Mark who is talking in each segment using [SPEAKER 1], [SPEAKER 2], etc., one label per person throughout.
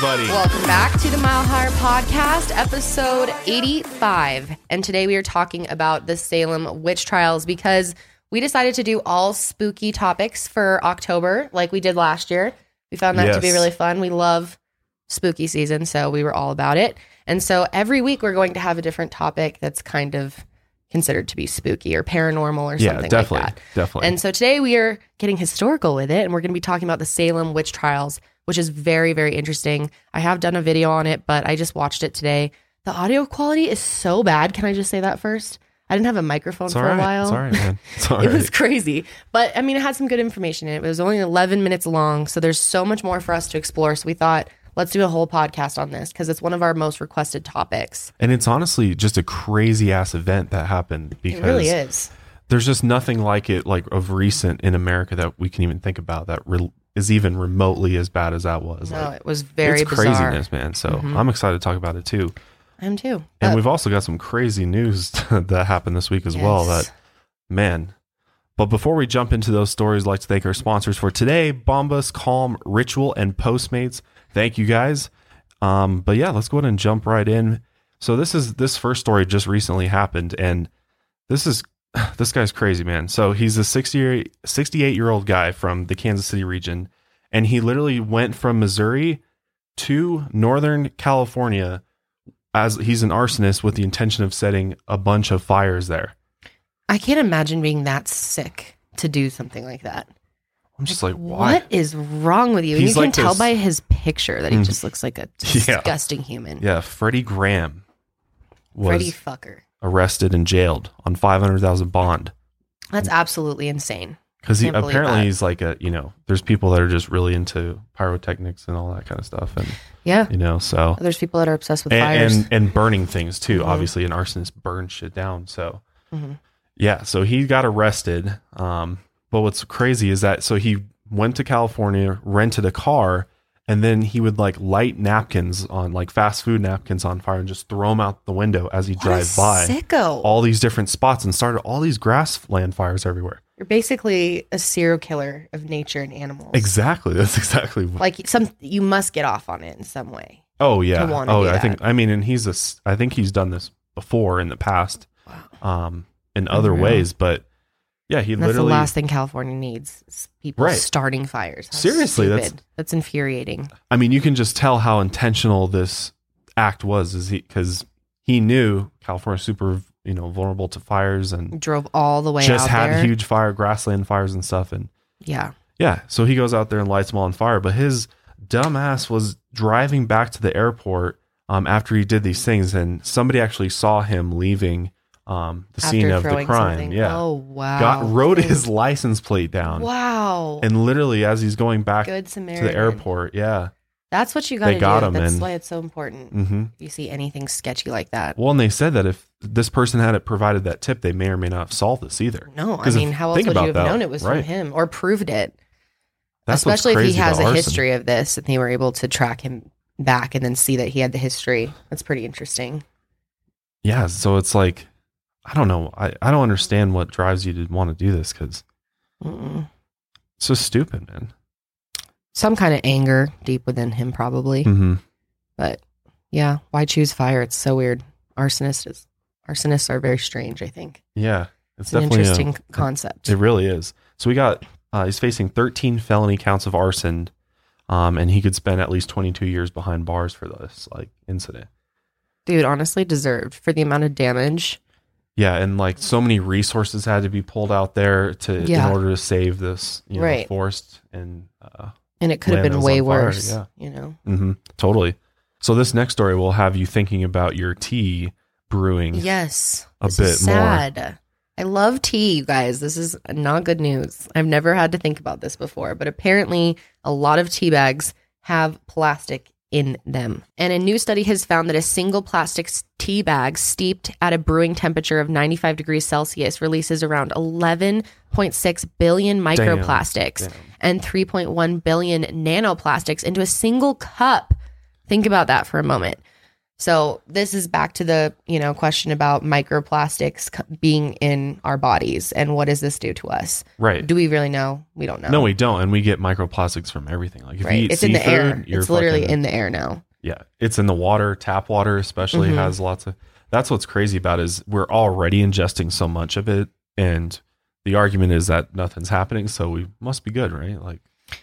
[SPEAKER 1] buddy.
[SPEAKER 2] Welcome back to the Mile Higher Podcast, episode 85. And today we are talking about the Salem witch trials because we decided to do all spooky topics for October, like we did last year. We found that to be
[SPEAKER 1] Yes.
[SPEAKER 2] really fun. We love spooky season, so we were all about it. And so every week we're going to have a different topic that's kind of considered to be spooky or paranormal or
[SPEAKER 1] yeah,
[SPEAKER 2] something
[SPEAKER 1] definitely,
[SPEAKER 2] like that.
[SPEAKER 1] definitely.
[SPEAKER 2] And so today we are getting historical with it, and we're going to be talking about the Salem witch trials, which is very, very interesting. I have done a video on it, but I just watched it today. The audio quality is so bad. Can I just say that first? I didn't have a microphone
[SPEAKER 1] it's
[SPEAKER 2] for
[SPEAKER 1] all right.
[SPEAKER 2] a while.
[SPEAKER 1] It's all right, man. It's all right.
[SPEAKER 2] It was crazy. But I mean, it had some good information in it. It was only 11 minutes long. So there's so much more for us to explore. So we thought, let's do a whole podcast on this because it's one of our most requested topics.
[SPEAKER 1] and it's honestly just a crazy ass event that happened because
[SPEAKER 2] It really is.
[SPEAKER 1] there's just nothing like it, like of recent in America that we can even think about that re- is even remotely as bad as that was.
[SPEAKER 2] No,
[SPEAKER 1] Like,
[SPEAKER 2] it was very
[SPEAKER 1] it's
[SPEAKER 2] bizarre. Mm-hmm. Uh,
[SPEAKER 1] craziness, man. So I'm excited to talk about it too.
[SPEAKER 2] I am too.
[SPEAKER 1] And
[SPEAKER 2] But-
[SPEAKER 1] we've also got some crazy news that happened this week as well.
[SPEAKER 2] Yes.
[SPEAKER 1] That man. But before we jump into those stories, I'd like to thank our sponsors for today: Bombas, Calm, Ritual, and Postmates. Thank you guys. Um, but yeah, let's go ahead and jump right in. So this is this first story just recently happened, and this is this guy's crazy, man. So he's a 60, 68 year old guy from the Kansas City region, and he literally went from Missouri to Northern California as he's an arsonist with the intention of setting a bunch of fires there.
[SPEAKER 2] I can't imagine being that sick to do something like that.
[SPEAKER 1] I'm just like, why?
[SPEAKER 2] What is wrong with you? And you
[SPEAKER 1] He's
[SPEAKER 2] can
[SPEAKER 1] like
[SPEAKER 2] tell
[SPEAKER 1] this- Mm.
[SPEAKER 2] by his picture that he just looks like a
[SPEAKER 1] Yeah.
[SPEAKER 2] disgusting human.
[SPEAKER 1] Yeah, Freddie Graham was
[SPEAKER 2] Freddy fucker.
[SPEAKER 1] arrested and jailed on 500,000 bond
[SPEAKER 2] That's absolutely insane.
[SPEAKER 1] because he
[SPEAKER 2] Can't believe
[SPEAKER 1] apparently
[SPEAKER 2] that.
[SPEAKER 1] he's like a you know, there's people that are just really into pyrotechnics and all that kind of stuff, and
[SPEAKER 2] Yeah.
[SPEAKER 1] you know, so
[SPEAKER 2] There's people that are obsessed with
[SPEAKER 1] and,
[SPEAKER 2] fires.
[SPEAKER 1] and and burning things too.
[SPEAKER 2] Mhm.
[SPEAKER 1] Obviously, an arsonist burns shit down. So,
[SPEAKER 2] Mhm.
[SPEAKER 1] yeah, so he got arrested. Um, but what's crazy is that so he went to California, rented a car, and then he would like light napkins on like fast food napkins on fire and just throw them out the window as he
[SPEAKER 2] What a
[SPEAKER 1] drives by
[SPEAKER 2] Sicko.
[SPEAKER 1] all these different spots and started all these grassland fires everywhere.
[SPEAKER 2] You're basically a serial killer of nature and animals.
[SPEAKER 1] Exactly. That's exactly. What,
[SPEAKER 2] Like some, you must get off on it in some way.
[SPEAKER 1] oh yeah.
[SPEAKER 2] wanna
[SPEAKER 1] Oh,
[SPEAKER 2] do
[SPEAKER 1] I
[SPEAKER 2] that.
[SPEAKER 1] think. I mean, and he's a. s- I think he's done this before in the past.
[SPEAKER 2] Wow.
[SPEAKER 1] um, in other
[SPEAKER 2] Unreal.
[SPEAKER 1] ways. But yeah, he
[SPEAKER 2] And that's the
[SPEAKER 1] literally.
[SPEAKER 2] last thing California needs: is people
[SPEAKER 1] Right.
[SPEAKER 2] starting fires. How
[SPEAKER 1] Seriously, that's-
[SPEAKER 2] stupid. that's infuriating.
[SPEAKER 1] I mean, you can just tell how intentional this act was, is he because he knew California's super, you know, vulnerable to fires and
[SPEAKER 2] Drove all the way
[SPEAKER 1] just
[SPEAKER 2] out
[SPEAKER 1] had
[SPEAKER 2] there.
[SPEAKER 1] huge fire, grassland fires and stuff, and
[SPEAKER 2] yeah,
[SPEAKER 1] yeah, so he goes out there and lights them all on fire. But his dumbass was driving back to the airport um, after he did these things, and somebody actually saw him leaving um, the scene
[SPEAKER 2] after
[SPEAKER 1] of the
[SPEAKER 2] throwing
[SPEAKER 1] crime.
[SPEAKER 2] something.
[SPEAKER 1] Yeah,
[SPEAKER 2] Oh wow.
[SPEAKER 1] got wrote his license plate down.
[SPEAKER 2] Wow.
[SPEAKER 1] And literally, as he's going back
[SPEAKER 2] Good
[SPEAKER 1] to
[SPEAKER 2] Samaritan.
[SPEAKER 1] the airport, yeah.
[SPEAKER 2] That's what you got to
[SPEAKER 1] They
[SPEAKER 2] do.
[SPEAKER 1] got 'em
[SPEAKER 2] That's
[SPEAKER 1] in.
[SPEAKER 2] why it's so important.
[SPEAKER 1] hmm
[SPEAKER 2] If you see anything sketchy like that,
[SPEAKER 1] Well, and they said that if this person had it provided that tip, they may or may not have solved this either.
[SPEAKER 2] no, I
[SPEAKER 1] 'Cause if-
[SPEAKER 2] mean, how else
[SPEAKER 1] think
[SPEAKER 2] would you
[SPEAKER 1] about
[SPEAKER 2] have
[SPEAKER 1] that,
[SPEAKER 2] known it was from
[SPEAKER 1] right.
[SPEAKER 2] him or proved it?
[SPEAKER 1] That's what's
[SPEAKER 2] Especially if he
[SPEAKER 1] crazy
[SPEAKER 2] has a
[SPEAKER 1] about arson.
[SPEAKER 2] history of this and they were able to track him back and then see that he had the history. That's pretty interesting.
[SPEAKER 1] Yeah, so it's like, I don't know. I, I don't understand what drives you to want to do this because
[SPEAKER 2] Mm-mm.
[SPEAKER 1] it's so stupid, man.
[SPEAKER 2] Some kind of anger deep within him, probably.
[SPEAKER 1] Mm-hmm.
[SPEAKER 2] But yeah, why choose fire? It's so weird. Arsonist is arsonists are very strange. I think
[SPEAKER 1] Yeah, it's,
[SPEAKER 2] it's an
[SPEAKER 1] definitely a-
[SPEAKER 2] interesting concept.
[SPEAKER 1] It really is. So we got uh, he's facing 13 felony counts of arson, um, and he could spend at least 22 years behind bars for this like incident.
[SPEAKER 2] Dude, honestly, deserved for the amount of damage.
[SPEAKER 1] Yeah, and like so many resources had to be pulled out there to
[SPEAKER 2] Yeah.
[SPEAKER 1] in order to save this, you know,
[SPEAKER 2] Right.
[SPEAKER 1] forest and uh,
[SPEAKER 2] and it could have
[SPEAKER 1] land that
[SPEAKER 2] been
[SPEAKER 1] was
[SPEAKER 2] way
[SPEAKER 1] on fire,
[SPEAKER 2] worse.
[SPEAKER 1] yeah.
[SPEAKER 2] You know,
[SPEAKER 1] mhm, totally. So this next story will have you thinking about your tea brewing.
[SPEAKER 2] yes,
[SPEAKER 1] A
[SPEAKER 2] this is
[SPEAKER 1] bit more.
[SPEAKER 2] sad. I love tea, you guys. This is not good news. I've never had to think about this before, but apparently, a lot of tea bags have plastic in them. And a new study has found that a single plastic s- tea bag steeped at a brewing temperature of 95 degrees Celsius releases around 11.6 billion microplastics
[SPEAKER 1] Damn.
[SPEAKER 2] and 3.1 billion nanoplastics into a single cup. Think about that for a moment. So this is back to the, you know, question about microplastics c- being in our bodies and what does this do to us?
[SPEAKER 1] Right.
[SPEAKER 2] Do we really know? We don't know.
[SPEAKER 1] No, we don't, and we get microplastics from everything. Like if you
[SPEAKER 2] right.
[SPEAKER 1] eat
[SPEAKER 2] It's in the air.
[SPEAKER 1] seafood, you're
[SPEAKER 2] It's literally
[SPEAKER 1] fucking-
[SPEAKER 2] in the air now.
[SPEAKER 1] Yeah, it's in the water. Tap water, especially,
[SPEAKER 2] Mhm.
[SPEAKER 1] has lots of. That's what's crazy about is we're already ingesting so much of it, and the argument is that nothing's happening, so we must be good, right? Like,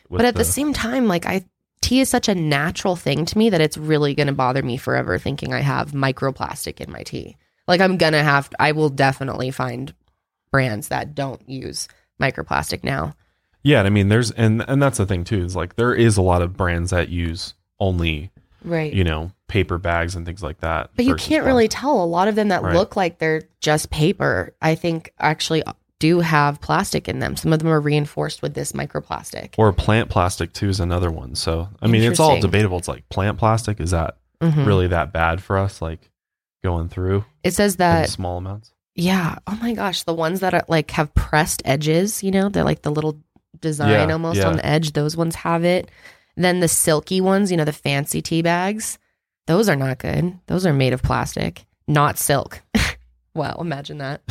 [SPEAKER 1] with
[SPEAKER 2] But at the, same time, like I tea is such a natural thing to me that it's really going to bother me forever thinking I have microplastic in my tea. Like I'm going to have I will definitely find brands that don't use microplastic now.
[SPEAKER 1] yeah, and I mean, there's and and that's the thing too is like there is a lot of brands that use only
[SPEAKER 2] Right.
[SPEAKER 1] you know paper bags and things like that.
[SPEAKER 2] But you
[SPEAKER 1] versus
[SPEAKER 2] can't really tell. A lot of them that
[SPEAKER 1] Right.
[SPEAKER 2] look like they're just paper, I think actually do have plastic in them. Some of them are reinforced with this microplastic.
[SPEAKER 1] or plant plastic too is another one. So I mean, it's all
[SPEAKER 2] Interesting.
[SPEAKER 1] debatable. It's like plant plastic is that
[SPEAKER 2] Mhm.
[SPEAKER 1] really that bad for us? Like going through
[SPEAKER 2] It says
[SPEAKER 1] in
[SPEAKER 2] that,
[SPEAKER 1] small amounts.
[SPEAKER 2] yeah. Oh my gosh. The ones that are like have pressed edges, you know, they're like the little design
[SPEAKER 1] Yeah,
[SPEAKER 2] almost
[SPEAKER 1] yeah.
[SPEAKER 2] on the edge. Those ones have it. Then the silky ones, you know, the fancy tea bags, those are not good. Those are made of plastic, not silk. wow. Imagine that.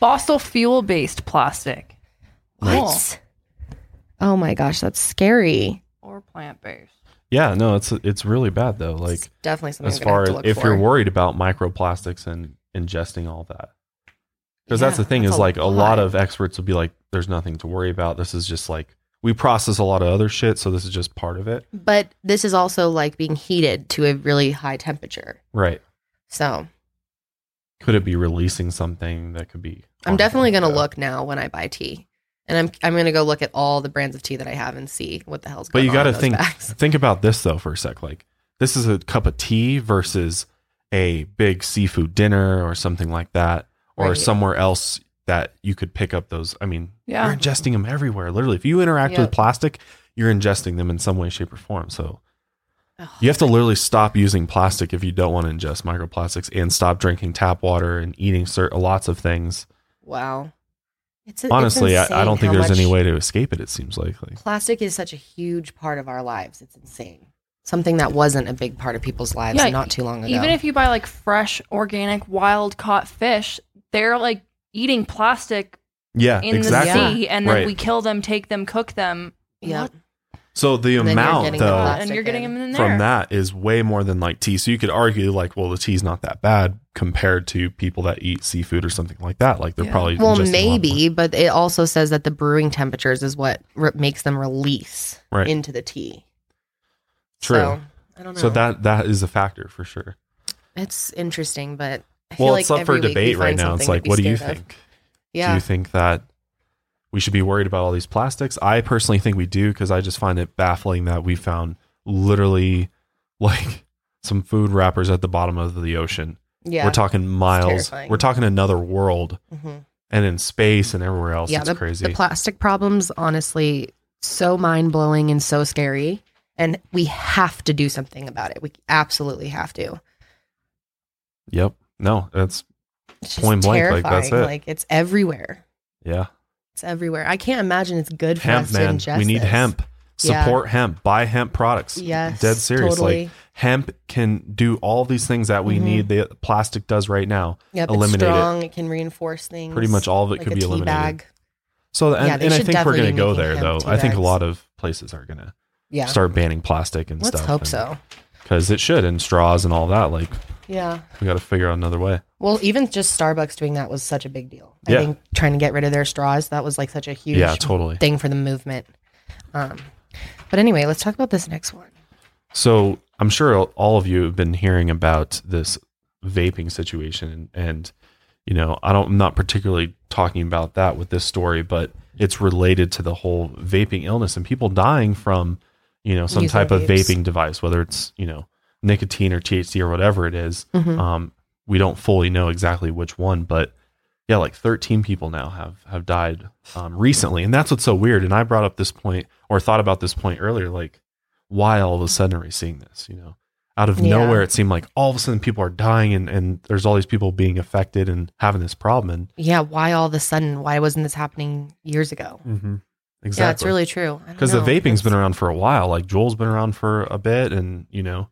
[SPEAKER 3] Fossil fuel based plastic.
[SPEAKER 2] What? Oh my gosh. That's scary.
[SPEAKER 3] Or plant based.
[SPEAKER 1] Yeah, no, it's it's really bad though. Like
[SPEAKER 2] It's definitely something
[SPEAKER 1] as
[SPEAKER 2] we're gonna
[SPEAKER 1] far
[SPEAKER 2] have to
[SPEAKER 1] as
[SPEAKER 2] look
[SPEAKER 1] if
[SPEAKER 2] for.
[SPEAKER 1] you're worried about microplastics and ingesting all that, because that's
[SPEAKER 2] Yeah,
[SPEAKER 1] the thing
[SPEAKER 2] that's
[SPEAKER 1] is
[SPEAKER 2] a
[SPEAKER 1] like a lot
[SPEAKER 2] lot.
[SPEAKER 1] of experts will be like, "There's nothing to worry about. This is just like we process a lot of other shit, so this is just part of it."
[SPEAKER 2] but this is also like being heated to a really high temperature
[SPEAKER 1] Right?
[SPEAKER 2] so
[SPEAKER 1] Could it be releasing something that could be?
[SPEAKER 2] i'm
[SPEAKER 1] harmful?
[SPEAKER 2] definitely going to
[SPEAKER 1] Yeah.
[SPEAKER 2] look now when i buy tea and i'm i'm going to go look at all the brands of tea that i have and see what the hell's
[SPEAKER 1] But
[SPEAKER 2] going
[SPEAKER 1] you
[SPEAKER 2] on
[SPEAKER 1] got to
[SPEAKER 2] in those
[SPEAKER 1] think
[SPEAKER 2] bags.
[SPEAKER 1] think about this though for a sec. Like this is a cup of tea versus a big seafood dinner or something like that, or
[SPEAKER 2] Right.
[SPEAKER 1] somewhere else that you could pick up those. I mean,
[SPEAKER 3] Yeah.
[SPEAKER 1] you're ingesting them everywhere. Literally, if you interact
[SPEAKER 2] Yep.
[SPEAKER 1] with plastic, you're ingesting them in some way, shape, or form. So you have to literally stop using plastic if you don't want to ingest microplastics, and stop drinking tap water and eating cer lots of things.
[SPEAKER 2] wow it's a- it's
[SPEAKER 1] Honestly, I, I
[SPEAKER 2] insane
[SPEAKER 1] don't think
[SPEAKER 2] how
[SPEAKER 1] there's any
[SPEAKER 2] much
[SPEAKER 1] way to escape it. It seems like, like
[SPEAKER 2] plastic is such a huge part of our lives it's insane something that wasn't a big part of people's lives
[SPEAKER 3] Yeah,
[SPEAKER 2] not too long ago
[SPEAKER 3] Even if you buy like fresh, organic, wild caught fish, they're like eating plastic
[SPEAKER 1] yeah,
[SPEAKER 3] in
[SPEAKER 1] exactly.
[SPEAKER 3] the sea and then
[SPEAKER 1] Right.
[SPEAKER 3] we kill them, take them, cook them.
[SPEAKER 2] yeah
[SPEAKER 1] So the
[SPEAKER 2] And then you're
[SPEAKER 1] amount
[SPEAKER 2] getting the
[SPEAKER 1] though
[SPEAKER 2] plastic
[SPEAKER 3] and you're getting them in there.
[SPEAKER 1] from that is way more than like tea. So you could argue like, well, the tea's not that bad compared to people that eat seafood or something like that. Like they're
[SPEAKER 3] Yeah.
[SPEAKER 1] probably
[SPEAKER 2] well
[SPEAKER 1] ingesting a lot
[SPEAKER 2] maybe but it also says that the brewing temperatures is what re- makes them release
[SPEAKER 1] more. right?
[SPEAKER 2] into the tea
[SPEAKER 1] True.
[SPEAKER 2] So, I don't know.
[SPEAKER 1] so that that is a factor for sure.
[SPEAKER 2] it's interesting, but I feel
[SPEAKER 1] Well,
[SPEAKER 2] like
[SPEAKER 1] it's up for
[SPEAKER 2] every week we
[SPEAKER 1] debate right
[SPEAKER 2] find
[SPEAKER 1] now. It's
[SPEAKER 2] something to
[SPEAKER 1] like,
[SPEAKER 2] be
[SPEAKER 1] what do you
[SPEAKER 2] scared of.
[SPEAKER 1] think? Do
[SPEAKER 2] Yeah,
[SPEAKER 1] you think that we should be worried about all these plastics? I personally think we do because I just find it baffling that we found literally like some food wrappers at the bottom of the ocean.
[SPEAKER 2] yeah,
[SPEAKER 1] We're talking miles.
[SPEAKER 2] terrifying.
[SPEAKER 1] We're talking another world.
[SPEAKER 2] Mhm.
[SPEAKER 1] and in space and everywhere else.
[SPEAKER 2] yeah.
[SPEAKER 1] it's
[SPEAKER 2] The,
[SPEAKER 1] crazy.
[SPEAKER 2] the plastic problems, honestly, so mind blowing and so scary, and we have to do something about it. We absolutely have to.
[SPEAKER 1] yep. No, that's
[SPEAKER 2] It's just
[SPEAKER 1] Point blank, like, that's
[SPEAKER 2] terrifying.
[SPEAKER 1] it.
[SPEAKER 2] Like, it's everywhere.
[SPEAKER 1] yeah.
[SPEAKER 2] It's everywhere. I can't imagine it's good for
[SPEAKER 1] Hemp,
[SPEAKER 2] us
[SPEAKER 1] man.
[SPEAKER 2] to ingest.
[SPEAKER 1] We need
[SPEAKER 2] this.
[SPEAKER 1] hemp.
[SPEAKER 2] Yeah.
[SPEAKER 1] Support hemp. Buy hemp products.
[SPEAKER 2] Yes,
[SPEAKER 1] Dead serious.
[SPEAKER 2] Totally.
[SPEAKER 1] Like hemp can do all these things that we
[SPEAKER 2] Mhm.
[SPEAKER 1] need. The plastic does right now.
[SPEAKER 2] yep,
[SPEAKER 1] eliminate it.
[SPEAKER 2] it's strong. It. can reinforce things.
[SPEAKER 1] Pretty much all of it
[SPEAKER 2] like
[SPEAKER 1] could
[SPEAKER 2] a
[SPEAKER 1] be
[SPEAKER 2] tea
[SPEAKER 1] eliminated.
[SPEAKER 2] Bag.
[SPEAKER 1] So and,
[SPEAKER 2] Yeah, they
[SPEAKER 1] and I
[SPEAKER 2] should
[SPEAKER 1] think we're
[SPEAKER 2] definitely
[SPEAKER 1] gonna
[SPEAKER 2] be
[SPEAKER 1] go
[SPEAKER 2] making
[SPEAKER 1] there
[SPEAKER 2] hemp
[SPEAKER 1] though.
[SPEAKER 2] tea
[SPEAKER 1] I think a
[SPEAKER 2] bags.
[SPEAKER 1] lot of places are gonna
[SPEAKER 2] Yeah.
[SPEAKER 1] start banning plastic and
[SPEAKER 2] Let's
[SPEAKER 1] stuff.
[SPEAKER 2] hope so.
[SPEAKER 1] Because it should and straws and all that. Like
[SPEAKER 2] Yeah.
[SPEAKER 1] we gotta figure out another way.
[SPEAKER 2] Well, even just Starbucks doing that was such a big deal.
[SPEAKER 1] Yeah.
[SPEAKER 2] I think trying to get rid of their straws, that was like such a huge
[SPEAKER 1] Yeah, totally.
[SPEAKER 2] thing for the movement. Um, but anyway, let's talk about this next one.
[SPEAKER 1] So I'm sure all of you have been hearing about this vaping situation, and, and you know, I don't, I'm not particularly talking about that with this story, but it's related to the whole vaping illness and people dying from, you know, some
[SPEAKER 2] Using
[SPEAKER 1] type of
[SPEAKER 2] vapes.
[SPEAKER 1] vaping device, whether it's you know nicotine or THC or whatever it is.
[SPEAKER 2] Mhm.
[SPEAKER 1] Um, we don't fully know exactly which one, but yeah, like 13 people now have have died um, recently, and that's what's so weird. And I brought up this point or thought about this point earlier, like why all of a sudden are we seeing this? You know, out of
[SPEAKER 2] Yeah.
[SPEAKER 1] nowhere, it seemed like all of a sudden people are dying, and and there's all these people being affected and having this problem. And
[SPEAKER 2] Yeah, why all of a sudden? Why wasn't this happening years ago?
[SPEAKER 1] exactly,
[SPEAKER 2] Yeah, it's really true. I don't
[SPEAKER 1] because the
[SPEAKER 2] know.
[SPEAKER 1] vaping's
[SPEAKER 2] It's-
[SPEAKER 1] been around for a while. Like Joel's been around for a bit, and you know,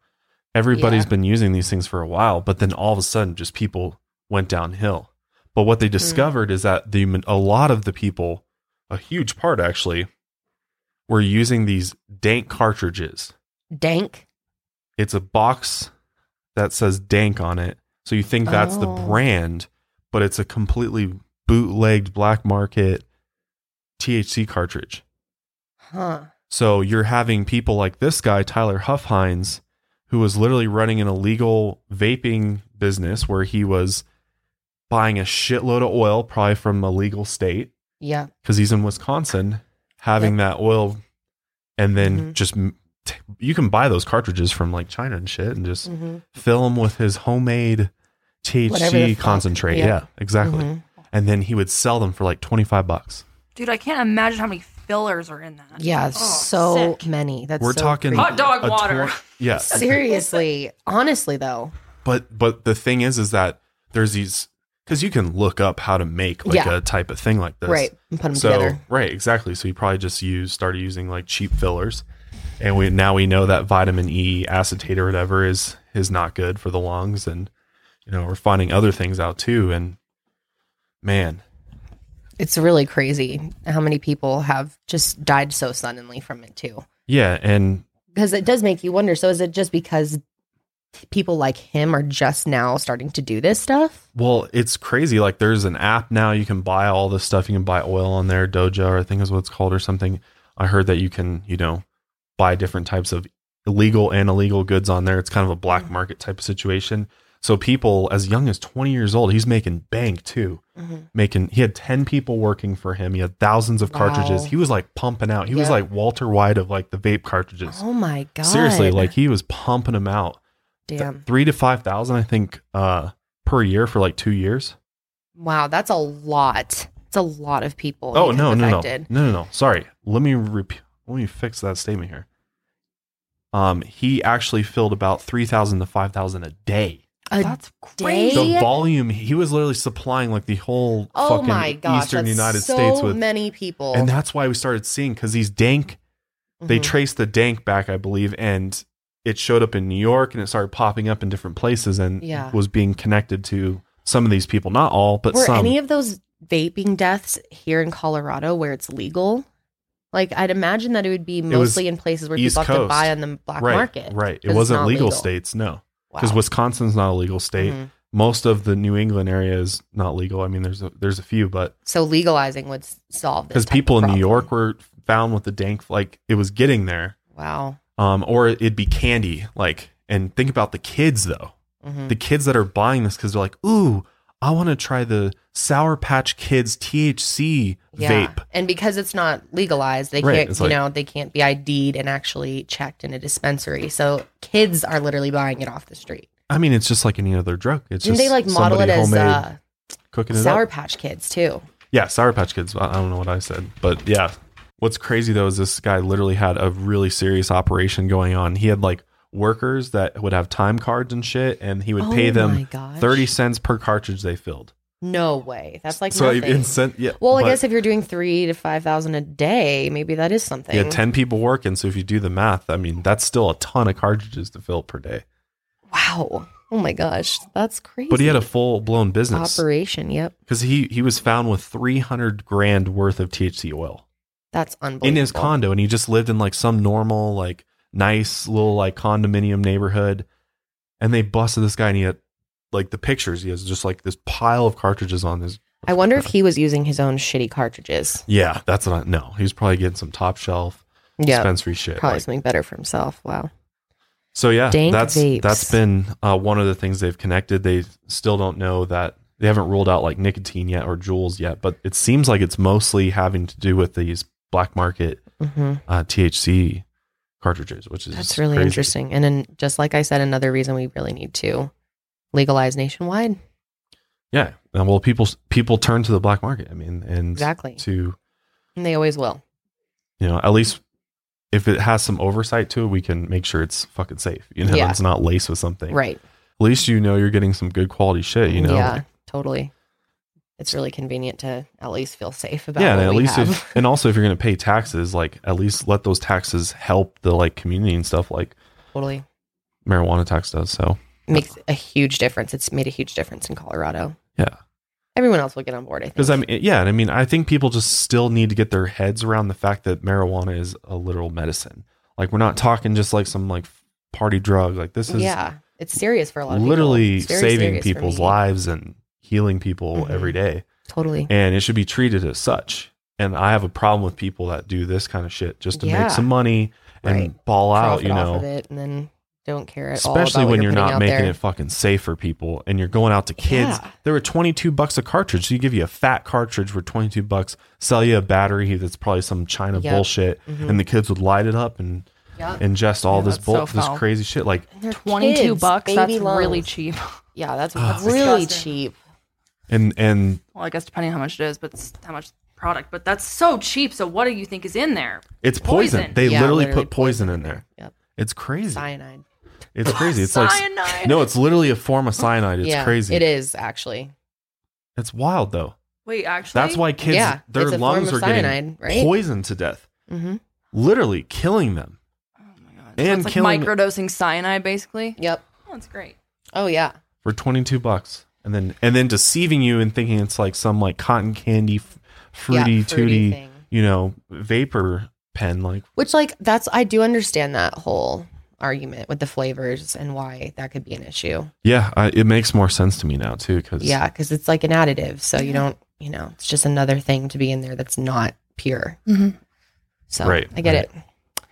[SPEAKER 1] Everybody's
[SPEAKER 2] Yeah.
[SPEAKER 1] been using these things for a while, but then all of a sudden, just people went downhill. But what they
[SPEAKER 2] Hmm.
[SPEAKER 1] discovered is that the a lot of the people, a huge part actually, were using these dank cartridges.
[SPEAKER 2] Dank.
[SPEAKER 1] It's a box that says dank on it, so you think that's the
[SPEAKER 2] Oh.
[SPEAKER 1] brand, but it's a completely bootlegged black market THC cartridge.
[SPEAKER 2] Huh.
[SPEAKER 1] So you're having people like this guy, Tyler Huffhines, who was literally running an illegal vaping business where he was buying a shitload of oil, probably from a legal state,
[SPEAKER 2] Yeah.
[SPEAKER 1] because he's in Wisconsin, having that oil and then
[SPEAKER 2] Mhm.
[SPEAKER 1] just. m- t- You can buy those cartridges from like China and shit and just
[SPEAKER 2] Mm-hmm.
[SPEAKER 1] fill them with his homemade
[SPEAKER 2] Whatever the
[SPEAKER 1] THC
[SPEAKER 2] fuck. Mm-hmm.
[SPEAKER 1] concentrate.
[SPEAKER 2] Yeah.
[SPEAKER 1] Yeah, exactly. And then he would sell them for like 25 bucks.
[SPEAKER 3] Dude, I can't imagine how many fillers are in that.
[SPEAKER 2] Yeah.
[SPEAKER 3] Oh,
[SPEAKER 2] so
[SPEAKER 3] sick.
[SPEAKER 2] many. That's
[SPEAKER 1] We're
[SPEAKER 2] so
[SPEAKER 1] talking
[SPEAKER 3] Hot dog
[SPEAKER 1] a
[SPEAKER 3] water.
[SPEAKER 1] twen- yeah.
[SPEAKER 2] Seriously, honestly though,
[SPEAKER 1] But but the thing is, is that there's these because you can look up how to make like
[SPEAKER 2] Yeah.
[SPEAKER 1] a type of thing like this,
[SPEAKER 2] right? And put them
[SPEAKER 1] So
[SPEAKER 2] together.
[SPEAKER 1] right, exactly. So you probably just use started using like cheap fillers, and we now we know that vitamin E acetate or whatever is is not good for the lungs, and you know we're finding other things out too. And man,
[SPEAKER 2] It's really crazy how many people have just died so suddenly from it too.
[SPEAKER 1] yeah, and
[SPEAKER 2] Because it does make you wonder. So is it just because people like him are just now starting to do this stuff?
[SPEAKER 1] Well, it's crazy. Like there's an app now you can buy all this stuff. You can buy oil on there, Doja, or I think is what it's called, or something. I heard that you can, you know, buy different types of illegal and illegal goods on there. It's kind of a black
[SPEAKER 2] Mm.
[SPEAKER 1] market type of situation. So people as young as 20 years old, he's making bank too. Making he had 10 people working for him. He had thousands of cartridges.
[SPEAKER 2] Wow.
[SPEAKER 1] He was like pumping out. He was
[SPEAKER 2] Yeah.
[SPEAKER 1] like Walter White of like the vape cartridges.
[SPEAKER 2] Oh my god!
[SPEAKER 1] Seriously, like he was pumping them out. Th-
[SPEAKER 2] damn.
[SPEAKER 1] three to five thousand, I think, uh, per year for like two years.
[SPEAKER 2] Wow, that's a lot. It's a lot of people.
[SPEAKER 1] Oh
[SPEAKER 2] that
[SPEAKER 1] no
[SPEAKER 2] have
[SPEAKER 1] no no
[SPEAKER 2] affected.
[SPEAKER 1] no no no! Sorry, let me rep- let me fix that statement here. Um, he actually filled about three thousand to five thousand a day.
[SPEAKER 2] A
[SPEAKER 3] That's
[SPEAKER 2] day?
[SPEAKER 3] crazy.
[SPEAKER 1] The volume he was literally supplying like the whole
[SPEAKER 2] Oh
[SPEAKER 1] fucking
[SPEAKER 2] my gosh!
[SPEAKER 1] eastern
[SPEAKER 2] that's
[SPEAKER 1] United
[SPEAKER 2] so
[SPEAKER 1] States with,
[SPEAKER 2] many people,
[SPEAKER 1] and that's why we started seeing because these dank they
[SPEAKER 2] Mhm.
[SPEAKER 1] traced the dank back, I believe, and it showed up in New York and it started popping up in different places and
[SPEAKER 2] Yeah.
[SPEAKER 1] was being connected to some of these people, not all, but
[SPEAKER 2] were
[SPEAKER 1] some.
[SPEAKER 2] any of those vaping deaths here in Colorado where it's legal? Like I'd imagine that it would be
[SPEAKER 1] was
[SPEAKER 2] mostly in places where
[SPEAKER 1] East
[SPEAKER 2] people have to
[SPEAKER 1] Coast.
[SPEAKER 2] buy on the black
[SPEAKER 1] right,
[SPEAKER 2] market.
[SPEAKER 1] right. It
[SPEAKER 2] 'cause it's
[SPEAKER 1] wasn't
[SPEAKER 2] not
[SPEAKER 1] legal,
[SPEAKER 2] legal.
[SPEAKER 1] states, no.
[SPEAKER 2] Wow.
[SPEAKER 1] because Wisconsin's not a legal state.
[SPEAKER 2] Mhm.
[SPEAKER 1] Most of the New England area is not legal. I mean, there's a, there's a few, but
[SPEAKER 2] So legalizing would s- solve this.
[SPEAKER 1] because
[SPEAKER 2] type of
[SPEAKER 1] people in New
[SPEAKER 2] problem.
[SPEAKER 1] York were found with the dank, like it was getting there,
[SPEAKER 2] Wow.
[SPEAKER 1] um, or it'd be candy, like. And think about the kids though,
[SPEAKER 2] Mhm.
[SPEAKER 1] the kids that are buying this because they're like, ooh, I want to try the Sour Patch Kids THC
[SPEAKER 2] Yeah.
[SPEAKER 1] vape.
[SPEAKER 2] And because it's not legalized, they
[SPEAKER 1] Right,
[SPEAKER 2] can't,
[SPEAKER 1] it's
[SPEAKER 2] you
[SPEAKER 1] like-
[SPEAKER 2] know, they can't be ID'd and actually checked in a dispensary. So kids are literally buying it off the street.
[SPEAKER 1] I mean, it's just like any other drug. It's
[SPEAKER 2] Didn't
[SPEAKER 1] just
[SPEAKER 2] they like model it
[SPEAKER 1] somebody homemade
[SPEAKER 2] as uh,
[SPEAKER 1] cooking it up.
[SPEAKER 2] Sour Patch Kids too?
[SPEAKER 1] Yeah, Sour Patch Kids. I I don't know what I said, but yeah. What's crazy though is this guy literally had a really serious operation going on. He had like workers that would have time cards and shit, and he would pay
[SPEAKER 2] Oh my
[SPEAKER 1] them
[SPEAKER 2] gosh.
[SPEAKER 1] thirty cents per cartridge they filled.
[SPEAKER 2] No way. That's like
[SPEAKER 1] so
[SPEAKER 2] nothing.
[SPEAKER 1] incent- yeah.
[SPEAKER 2] well, I
[SPEAKER 1] but
[SPEAKER 2] guess if you're doing three to five thousand a day, maybe that is something.
[SPEAKER 1] he had ten people working, so if you do the math, I mean that's still a ton of cartridges to fill per day.
[SPEAKER 2] wow. Oh my gosh, that's crazy.
[SPEAKER 1] But he had a full blown business
[SPEAKER 2] operation. Yep,
[SPEAKER 1] because he he was found with three hundred grand worth of THC oil.
[SPEAKER 2] that's unbelievable.
[SPEAKER 1] in his condo and he just lived in like some normal like nice little like condominium neighborhood and they busted this guy and he had like the pictures he has just like this pile of cartridges on his
[SPEAKER 2] I wonder if he was using his own shitty cartridges.
[SPEAKER 1] yeah that's what i no he was probably getting some top shelf
[SPEAKER 2] Yeah,
[SPEAKER 1] dispensary shit
[SPEAKER 2] probably
[SPEAKER 1] like-
[SPEAKER 2] something better for himself. Wow.
[SPEAKER 1] so yeah
[SPEAKER 2] dank
[SPEAKER 1] that's
[SPEAKER 2] vapes.
[SPEAKER 1] that's been uh, one of the things they've connected they still don't know that they haven't ruled out like nicotine yet or jewels yet but it seems like it's mostly having to do with these black market
[SPEAKER 2] hmm
[SPEAKER 1] uh, thc cartridges which is
[SPEAKER 2] That's really
[SPEAKER 1] crazy.
[SPEAKER 2] interesting. And then, just like I said, another reason we really need to legalize nationwide.
[SPEAKER 1] Yeah. And well, people people turn to the black market. I mean, and
[SPEAKER 2] Exactly.
[SPEAKER 1] to
[SPEAKER 2] And they always will.
[SPEAKER 1] you know, at least if it has some oversight to it, we can make sure it's fucking safe. You know,
[SPEAKER 2] Yeah.
[SPEAKER 1] it's not laced with something.
[SPEAKER 2] Right.
[SPEAKER 1] At least you know you're getting some good quality shit. You know.
[SPEAKER 2] Yeah,
[SPEAKER 1] Like,
[SPEAKER 2] totally. It's really convenient to at least feel safe about
[SPEAKER 1] yeah.
[SPEAKER 2] what
[SPEAKER 1] And at
[SPEAKER 2] we
[SPEAKER 1] least
[SPEAKER 2] have.
[SPEAKER 1] if and also if you're gonna pay taxes, like at least let those taxes help the like community and stuff. Like
[SPEAKER 2] totally.
[SPEAKER 1] marijuana tax does. So
[SPEAKER 2] makes a huge difference. It's made a huge difference in Colorado.
[SPEAKER 1] Yeah.
[SPEAKER 2] Everyone else will get on board, I think.
[SPEAKER 1] because I mean, yeah, and I mean, I think people just still need to get their heads around the fact that marijuana is a literal medicine. Like we're not talking just like some like party drug. Like this is
[SPEAKER 2] yeah. It's serious for a lot of people.
[SPEAKER 1] literally
[SPEAKER 2] It's very
[SPEAKER 1] saving
[SPEAKER 2] serious for
[SPEAKER 1] people's
[SPEAKER 2] me.
[SPEAKER 1] lives and healing people
[SPEAKER 2] Mhm.
[SPEAKER 1] every day,
[SPEAKER 2] Totally.
[SPEAKER 1] and it should be treated as such. And I have a problem with people that do this kind of shit just to
[SPEAKER 2] Yeah.
[SPEAKER 1] make some money and
[SPEAKER 2] Right.
[SPEAKER 1] ball out,
[SPEAKER 2] Profit
[SPEAKER 1] you
[SPEAKER 2] off
[SPEAKER 1] know.
[SPEAKER 2] of it and then don't care at all.
[SPEAKER 1] especially
[SPEAKER 2] about what
[SPEAKER 1] when you're,
[SPEAKER 2] putting
[SPEAKER 1] not
[SPEAKER 2] out
[SPEAKER 1] making
[SPEAKER 2] there.
[SPEAKER 1] it fucking safe for people and you're going out to kids
[SPEAKER 2] Yeah.
[SPEAKER 1] they were 22 bucks a cartridge so you give you a fat cartridge for 22 bucks sell you a battery that's probably some china
[SPEAKER 2] Yep.
[SPEAKER 1] bullshit
[SPEAKER 2] Mhm.
[SPEAKER 1] and the kids would light it up and
[SPEAKER 2] Yep.
[SPEAKER 1] ingest all
[SPEAKER 3] Yeah,
[SPEAKER 1] this
[SPEAKER 3] that's
[SPEAKER 1] bull
[SPEAKER 3] so
[SPEAKER 1] this
[SPEAKER 3] foul.
[SPEAKER 1] crazy shit like
[SPEAKER 2] And they're
[SPEAKER 3] 22
[SPEAKER 2] kids,
[SPEAKER 3] bucks.
[SPEAKER 2] baby
[SPEAKER 3] That's really
[SPEAKER 2] lungs.
[SPEAKER 3] cheap.
[SPEAKER 2] Yeah, that's,
[SPEAKER 1] Ugh.
[SPEAKER 2] that's really
[SPEAKER 3] Disgusting.
[SPEAKER 2] cheap.
[SPEAKER 1] and and
[SPEAKER 3] Well, I guess depending on how much it is, but s- how much product. But that's so cheap. So what do you think is in there?
[SPEAKER 1] it's poison,
[SPEAKER 3] Poison.
[SPEAKER 1] they
[SPEAKER 2] Yeah,
[SPEAKER 1] literally,
[SPEAKER 2] literally
[SPEAKER 1] put poison,
[SPEAKER 2] poison
[SPEAKER 1] in there
[SPEAKER 2] Yep.
[SPEAKER 1] it's crazy
[SPEAKER 2] Cyanide.
[SPEAKER 1] it's crazy it's like
[SPEAKER 3] Cyanide.
[SPEAKER 1] no it's literally a form of cyanide it's
[SPEAKER 2] yeah,
[SPEAKER 1] crazy
[SPEAKER 2] It is actually.
[SPEAKER 1] it's wild though
[SPEAKER 3] Wait, actually,
[SPEAKER 1] that's why kids
[SPEAKER 2] yeah,
[SPEAKER 1] their
[SPEAKER 2] it's a
[SPEAKER 1] lungs
[SPEAKER 2] form
[SPEAKER 1] are
[SPEAKER 2] of
[SPEAKER 1] getting
[SPEAKER 2] cyanide, right?
[SPEAKER 1] poisoned to death
[SPEAKER 2] Mm-hmm.
[SPEAKER 1] literally killing them
[SPEAKER 3] Oh my god!
[SPEAKER 1] And
[SPEAKER 3] so it's
[SPEAKER 1] killing-
[SPEAKER 3] like microdosing cyanide, basically.
[SPEAKER 2] Yep.
[SPEAKER 3] Oh, that's great.
[SPEAKER 2] Oh yeah.
[SPEAKER 1] for 22 bucks and then and then deceiving you and thinking it's like some like cotton candy f- fruity,
[SPEAKER 2] yeah, fruity
[SPEAKER 1] tooty
[SPEAKER 2] thing.
[SPEAKER 1] you know vapor pen like
[SPEAKER 2] Which like that's I do understand that whole argument with the flavors and why that could be an issue.
[SPEAKER 1] yeah I, it makes more sense to me now too because
[SPEAKER 2] Yeah, because it's like an additive, so you
[SPEAKER 3] Yeah.
[SPEAKER 2] don't, you know, it's just another thing to be in there that's not pure.
[SPEAKER 3] Mhm.
[SPEAKER 2] So
[SPEAKER 1] Right,
[SPEAKER 2] I get
[SPEAKER 1] right.
[SPEAKER 2] it.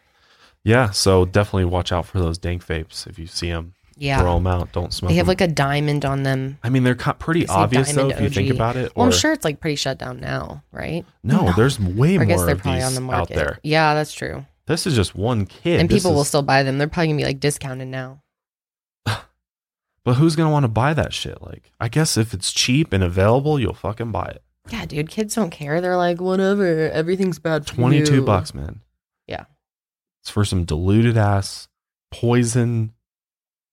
[SPEAKER 1] yeah so definitely watch out for those dank vapes if you see them
[SPEAKER 2] Yeah,
[SPEAKER 1] throw them out don't smoke
[SPEAKER 2] they have
[SPEAKER 1] 'em.
[SPEAKER 2] like a diamond on them.
[SPEAKER 1] i mean they're co- pretty
[SPEAKER 2] It's like
[SPEAKER 1] obvious though
[SPEAKER 2] diamond
[SPEAKER 1] if you think
[SPEAKER 2] OG.
[SPEAKER 1] about it
[SPEAKER 2] Well,
[SPEAKER 1] or
[SPEAKER 2] I'm sure it's like pretty shut down now, right?
[SPEAKER 1] no, there's way
[SPEAKER 2] Or I
[SPEAKER 1] more
[SPEAKER 2] guess they're
[SPEAKER 1] of
[SPEAKER 2] probably
[SPEAKER 1] these
[SPEAKER 2] on the
[SPEAKER 1] out
[SPEAKER 2] market.
[SPEAKER 1] there
[SPEAKER 2] Yeah, that's true.
[SPEAKER 1] this is just one kid
[SPEAKER 2] and
[SPEAKER 1] This
[SPEAKER 2] people will
[SPEAKER 1] is-
[SPEAKER 2] still buy them. They're probably gonna be like discounted now.
[SPEAKER 1] but who's gonna want to buy that shit like i guess if it's cheap and available you'll fucking buy it
[SPEAKER 2] Yeah, dude, kids don't care. They're like, whatever, everything's bad for
[SPEAKER 1] 22
[SPEAKER 2] you.
[SPEAKER 1] bucks, man.
[SPEAKER 2] Yeah.
[SPEAKER 1] It's for some diluted ass poison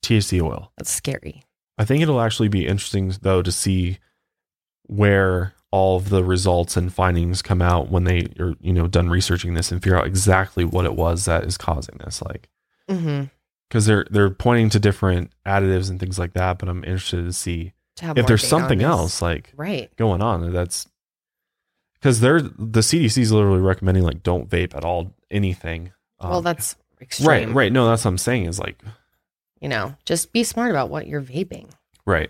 [SPEAKER 1] THC oil.
[SPEAKER 2] That's scary.
[SPEAKER 1] I think it'll actually be interesting though to see where all of the results and findings come out when they are, you know, done researching this and figure out exactly what it was that is causing this. Like
[SPEAKER 2] Mm-hmm.
[SPEAKER 1] because they're they're pointing to different additives and things like that, but I'm interested to see
[SPEAKER 2] To have
[SPEAKER 1] if
[SPEAKER 2] more
[SPEAKER 1] there's
[SPEAKER 2] data on
[SPEAKER 1] something
[SPEAKER 2] this.
[SPEAKER 1] else like
[SPEAKER 2] right?
[SPEAKER 1] going on. That's because they're the CDC is literally recommending like don't vape at all anything. Um,
[SPEAKER 2] well, that's extreme.
[SPEAKER 1] right, right. No, that's what I'm saying is like
[SPEAKER 2] You know, just be smart about what you're vaping.
[SPEAKER 1] right.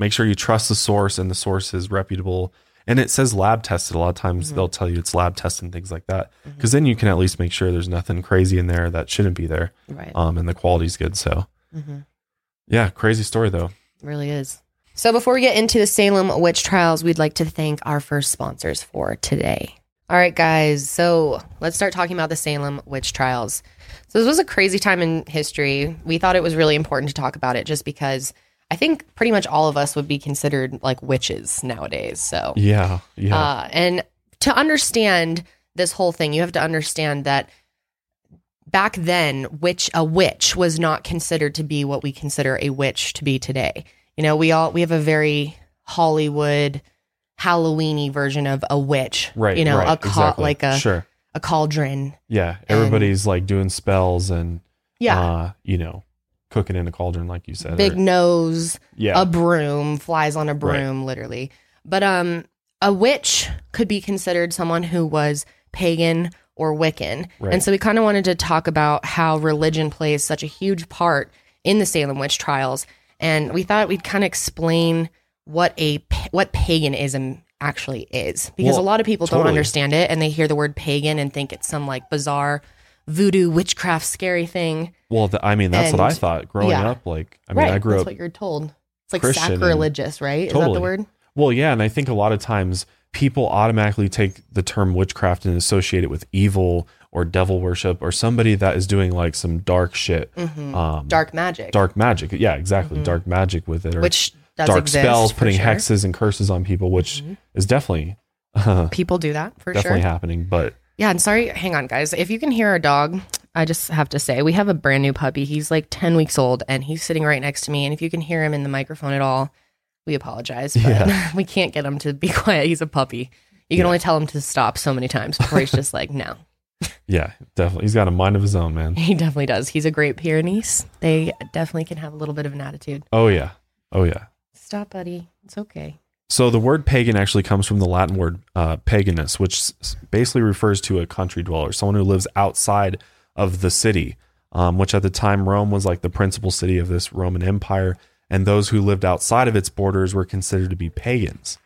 [SPEAKER 1] Make sure you trust the source and the source is reputable. And it says lab tested. A lot of times
[SPEAKER 2] Mhm.
[SPEAKER 1] they'll tell you it's lab tested and things like that.
[SPEAKER 2] Mhm.
[SPEAKER 1] Because then you can at least make sure there's nothing crazy in there that shouldn't be there.
[SPEAKER 2] Right.
[SPEAKER 1] Um, and the quality's good. So
[SPEAKER 2] mm-hmm.
[SPEAKER 1] yeah, crazy story though.
[SPEAKER 2] really is. So before we get into the Salem witch trials, we'd like to thank our first sponsors for today. All right, guys. So let's start talking about the Salem witch trials. So this was a crazy time in history. We thought it was really important to talk about it just because I think pretty much all of us would be considered like witches nowadays. So
[SPEAKER 1] Yeah, yeah,
[SPEAKER 2] Uh, and to understand this whole thing, you have to understand that back then, witch a witch was not considered to be what we consider a witch to be today. You know, we all we have a very Hollywood Halloweeny version of a witch,
[SPEAKER 1] right.
[SPEAKER 2] You know,
[SPEAKER 1] right,
[SPEAKER 2] a ca-
[SPEAKER 1] exactly.
[SPEAKER 2] like a
[SPEAKER 1] sure.
[SPEAKER 2] a cauldron,
[SPEAKER 1] Yeah, everybody's like doing spells and
[SPEAKER 2] yeah,
[SPEAKER 1] uh, you know, cooking in a cauldron, like you said.
[SPEAKER 2] big
[SPEAKER 1] or-
[SPEAKER 2] nose,
[SPEAKER 1] yeah,
[SPEAKER 2] a broom flies on a broom literally but um a witch could be considered someone who was pagan or wiccan
[SPEAKER 1] Right.
[SPEAKER 2] and so we kind of wanted to talk about how religion plays such a huge part in the salem witch trials and we thought we'd kind of explain what a pa- what paganism actually is because
[SPEAKER 1] Well,
[SPEAKER 2] a lot of people don't
[SPEAKER 1] totally.
[SPEAKER 2] understand it and they hear the word pagan and think it's some like bizarre voodoo witchcraft scary thing
[SPEAKER 1] Well, th- I mean, that's what I
[SPEAKER 2] And-
[SPEAKER 1] thought growing
[SPEAKER 2] yeah.
[SPEAKER 1] up. Like, I mean, I grew
[SPEAKER 2] that's
[SPEAKER 1] up.
[SPEAKER 2] what you're told it's like
[SPEAKER 1] Christian and-
[SPEAKER 2] sacrilegious right is that
[SPEAKER 1] Totally.
[SPEAKER 2] the word
[SPEAKER 1] Well, yeah, and I think a lot of times people automatically take the term witchcraft and associate it with evil or devil worship or somebody that is doing like some dark shit,
[SPEAKER 2] hmm
[SPEAKER 1] um,
[SPEAKER 2] dark magic,
[SPEAKER 1] dark magic. Yeah, exactly,
[SPEAKER 2] Mhm.
[SPEAKER 1] dark magic with it, or
[SPEAKER 2] which does
[SPEAKER 1] dark
[SPEAKER 2] exist,
[SPEAKER 1] spells,
[SPEAKER 2] for
[SPEAKER 1] putting
[SPEAKER 2] sure.
[SPEAKER 1] hexes and curses on people, which
[SPEAKER 2] Mhm.
[SPEAKER 1] is definitely.
[SPEAKER 2] People do that for
[SPEAKER 1] definitely
[SPEAKER 2] sure.
[SPEAKER 1] happening, but
[SPEAKER 2] Yeah, and sorry, hang on, guys. If you can hear our dog, I just have to say we have a brand new puppy. He's like ten weeks old, and he's sitting right next to me. And if you can hear him in the microphone at all, we apologize. But
[SPEAKER 1] Yeah.
[SPEAKER 2] we can't get him to be quiet. He's a puppy. You can
[SPEAKER 1] Yeah.
[SPEAKER 2] only tell him to stop so many times before he's just like, no.
[SPEAKER 1] Yeah, definitely. He's got a mind of his own, man.
[SPEAKER 2] He definitely does. He's a great Pyrenees. They definitely can have a little bit of an attitude.
[SPEAKER 1] Oh yeah. Oh yeah.
[SPEAKER 2] Stop, buddy. It's okay.
[SPEAKER 1] So the word pagan actually comes from the Latin word uh, paganus, which s- basically refers to a country dweller, someone who lives outside of the city, um, which at the time Rome was like the principal city of this Roman Empire, and those who lived outside of its borders were considered to be pagans.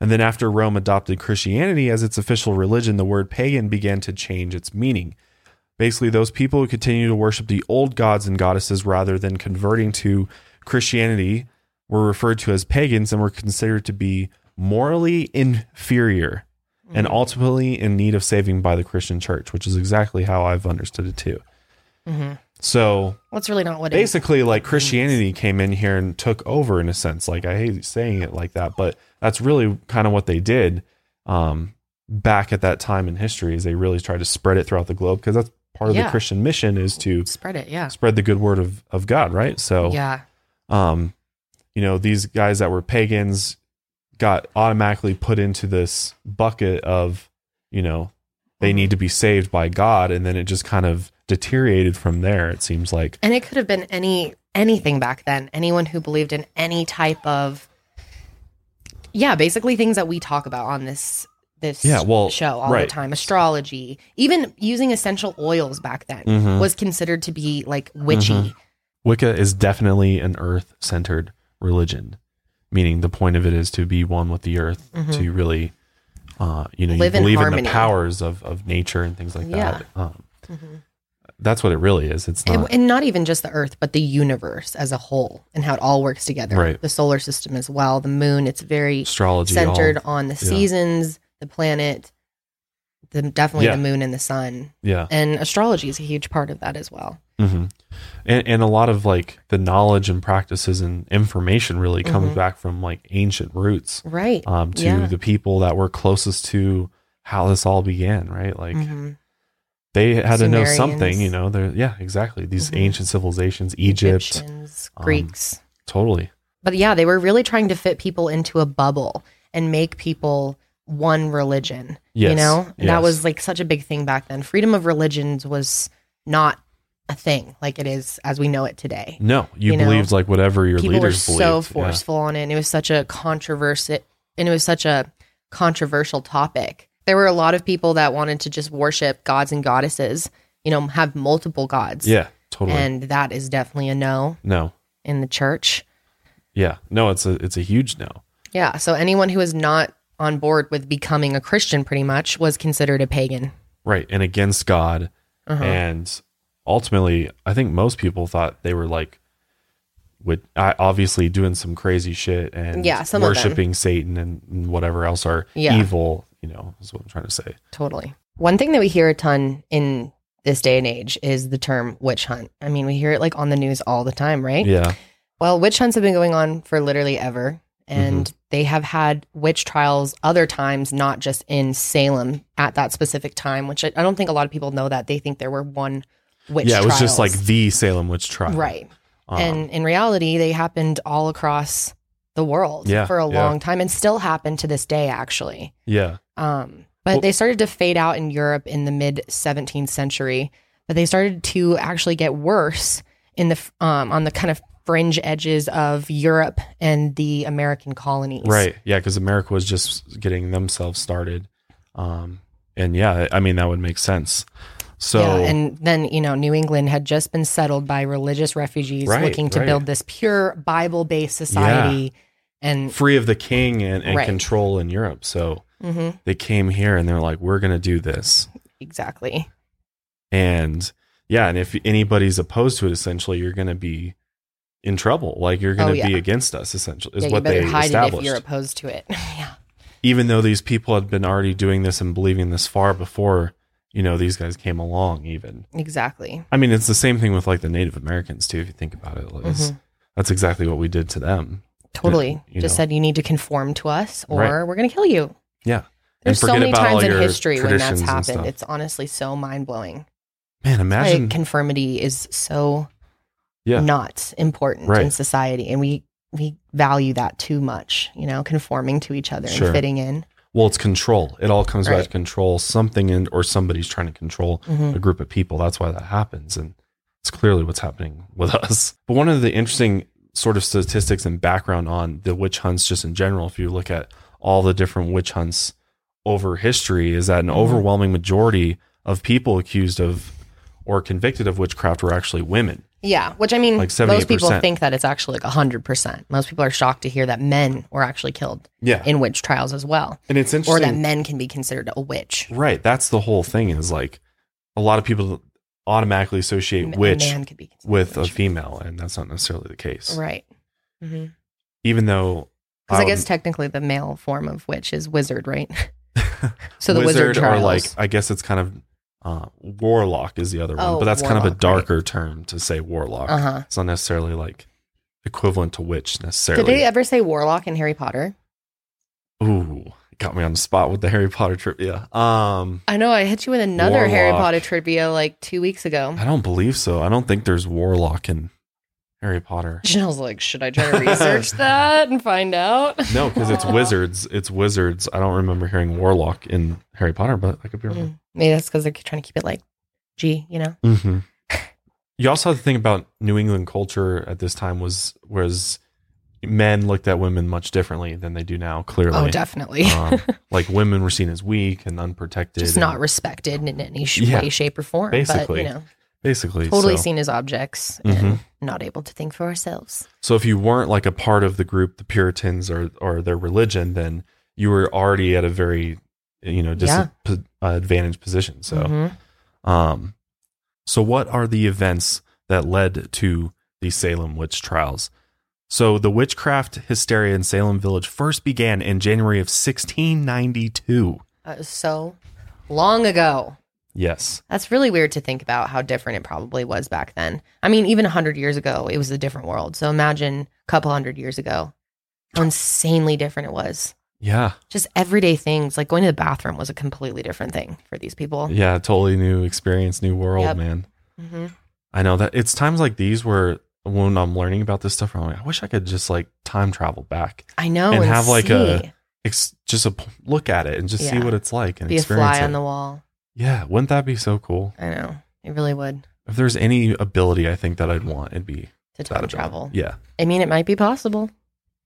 [SPEAKER 1] And then after Rome adopted Christianity as its official religion, the word pagan began to change its meaning. Basically, those people who continue to worship the old gods and goddesses rather than converting to Christianity were referred to as pagans and were considered to be morally inferior and
[SPEAKER 2] Mm-hmm.
[SPEAKER 1] ultimately in need of saving by the Christian church, which is exactly how I've understood it too.
[SPEAKER 2] Mhm.
[SPEAKER 1] So
[SPEAKER 2] Well, it's really not what it is.
[SPEAKER 1] basically, like Christianity came in here and took over in a sense. Like I hate saying it like that, but that's really kind of what they did um, back at that time in history. Is they really tried to spread it throughout the globe because that's part of
[SPEAKER 2] Yeah.
[SPEAKER 1] the Christian mission is to
[SPEAKER 2] Spread it. Yeah.
[SPEAKER 1] spread the good word of of God, right? So
[SPEAKER 2] Yeah.
[SPEAKER 1] um, you know, these guys that were pagans got automatically put into this bucket of, you know, they
[SPEAKER 2] Mm-hmm.
[SPEAKER 1] need to be saved by God, and then it just kind of deteriorated from there. It seems like,
[SPEAKER 2] And it could have been any anything back then. Anyone who believed in any type of yeah, basically things that we talk about on this this
[SPEAKER 1] Yeah, well,
[SPEAKER 2] show all
[SPEAKER 1] right.
[SPEAKER 2] the time. Astrology, even using essential oils back then
[SPEAKER 1] Mhm.
[SPEAKER 2] was considered to be like witchy.
[SPEAKER 1] Mhm. Wicca is definitely an Earth-centered religion, meaning the point of it is to be one with the Earth,
[SPEAKER 2] Mhm.
[SPEAKER 1] to really, uh, you know,
[SPEAKER 2] Live
[SPEAKER 1] you
[SPEAKER 2] in
[SPEAKER 1] believe in,
[SPEAKER 2] harmony.
[SPEAKER 1] the powers of of nature and things like
[SPEAKER 2] Yeah. Mm-hmm.
[SPEAKER 1] that. Um, That's what it really is. It's not
[SPEAKER 2] And, and not even just the earth, but the universe as a whole and how it all works together.
[SPEAKER 1] Right.
[SPEAKER 2] The solar system as well, the moon, it's very
[SPEAKER 1] astrology all-
[SPEAKER 2] centered on the seasons, the planet, the definitely
[SPEAKER 1] Yeah.
[SPEAKER 2] the moon and the sun.
[SPEAKER 1] yeah.
[SPEAKER 2] And astrology is a huge part of that as well.
[SPEAKER 1] hmm And, and a lot of like the knowledge and practices and information really comes
[SPEAKER 2] Mhm.
[SPEAKER 1] back from like ancient roots
[SPEAKER 2] Right.
[SPEAKER 1] um, to
[SPEAKER 2] Yeah.
[SPEAKER 1] the people that were closest to how this all began, right? Like
[SPEAKER 2] Mhm.
[SPEAKER 1] they had to know something,
[SPEAKER 2] Sumerians.
[SPEAKER 1] you know. They're, yeah, exactly. These
[SPEAKER 2] Mhm.
[SPEAKER 1] ancient civilizations, Egypt,
[SPEAKER 2] Egyptians,
[SPEAKER 1] um,
[SPEAKER 2] Greeks.
[SPEAKER 1] totally.
[SPEAKER 2] But yeah, they were really trying to fit people into a bubble and make people one religion. You
[SPEAKER 1] Yes,
[SPEAKER 2] know? And That
[SPEAKER 1] yes.
[SPEAKER 2] was like such a big thing back then. Freedom of religions was not a thing like it is as we know it today.
[SPEAKER 1] No, you,
[SPEAKER 2] you know,
[SPEAKER 1] believed like whatever your
[SPEAKER 2] people were
[SPEAKER 1] leaders believed.
[SPEAKER 2] so
[SPEAKER 1] yeah.
[SPEAKER 2] forceful on it and it was such a controversy and it was such a controversial topic there were a lot of people that wanted to just worship gods and goddesses you know have multiple gods
[SPEAKER 1] Yeah, totally.
[SPEAKER 2] and that is definitely a no
[SPEAKER 1] no,
[SPEAKER 2] in the church
[SPEAKER 1] yeah, no. It's a it's a huge no.
[SPEAKER 2] yeah so anyone who is not on board with becoming a christian pretty much was considered a pagan
[SPEAKER 1] right and against god
[SPEAKER 2] Uh-huh.
[SPEAKER 1] and ultimately i think most people thought they were like would I, obviously doing some crazy shit and
[SPEAKER 2] Yeah, some of them.
[SPEAKER 1] worshiping satan and, and whatever else are
[SPEAKER 2] Yeah.
[SPEAKER 1] evil you know is what i'm trying to say
[SPEAKER 2] Totally. One thing that we hear a ton in this day and age is the term witch hunt. I mean, we hear it like on the news all the time, right?
[SPEAKER 1] yeah
[SPEAKER 2] Well, witch hunts have been going on for literally ever.
[SPEAKER 1] Mm-hmm.
[SPEAKER 2] And they have had witch trials other times, not just in Salem at that specific time, which I, I don't think a lot of people know that. They think there were one witch
[SPEAKER 1] yeah it was just like
[SPEAKER 2] trials.
[SPEAKER 1] the salem witch trial
[SPEAKER 2] Right.
[SPEAKER 1] Um,
[SPEAKER 2] and in reality, they happened all across the world
[SPEAKER 1] Yeah,
[SPEAKER 2] for a
[SPEAKER 1] yeah.
[SPEAKER 2] long time and still happen to this day, actually.
[SPEAKER 1] yeah
[SPEAKER 2] Um, but
[SPEAKER 1] Well-
[SPEAKER 2] they started to fade out in Europe in the mid 17th century. But they started to actually get worse in the f- um, on the kind of fringe edges of Europe and the American colonies.
[SPEAKER 1] right yeah because america was just getting themselves started um and yeah i mean that would make sense so
[SPEAKER 2] yeah, and then you know New England had just been settled by religious refugees
[SPEAKER 1] Right,
[SPEAKER 2] looking to
[SPEAKER 1] right.
[SPEAKER 2] build this pure Bible-based society, and
[SPEAKER 1] free of the king and, and
[SPEAKER 2] Right.
[SPEAKER 1] control in europe so
[SPEAKER 2] Mhm,
[SPEAKER 1] they came here and they're like we're gonna do this
[SPEAKER 2] exactly
[SPEAKER 1] and yeah and if anybody's opposed to it essentially you're going to be in trouble like you're going
[SPEAKER 2] Oh,
[SPEAKER 1] to
[SPEAKER 2] yeah.
[SPEAKER 1] be against us essentially is
[SPEAKER 2] yeah, you
[SPEAKER 1] what they
[SPEAKER 2] better hide it if
[SPEAKER 1] established
[SPEAKER 2] you're opposed to it. yeah,
[SPEAKER 1] even though these people had been already doing this and believing this far before you know these guys came along even
[SPEAKER 2] exactly.
[SPEAKER 1] i mean it's the same thing with like the native americans too if you think about it like,
[SPEAKER 2] Mm-hmm.
[SPEAKER 1] it's- that's exactly what we did to them
[SPEAKER 2] Totally.
[SPEAKER 1] you
[SPEAKER 2] just
[SPEAKER 1] know.
[SPEAKER 2] said you need to conform to us or
[SPEAKER 1] Right.
[SPEAKER 2] we're going to kill you.
[SPEAKER 1] Yeah. And
[SPEAKER 2] There's so
[SPEAKER 1] forget
[SPEAKER 2] many
[SPEAKER 1] about all
[SPEAKER 2] times in
[SPEAKER 1] your
[SPEAKER 2] history when that's
[SPEAKER 1] traditions and
[SPEAKER 2] happened.
[SPEAKER 1] stuff.
[SPEAKER 2] It's honestly so mind blowing.
[SPEAKER 1] man imagine
[SPEAKER 2] Like conformity is so
[SPEAKER 1] Yeah.
[SPEAKER 2] not important in
[SPEAKER 1] Right.
[SPEAKER 2] society. And we, we value that too much, you know, conforming to each other
[SPEAKER 1] Sure.
[SPEAKER 2] and fitting in.
[SPEAKER 1] Well, it's control. It all comes back
[SPEAKER 2] Right.
[SPEAKER 1] to control. Something in, or somebody's trying to control
[SPEAKER 2] Mhm.
[SPEAKER 1] a group of people. That's why that happens. And it's clearly what's happening with us. But one of the interesting sort of statistics and background on the witch hunts, just in general, if you look at all the different witch hunts over history, is that an
[SPEAKER 2] Mhm.
[SPEAKER 1] overwhelming majority of people accused of or convicted of witchcraft were actually women.
[SPEAKER 2] Yeah, which I mean,
[SPEAKER 1] Like
[SPEAKER 2] most people
[SPEAKER 1] 78%.
[SPEAKER 2] think that it's actually like hundred percent. Most people are shocked to hear that men were actually killed
[SPEAKER 1] Yeah.
[SPEAKER 2] in witch trials as well,
[SPEAKER 1] and it's
[SPEAKER 2] or
[SPEAKER 1] interesting.
[SPEAKER 2] that men can be considered a witch.
[SPEAKER 1] Right. That's the whole thing is like a lot of people automatically associate
[SPEAKER 2] M- a
[SPEAKER 1] witch
[SPEAKER 2] man could be considered
[SPEAKER 1] with a
[SPEAKER 2] witch.
[SPEAKER 1] female, and that's not necessarily the case.
[SPEAKER 2] right? Because
[SPEAKER 1] Even though
[SPEAKER 2] I guess
[SPEAKER 1] would-
[SPEAKER 2] technically the male form of witch is wizard, right? so the wizard,
[SPEAKER 1] or
[SPEAKER 2] trials.
[SPEAKER 1] like I guess it's kind of uh, warlock is the other one,
[SPEAKER 2] Oh,
[SPEAKER 1] but that's kind of a
[SPEAKER 2] warlock, right.
[SPEAKER 1] darker term to say warlock.
[SPEAKER 2] uh huh.
[SPEAKER 1] It's not necessarily like equivalent to witch necessarily.
[SPEAKER 2] Did they ever say warlock in Harry Potter?
[SPEAKER 1] Ooh, got me on the spot with the Harry Potter trivia. Um,
[SPEAKER 2] I know I hit you with another Harry
[SPEAKER 1] Warlock.
[SPEAKER 2] Potter trivia like two weeks ago.
[SPEAKER 1] I don't believe so. I don't think there's warlock in Harry Potter.
[SPEAKER 2] Janelle's like, should I try to research that and find out?
[SPEAKER 1] No, because it's
[SPEAKER 3] Aw.
[SPEAKER 1] wizards. It's wizards. I don't remember hearing warlock in Harry Potter, but I could be wrong.
[SPEAKER 2] Mm. Maybe that's because they're trying to keep it like G, you know?
[SPEAKER 1] Mm-hmm. You also have to think about New England culture at this time was was men looked at women much differently than they do now. Clearly,
[SPEAKER 2] Oh, definitely.
[SPEAKER 1] um, like women were seen as weak and unprotected.
[SPEAKER 2] Just
[SPEAKER 1] and
[SPEAKER 2] not respected in any sh-
[SPEAKER 1] Yeah.
[SPEAKER 2] way, shape, or form.
[SPEAKER 1] Basically.
[SPEAKER 2] But, you know,
[SPEAKER 1] basically
[SPEAKER 2] totally
[SPEAKER 1] so,
[SPEAKER 2] seen as objects and
[SPEAKER 1] Mhm.
[SPEAKER 2] not able to think for ourselves.
[SPEAKER 1] So if you weren't like a part of the group, the Puritans or or their religion, then you were already at a very you know
[SPEAKER 2] Yeah.
[SPEAKER 1] disadvantaged position. So.
[SPEAKER 2] Mhm.
[SPEAKER 1] Um, so, what are the events that led to the Salem witch trials? So, the witchcraft hysteria in Salem Village first began in January of 1692.
[SPEAKER 2] Uh, so long ago.
[SPEAKER 1] Yes.
[SPEAKER 2] That's really weird to think about how different it probably was back then. I mean, even 100 years ago, it was a different world. So imagine a couple hundred years ago, how insanely different it was.
[SPEAKER 1] Yeah.
[SPEAKER 2] Just everyday things, like going to the bathroom was a completely different thing for these people.
[SPEAKER 1] Yeah. Totally new experience, new world,
[SPEAKER 2] Yep.
[SPEAKER 1] man. Mm-hmm.
[SPEAKER 2] hmm
[SPEAKER 1] I know that it's times like these where when I'm learning about this stuff, I'm like, I wish I could just like time travel back,
[SPEAKER 2] I know.
[SPEAKER 1] And have, like, a-
[SPEAKER 2] see.
[SPEAKER 1] Ex- just a p- look at it and just see
[SPEAKER 2] Yeah.
[SPEAKER 1] what it's like and
[SPEAKER 2] be a
[SPEAKER 1] experience
[SPEAKER 2] fly
[SPEAKER 1] it.
[SPEAKER 2] on the wall.
[SPEAKER 1] yeah. Wouldn't that be so cool?
[SPEAKER 2] I know. It really would
[SPEAKER 1] If there's any ability I think that I'd want, it'd be
[SPEAKER 2] to
[SPEAKER 1] that
[SPEAKER 2] time
[SPEAKER 1] ability.
[SPEAKER 2] travel.
[SPEAKER 1] Yeah.
[SPEAKER 2] I mean, it might be possible.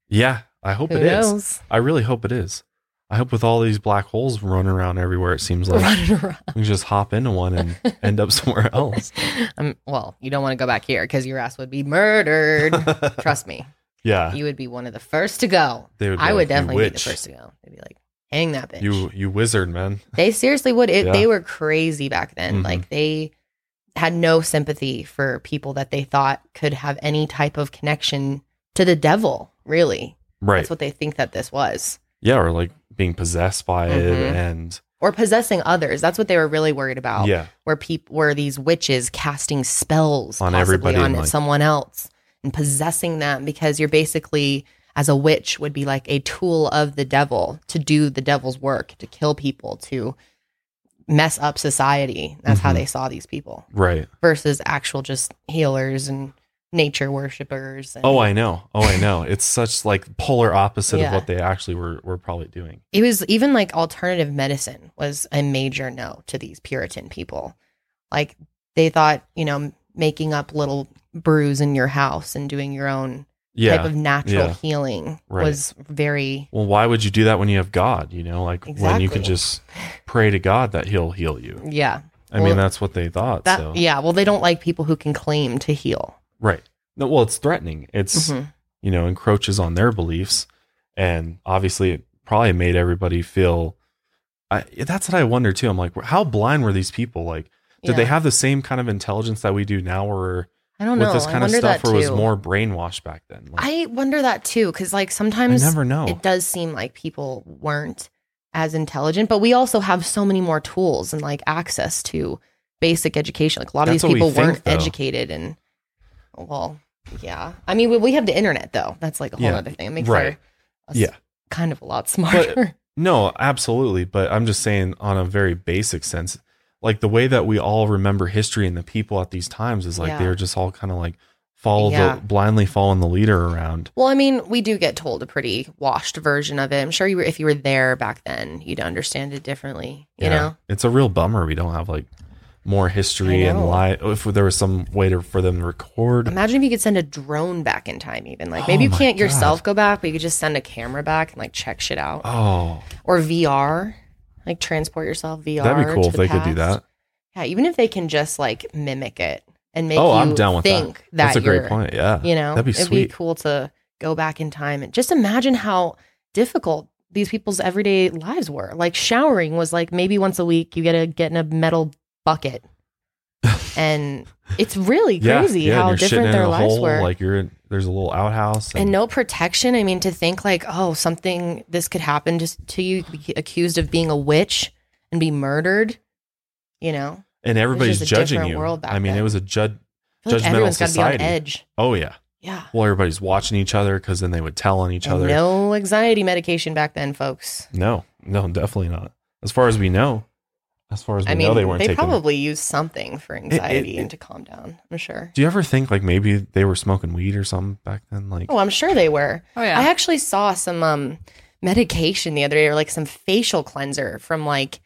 [SPEAKER 1] Yeah, I hope
[SPEAKER 2] Who
[SPEAKER 1] it is.
[SPEAKER 2] knows?
[SPEAKER 1] I really hope it is. I hope with all these black holes running around everywhere, it seems like
[SPEAKER 2] Running around.
[SPEAKER 1] we just hop into one and end up somewhere else.
[SPEAKER 2] Um, well, you don't want to go back here because your ass would be murdered. Trust me,
[SPEAKER 1] yeah,
[SPEAKER 2] you would be one of the first to go.
[SPEAKER 1] they be
[SPEAKER 2] I
[SPEAKER 1] like,
[SPEAKER 2] would
[SPEAKER 1] "You
[SPEAKER 2] definitely be the
[SPEAKER 1] witch.
[SPEAKER 2] first to go. They'd be like, "Hang that bitch."
[SPEAKER 1] You you wizard man.
[SPEAKER 2] they seriously would. It,
[SPEAKER 1] Yeah.
[SPEAKER 2] They were crazy back then.
[SPEAKER 1] Mhm.
[SPEAKER 2] Like they had no sympathy for people that they thought could have any type of connection to the devil. Really,
[SPEAKER 1] Right.
[SPEAKER 2] that's what they think that this was.
[SPEAKER 1] yeah, or like being possessed by it
[SPEAKER 2] Mhm.
[SPEAKER 1] and
[SPEAKER 2] or possessing others. That's what they were really worried about.
[SPEAKER 1] yeah.
[SPEAKER 2] Where people were these witches casting spells
[SPEAKER 1] On
[SPEAKER 2] possibly
[SPEAKER 1] everybody
[SPEAKER 2] on
[SPEAKER 1] and, like-
[SPEAKER 2] someone else and possessing them because you're basically as a witch would be like a tool of the devil to do the devil's work, to kill people, to mess up society. That's how
[SPEAKER 1] Mhm.
[SPEAKER 2] they saw these people
[SPEAKER 1] Right.
[SPEAKER 2] versus actual just healers and nature worshippers. And
[SPEAKER 1] Oh, I know. Oh, I know. It's such like polar opposite
[SPEAKER 2] Yeah.
[SPEAKER 1] of what they actually were were probably doing.
[SPEAKER 2] it was even like alternative medicine was a major no to these Puritan people. Like they thought, you know, making up little brews in your house and doing your own type
[SPEAKER 1] Yeah.
[SPEAKER 2] of natural
[SPEAKER 1] Yeah.
[SPEAKER 2] healing
[SPEAKER 1] Right.
[SPEAKER 2] was very
[SPEAKER 1] Well, why would you do that when you have God? You know, like when you
[SPEAKER 2] Exactly.
[SPEAKER 1] could just pray to God that He'll heal you.
[SPEAKER 2] yeah.
[SPEAKER 1] I
[SPEAKER 2] Well,
[SPEAKER 1] mean, that's what they thought.
[SPEAKER 2] That
[SPEAKER 1] so.
[SPEAKER 2] yeah, well they don't like people who can claim to heal.
[SPEAKER 1] Right. No, well, it's threatening. It's
[SPEAKER 2] Mhm.
[SPEAKER 1] you know encroaches on their beliefs, and obviously it probably made everybody feel. I, that's what I wonder too. I'm like, how blind were these people? Like, did they
[SPEAKER 2] Yeah.
[SPEAKER 1] have the same kind of intelligence that we do now, or
[SPEAKER 2] I don't
[SPEAKER 1] with
[SPEAKER 2] know.
[SPEAKER 1] this
[SPEAKER 2] I
[SPEAKER 1] kind of
[SPEAKER 2] wonder
[SPEAKER 1] stuff,
[SPEAKER 2] that
[SPEAKER 1] or was
[SPEAKER 2] too.
[SPEAKER 1] more brainwashed back then? Like,
[SPEAKER 2] I wonder that too cuz
[SPEAKER 1] I,
[SPEAKER 2] like sometimes
[SPEAKER 1] never know.
[SPEAKER 2] it does seem like people weren't as intelligent, but we also have so many more tools and like access to basic education. Like a lot
[SPEAKER 1] That's
[SPEAKER 2] of
[SPEAKER 1] what
[SPEAKER 2] these
[SPEAKER 1] we
[SPEAKER 2] people
[SPEAKER 1] think,
[SPEAKER 2] weren't
[SPEAKER 1] though.
[SPEAKER 2] educated, and well, yeah. I mean, we, we have the internet though. That's like a whole
[SPEAKER 1] Yeah,
[SPEAKER 2] other thing. It makes
[SPEAKER 1] right.
[SPEAKER 2] our, us
[SPEAKER 1] Yeah.
[SPEAKER 2] kind of a lot smarter.
[SPEAKER 1] No, absolutely. But I'm just saying, on a very basic sense, like the way that we all remember history and the people at these times is like
[SPEAKER 2] Yeah.
[SPEAKER 1] they're just all kind of like follow
[SPEAKER 2] Yeah.
[SPEAKER 1] the blindly following the leader around.
[SPEAKER 2] Well, I mean, we do get told a pretty washed version of it. I'm sure you were, if you were there back then, you'd understand it differently. You
[SPEAKER 1] Yeah.
[SPEAKER 2] know,
[SPEAKER 1] it's a real bummer we don't have like more history
[SPEAKER 2] I
[SPEAKER 1] and
[SPEAKER 2] know.
[SPEAKER 1] live. If there was some way to, for them to record,
[SPEAKER 2] imagine if you could send a drone back in time, even like maybe
[SPEAKER 1] Oh
[SPEAKER 2] you
[SPEAKER 1] my
[SPEAKER 2] can't
[SPEAKER 1] God.
[SPEAKER 2] yourself go back, but you could just send a camera back and like check shit out
[SPEAKER 1] oh,
[SPEAKER 2] or VR, like transport yourself VR.
[SPEAKER 1] that'd be cool
[SPEAKER 2] to
[SPEAKER 1] if
[SPEAKER 2] the
[SPEAKER 1] they could do
[SPEAKER 2] past.
[SPEAKER 1] that.
[SPEAKER 2] Yeah, even if they can just like mimic it and make
[SPEAKER 1] Oh,
[SPEAKER 2] you
[SPEAKER 1] I'm down with that.
[SPEAKER 2] think that.
[SPEAKER 1] That's a great
[SPEAKER 2] you're-
[SPEAKER 1] point. Yeah,
[SPEAKER 2] You know,
[SPEAKER 1] That'd be
[SPEAKER 2] it'd
[SPEAKER 1] sweet.
[SPEAKER 2] be cool to go back in time and just imagine how difficult these people's everyday lives were. Like showering was like maybe once a week you gotta get in a metal bucket, and it's really
[SPEAKER 1] yeah,
[SPEAKER 2] crazy
[SPEAKER 1] yeah, and
[SPEAKER 2] how
[SPEAKER 1] you're shitting
[SPEAKER 2] different
[SPEAKER 1] in
[SPEAKER 2] their
[SPEAKER 1] a
[SPEAKER 2] lives
[SPEAKER 1] hole,
[SPEAKER 2] were.
[SPEAKER 1] Like you're in, there's a little outhouse
[SPEAKER 2] and no protection. I mean, to think like, oh, something this could happen just to you, you could be accused of being a witch and be murdered. You know,
[SPEAKER 1] and everybody's
[SPEAKER 2] just a
[SPEAKER 1] judging
[SPEAKER 2] different
[SPEAKER 1] you.
[SPEAKER 2] world back
[SPEAKER 1] I mean,
[SPEAKER 2] then.
[SPEAKER 1] it was a judge.
[SPEAKER 2] I feel
[SPEAKER 1] Judgmental
[SPEAKER 2] like everyone's got to be on
[SPEAKER 1] society.
[SPEAKER 2] edge.
[SPEAKER 1] Oh yeah.
[SPEAKER 2] Yeah.
[SPEAKER 1] Well, everybody's watching each other because then they would tell on each
[SPEAKER 2] And
[SPEAKER 1] other.
[SPEAKER 2] No anxiety medication back then, folks.
[SPEAKER 1] No, no, definitely not. As far as we know, as far as we
[SPEAKER 2] I mean,
[SPEAKER 1] know,
[SPEAKER 2] they,
[SPEAKER 1] they weren't taking.
[SPEAKER 2] probably use something for anxiety
[SPEAKER 1] it-
[SPEAKER 2] and to calm down. I'm sure.
[SPEAKER 1] Do you ever think like maybe they were smoking weed or something back then? Like,
[SPEAKER 2] Oh, I'm sure they were.
[SPEAKER 3] Oh yeah.
[SPEAKER 2] I actually saw some um medication the other day, or like some facial cleanser from like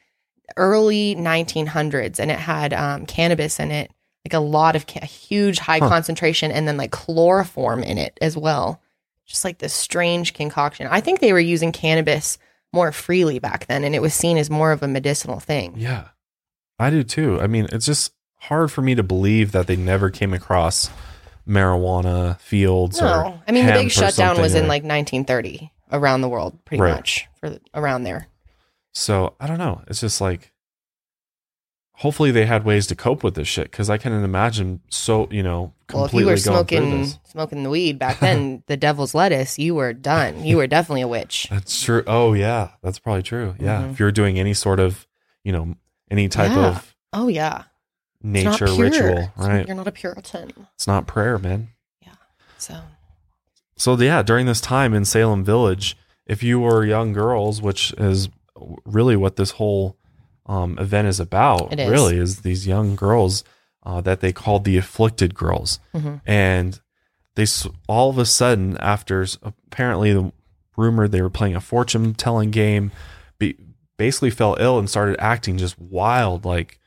[SPEAKER 2] early 1900s, and it had um, cannabis in it, like a lot of ca- a huge high
[SPEAKER 1] Huh.
[SPEAKER 2] concentration, and then like chloroform in it as well. Just like this strange concoction. I think they were using cannabis more freely back then, and it was seen as more of a medicinal thing.
[SPEAKER 1] yeah, I do too. I mean, it's just hard for me to believe that they never came across marijuana fields.
[SPEAKER 2] No,
[SPEAKER 1] or
[SPEAKER 2] I mean the
[SPEAKER 1] hemp
[SPEAKER 2] big
[SPEAKER 1] or
[SPEAKER 2] shutdown
[SPEAKER 1] something
[SPEAKER 2] was in
[SPEAKER 1] or-
[SPEAKER 2] like 1930 around the world, pretty
[SPEAKER 1] Right.
[SPEAKER 2] much for the, around there.
[SPEAKER 1] So I don't know. It's just like, hopefully they had ways to cope with this shit because I can imagine so you know
[SPEAKER 2] Well, if you
[SPEAKER 1] completely
[SPEAKER 2] were
[SPEAKER 1] going through
[SPEAKER 2] smoking
[SPEAKER 1] this.
[SPEAKER 2] smoking the weed back then, the devil's lettuce, you were done. You were definitely a witch.
[SPEAKER 1] That's true. Oh yeah, that's probably true. Yeah,
[SPEAKER 2] Mhm.
[SPEAKER 1] if you're doing any sort of, you know, any type
[SPEAKER 2] Yeah.
[SPEAKER 1] of
[SPEAKER 2] Oh yeah, It's not
[SPEAKER 1] nature
[SPEAKER 2] pure.
[SPEAKER 1] ritual,
[SPEAKER 2] It's-
[SPEAKER 1] right?
[SPEAKER 2] You're not a Puritan,
[SPEAKER 1] It's not prayer, man.
[SPEAKER 2] so
[SPEAKER 1] So yeah, during this time in Salem Village, if you were young girls, which is really what this whole um, event is about,
[SPEAKER 2] It is.
[SPEAKER 1] really is these young girls uh, that they called the afflicted girls,
[SPEAKER 2] Mhm.
[SPEAKER 1] and they s- all of a sudden after s- apparently the rumored they were playing a fortune telling game, be, basically fell ill and started acting just wild, like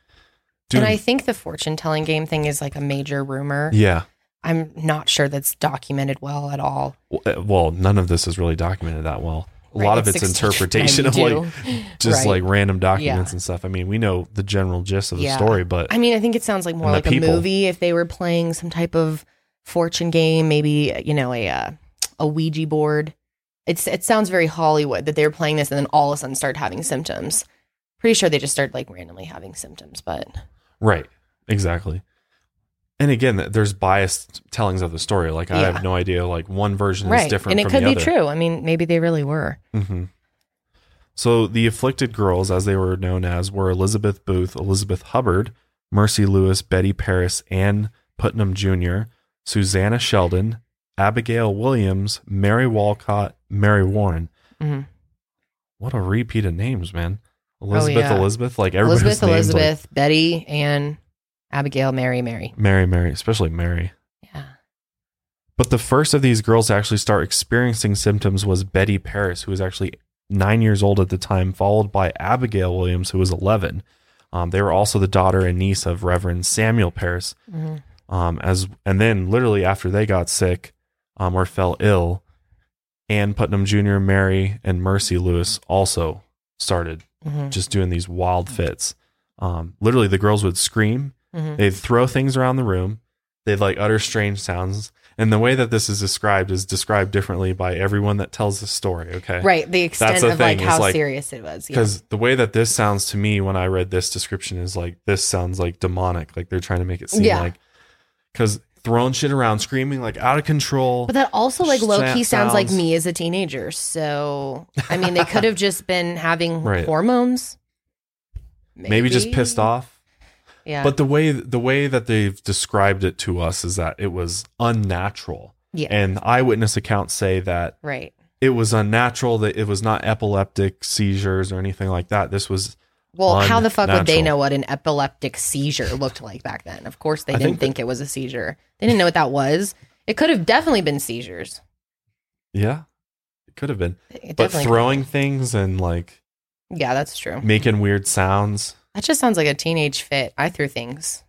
[SPEAKER 1] dude,
[SPEAKER 2] And I think the fortune telling game thing is like a major rumor.
[SPEAKER 1] yeah.
[SPEAKER 2] I'm not sure that's documented well at all.
[SPEAKER 1] Well, uh, Well, none of this is really documented that well. A
[SPEAKER 2] Right,
[SPEAKER 1] lot of it's
[SPEAKER 2] ex-
[SPEAKER 1] interpretation of like
[SPEAKER 2] 92.
[SPEAKER 1] just
[SPEAKER 2] Right.
[SPEAKER 1] like random documents
[SPEAKER 2] Yeah.
[SPEAKER 1] and stuff. I mean, we know the general gist of the
[SPEAKER 2] Yeah.
[SPEAKER 1] story, but
[SPEAKER 2] I mean, I think it sounds like more
[SPEAKER 1] And the
[SPEAKER 2] like a
[SPEAKER 1] people.
[SPEAKER 2] movie if they were playing some type of fortune game, maybe you know a uh, a Ouija board. It's it sounds very Hollywood that they were playing this and then all of a sudden start having symptoms. Pretty sure they just started like randomly having symptoms, but
[SPEAKER 1] right, exactly. And again, th- there's biased tellings of the story. Like I
[SPEAKER 2] Yeah.
[SPEAKER 1] have no idea. Like one version is
[SPEAKER 2] right,
[SPEAKER 1] different,
[SPEAKER 2] and it
[SPEAKER 1] from
[SPEAKER 2] could
[SPEAKER 1] the
[SPEAKER 2] be
[SPEAKER 1] other.
[SPEAKER 2] true. I mean, maybe they really were.
[SPEAKER 1] Mm-hmm. So the afflicted girls, as they were known as, were Elizabeth Booth, Elizabeth Hubbard, Mercy Lewis, Betty Paris, Ann Putnam Jr., Susanna Sheldon, Abigail Williams, Mary Walcott, Mary Warren.
[SPEAKER 2] Mhm.
[SPEAKER 1] What a repeat of names, man. Elizabeth,
[SPEAKER 2] Oh, yeah.
[SPEAKER 1] Elizabeth, like everybody's
[SPEAKER 2] Elizabeth,
[SPEAKER 1] named, like,
[SPEAKER 2] Elizabeth, Betty, Anne, Abigail, Mary, Mary.
[SPEAKER 1] Mary, Mary, especially Mary.
[SPEAKER 2] Yeah.
[SPEAKER 1] But the first of these girls to actually start experiencing symptoms was Betty Paris, who was actually nine years old at the time, followed by Abigail Williams, who was 11. Um, they were also the daughter and niece of Reverend Samuel Paris.
[SPEAKER 2] Mhm.
[SPEAKER 1] Um, as and then literally after they got sick um, or fell ill, Ann Putnam Jr., Mary, and Mercy Lewis also started
[SPEAKER 2] Mhm.
[SPEAKER 1] just doing these wild fits. Um, literally, the girls would scream
[SPEAKER 2] Mhm.
[SPEAKER 1] They'd throw things around the room. They'd like utter strange sounds. And the way that this is described is described differently by everyone that tells the story. Okay.
[SPEAKER 2] Right, the extent
[SPEAKER 1] the
[SPEAKER 2] of like
[SPEAKER 1] thing,
[SPEAKER 2] how
[SPEAKER 1] it's like-
[SPEAKER 2] serious it was. Yeah.
[SPEAKER 1] Because the way that this sounds to me when I read this description is like, this sounds like demonic. Like they're trying to make it seem
[SPEAKER 2] Yeah.
[SPEAKER 1] like, because throwing shit around, screaming like out of control.
[SPEAKER 2] But that also like
[SPEAKER 1] Sa-
[SPEAKER 2] low key sounds like
[SPEAKER 1] sounds.
[SPEAKER 2] me as a teenager. So I mean, they could have just been having
[SPEAKER 1] Right.
[SPEAKER 2] hormones.
[SPEAKER 1] maybe. just pissed off.
[SPEAKER 2] Yeah.
[SPEAKER 1] But the way the way that they've described it to us is that it was unnatural.
[SPEAKER 2] Yeah.
[SPEAKER 1] And eyewitness accounts say that
[SPEAKER 2] right.
[SPEAKER 1] it was unnatural that it was not epileptic seizures or anything like that this was
[SPEAKER 2] Well, how the fuck would they
[SPEAKER 1] Unnatural.
[SPEAKER 2] know what an epileptic seizure looked like back then? Of course, they
[SPEAKER 1] I
[SPEAKER 2] didn't
[SPEAKER 1] think
[SPEAKER 2] think, it was a seizure. They didn't know what that was. It could have definitely been seizures.
[SPEAKER 1] Yeah. It could have been.
[SPEAKER 2] It
[SPEAKER 1] But
[SPEAKER 2] definitely could-
[SPEAKER 1] throwing things and like
[SPEAKER 2] Yeah, that's true.
[SPEAKER 1] making weird sounds
[SPEAKER 2] That just sounds like a teenage fit. I threw things.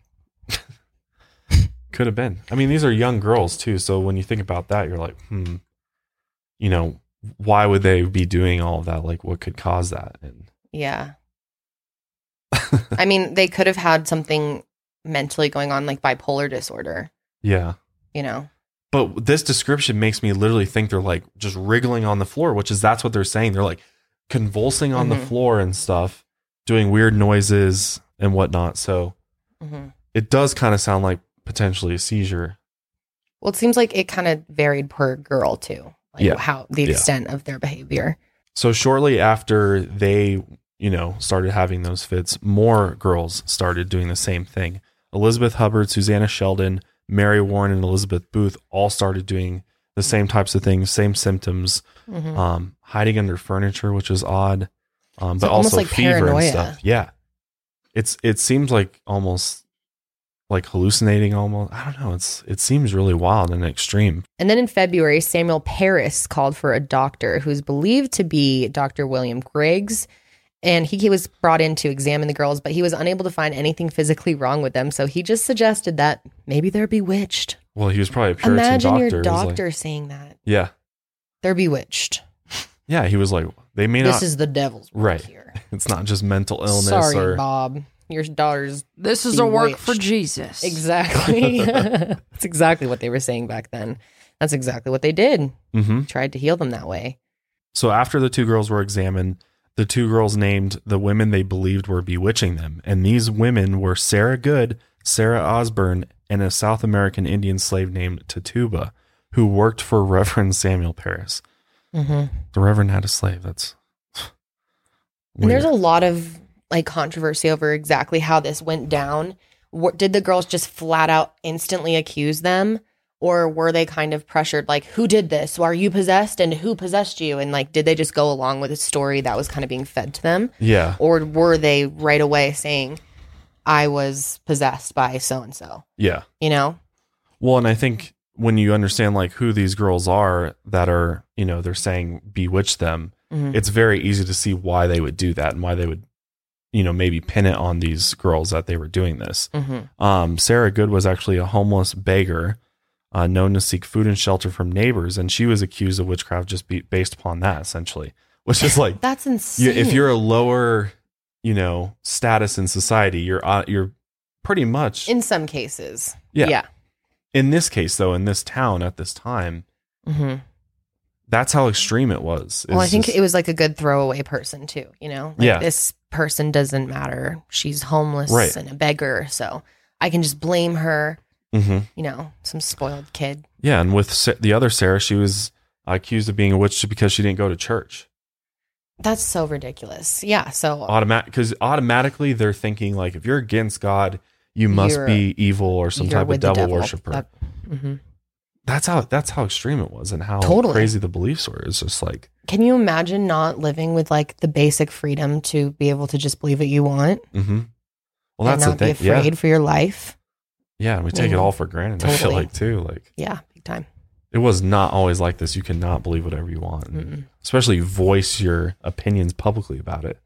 [SPEAKER 1] could have been. I mean, these are young girls too. So when you think about that, you're like, hmm, you know, why would they be doing all of that? Like, what could cause that? And
[SPEAKER 2] Yeah. I mean, they could have had something mentally going on, like bipolar disorder,
[SPEAKER 1] yeah.
[SPEAKER 2] you know?
[SPEAKER 1] But this description makes me literally think they're like just wriggling on the floor, which is that's what they're saying. They're like convulsing on the
[SPEAKER 2] Mhm.
[SPEAKER 1] floor and stuff, doing weird noises and whatnot. So
[SPEAKER 2] hmm
[SPEAKER 1] it does kind of sound like potentially a seizure.
[SPEAKER 2] Well, it seems like it kind of varied per girl, too. Like
[SPEAKER 1] Yeah.
[SPEAKER 2] how the
[SPEAKER 1] Yeah.
[SPEAKER 2] extent of their behavior.
[SPEAKER 1] So shortly after they, you know, started having those fits, more girls started doing the same thing. Elizabeth Hubbard, Susanna Sheldon, Mary Warren, and Elizabeth Booth all started doing the same types of things, same symptoms,
[SPEAKER 2] Mhm.
[SPEAKER 1] um, hiding under furniture, which is odd, um, but
[SPEAKER 2] almost
[SPEAKER 1] also
[SPEAKER 2] like
[SPEAKER 1] fever
[SPEAKER 2] paranoia.
[SPEAKER 1] and stuff. Yeah, it's it seems like almost like hallucinating. Almost, I don't know. It's it seems really wild and extreme.
[SPEAKER 2] And then in February, Samuel Paris called for a doctor who's believed to be Dr. William Griggs. And he was brought in to examine the girls, but he was unable to find anything physically wrong with them. So he just suggested that maybe they're bewitched.
[SPEAKER 1] Well, he was probably a Puritan
[SPEAKER 2] Imagine
[SPEAKER 1] doctor.
[SPEAKER 2] your
[SPEAKER 1] It was like-
[SPEAKER 2] doctor saying that.
[SPEAKER 1] yeah,
[SPEAKER 2] They're bewitched.
[SPEAKER 1] yeah. He was like, they may
[SPEAKER 2] this
[SPEAKER 1] not.
[SPEAKER 2] is the devil's work
[SPEAKER 1] Right.
[SPEAKER 2] here.
[SPEAKER 1] it's not just mental illness
[SPEAKER 2] Sorry,
[SPEAKER 1] or
[SPEAKER 2] Bob. Your daughter's
[SPEAKER 3] This is a work for
[SPEAKER 2] Bewitched.
[SPEAKER 3] Jesus.
[SPEAKER 2] exactly. That's exactly what they were saying back then. That's exactly what they did.
[SPEAKER 1] Mhm.
[SPEAKER 2] Tried to heal them that way.
[SPEAKER 1] So after the two girls were examined, the two girls named the women they believed were bewitching them. And these women were Sarah Good, Sarah Osborne, and a South American Indian slave named Tituba, who worked for Reverend Samuel Paris.
[SPEAKER 2] Mm-hmm.
[SPEAKER 1] The Reverend had a slave. That's
[SPEAKER 2] And there's a
[SPEAKER 1] weird.
[SPEAKER 2] lot of like controversy over exactly how this went down. What, did the girls just flat out instantly accuse them? Or were they kind of pressured, like, who did this? Are you possessed? And who possessed you? And like, did they just go along with a story that was kind of being fed to them?
[SPEAKER 1] yeah,
[SPEAKER 2] Or were they right away saying, I was possessed by so and so?
[SPEAKER 1] yeah.
[SPEAKER 2] You know?
[SPEAKER 1] Well, and I think when you understand like who these girls are that are, you know, they're saying bewitch them,
[SPEAKER 2] Mhm.
[SPEAKER 1] it's very easy to see why they would do that and why they would, you know, maybe pin it on these girls that they were doing this.
[SPEAKER 2] Mm-hmm.
[SPEAKER 1] Um, Sarah Good was actually a homeless beggar uh, known to seek food and shelter from neighbors, and she was accused of witchcraft just be- based upon that, essentially. Which is like,
[SPEAKER 2] That's insane.
[SPEAKER 1] you, if you're a lower, you know, status in society, you're uh, you're pretty much
[SPEAKER 2] in some cases.
[SPEAKER 1] Yeah.
[SPEAKER 2] Yeah.
[SPEAKER 1] in this case, though, in this town at this time,
[SPEAKER 2] Mm-hmm.
[SPEAKER 1] that's how extreme it was.
[SPEAKER 2] Well, I
[SPEAKER 1] It's
[SPEAKER 2] think
[SPEAKER 1] just-
[SPEAKER 2] it was like a good throwaway person too. You know, like
[SPEAKER 1] Yeah.
[SPEAKER 2] this person doesn't matter. She's homeless
[SPEAKER 1] Right.
[SPEAKER 2] and a beggar, so I can just blame her.
[SPEAKER 1] Mhm.
[SPEAKER 2] You know, some spoiled kid.
[SPEAKER 1] yeah, and with Sa- the other Sarah, she was accused of being a witch because she didn't go to church.
[SPEAKER 2] That's so ridiculous. Yeah. So
[SPEAKER 1] Automatic, because automatically they're thinking like, if you're against God, you must
[SPEAKER 2] You're-
[SPEAKER 1] be evil or some
[SPEAKER 2] you're
[SPEAKER 1] type of
[SPEAKER 2] with the
[SPEAKER 1] devil,
[SPEAKER 2] devil.
[SPEAKER 1] worshiper. Mm-hmm.
[SPEAKER 2] That- Mhm.
[SPEAKER 1] that's how that's how extreme it was, and how
[SPEAKER 2] Totally.
[SPEAKER 1] crazy the beliefs were. It's just like,
[SPEAKER 2] Can you imagine not living with like the basic freedom to be able to just believe what you want
[SPEAKER 1] hmm well,
[SPEAKER 2] and
[SPEAKER 1] that's the
[SPEAKER 2] not be
[SPEAKER 1] thing.
[SPEAKER 2] afraid
[SPEAKER 1] Yeah,
[SPEAKER 2] for your life?
[SPEAKER 1] yeah, and we take it
[SPEAKER 2] Mhm.
[SPEAKER 1] all for granted. I feel
[SPEAKER 2] Totally.
[SPEAKER 1] like too, like
[SPEAKER 2] Yeah, big time.
[SPEAKER 1] it was not always like this. You cannot believe whatever you want, and
[SPEAKER 2] Mm-mm.
[SPEAKER 1] especially voice your opinions publicly about it.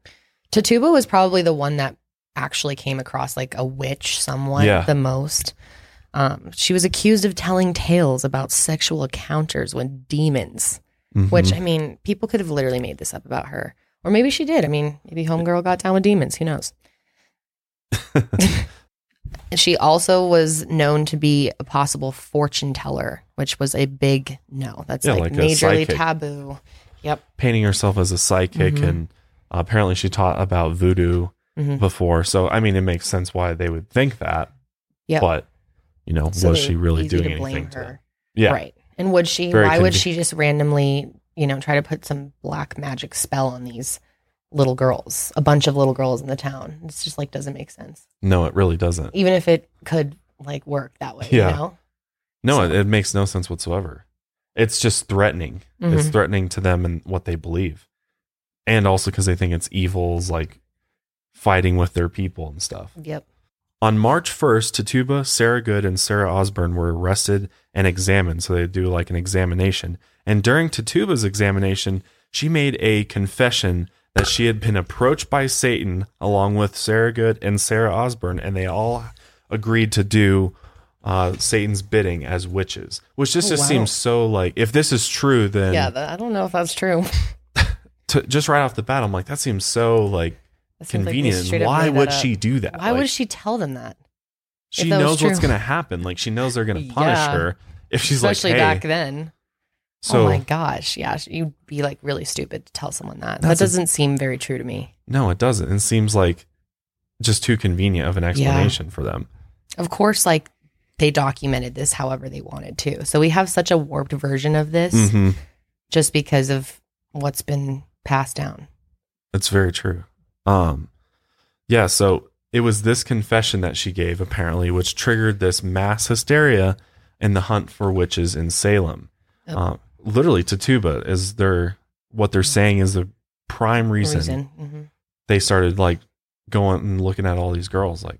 [SPEAKER 2] Tatuba was probably the one that actually came across like a witch somewhat
[SPEAKER 1] Yeah.
[SPEAKER 2] the most. Um, she was accused of telling tales about sexual encounters with demons,
[SPEAKER 1] Mm-hmm.
[SPEAKER 2] which I mean, people could have literally made this up about her. Or maybe she did. I mean, maybe Homegirl got down with demons. Who knows? And she also was known to be a possible fortune teller, which was a big no. That's
[SPEAKER 1] Yeah,
[SPEAKER 2] like,
[SPEAKER 1] like a
[SPEAKER 2] majorly
[SPEAKER 1] psychic.
[SPEAKER 2] taboo. Yep.
[SPEAKER 1] painting herself as a psychic
[SPEAKER 2] Mhm.
[SPEAKER 1] and uh, apparently she taught about voodoo
[SPEAKER 2] Mhm.
[SPEAKER 1] before so i mean it makes sense why they would think that
[SPEAKER 2] Yeah.
[SPEAKER 1] but you know
[SPEAKER 2] So
[SPEAKER 1] was
[SPEAKER 2] they-
[SPEAKER 1] she really
[SPEAKER 2] easy
[SPEAKER 1] doing
[SPEAKER 2] to blame
[SPEAKER 1] anything to
[SPEAKER 2] her.
[SPEAKER 1] them? yeah
[SPEAKER 2] Right. And would she,
[SPEAKER 1] Very
[SPEAKER 2] why would
[SPEAKER 1] conven-
[SPEAKER 2] she just randomly, you know, try to put some black magic spell on these little girls, a bunch of little girls in the town? It's just like, doesn't make sense.
[SPEAKER 1] no it really doesn't
[SPEAKER 2] Even if it could like work that way, yeah.
[SPEAKER 1] Yeah.
[SPEAKER 2] you know?
[SPEAKER 1] no
[SPEAKER 2] So-
[SPEAKER 1] it, it makes no sense whatsoever it's just threatening it's
[SPEAKER 2] Mhm.
[SPEAKER 1] threatening to them and what they believe and also because they think it's evils like fighting with their people and stuff.
[SPEAKER 2] Yep.
[SPEAKER 1] On March 1st, Tituba, Sarah Good, and Sarah Osborne were arrested and examined. So they do like an examination. And during Tituba's examination, she made a confession that she had been approached by Satan along with Sarah Good and Sarah Osborne, and they all agreed to do uh, Satan's bidding as witches, which this
[SPEAKER 2] Oh,
[SPEAKER 1] just
[SPEAKER 2] wow.
[SPEAKER 1] seems so like if this is true, then
[SPEAKER 2] yeah, that, I don't know if that's true.
[SPEAKER 1] to, just right off the bat, I'm like, that seems so like
[SPEAKER 2] That seems like they
[SPEAKER 1] convenient.
[SPEAKER 2] straight up
[SPEAKER 1] Why
[SPEAKER 2] made that
[SPEAKER 1] would
[SPEAKER 2] up.
[SPEAKER 1] she do that?
[SPEAKER 2] Why
[SPEAKER 1] Like,
[SPEAKER 2] would she tell them that?
[SPEAKER 1] she
[SPEAKER 2] that was
[SPEAKER 1] knows what's
[SPEAKER 2] true.
[SPEAKER 1] going to happen. Like she knows they're going to punish
[SPEAKER 2] Yeah.
[SPEAKER 1] her if she's
[SPEAKER 2] Especially
[SPEAKER 1] like, hey,
[SPEAKER 2] back then.
[SPEAKER 1] so
[SPEAKER 2] oh my gosh, yeah, sh- you'd be like really stupid to tell someone that. That
[SPEAKER 1] That's a-
[SPEAKER 2] doesn't seem very true to me.
[SPEAKER 1] no, it doesn't. It seems like just too convenient of an explanation for them.
[SPEAKER 2] Of course, like they documented this however they wanted to. So we have such a warped version of this
[SPEAKER 1] Mhm.
[SPEAKER 2] just because of what's been passed down.
[SPEAKER 1] That's very true. Um, yeah. So it was this confession that she gave apparently, which triggered this mass hysteria in the hunt for witches in Salem.
[SPEAKER 2] Oh.
[SPEAKER 1] Uh, literally, Tituba is their what they're saying is the prime reason
[SPEAKER 2] Mhm.
[SPEAKER 1] they started like going and looking at all these girls like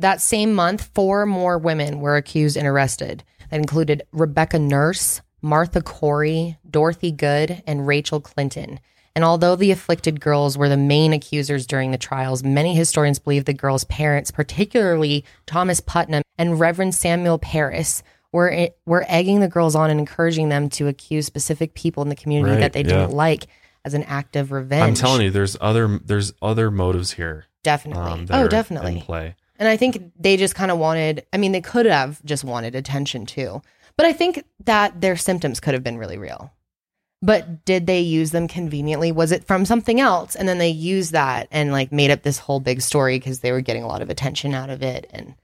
[SPEAKER 2] That same month, four more women were accused and arrested. That included Rebecca Nurse, Martha Corey, Dorothy Good, and Rachel Clinton. And although the afflicted girls were the main accusers during the trials, many historians believe the girls' parents, particularly Thomas Putnam and Reverend Samuel Parris, were eh, were egging the girls on and encouraging them to accuse specific people in the community
[SPEAKER 1] Right,
[SPEAKER 2] that they didn't
[SPEAKER 1] yeah.
[SPEAKER 2] like as an act of revenge.
[SPEAKER 1] i'm telling you there's other there's other motives here
[SPEAKER 2] definitely.
[SPEAKER 1] um, that are
[SPEAKER 2] oh,
[SPEAKER 1] in
[SPEAKER 2] definitely.
[SPEAKER 1] play
[SPEAKER 2] And I think they just kind of wanted, I mean, they could have just wanted attention too. But I think that their symptoms could have been really real. But did they use them conveniently? Was it from something else? And then they used that and like made up this whole big story because they were getting a lot of attention out of it and,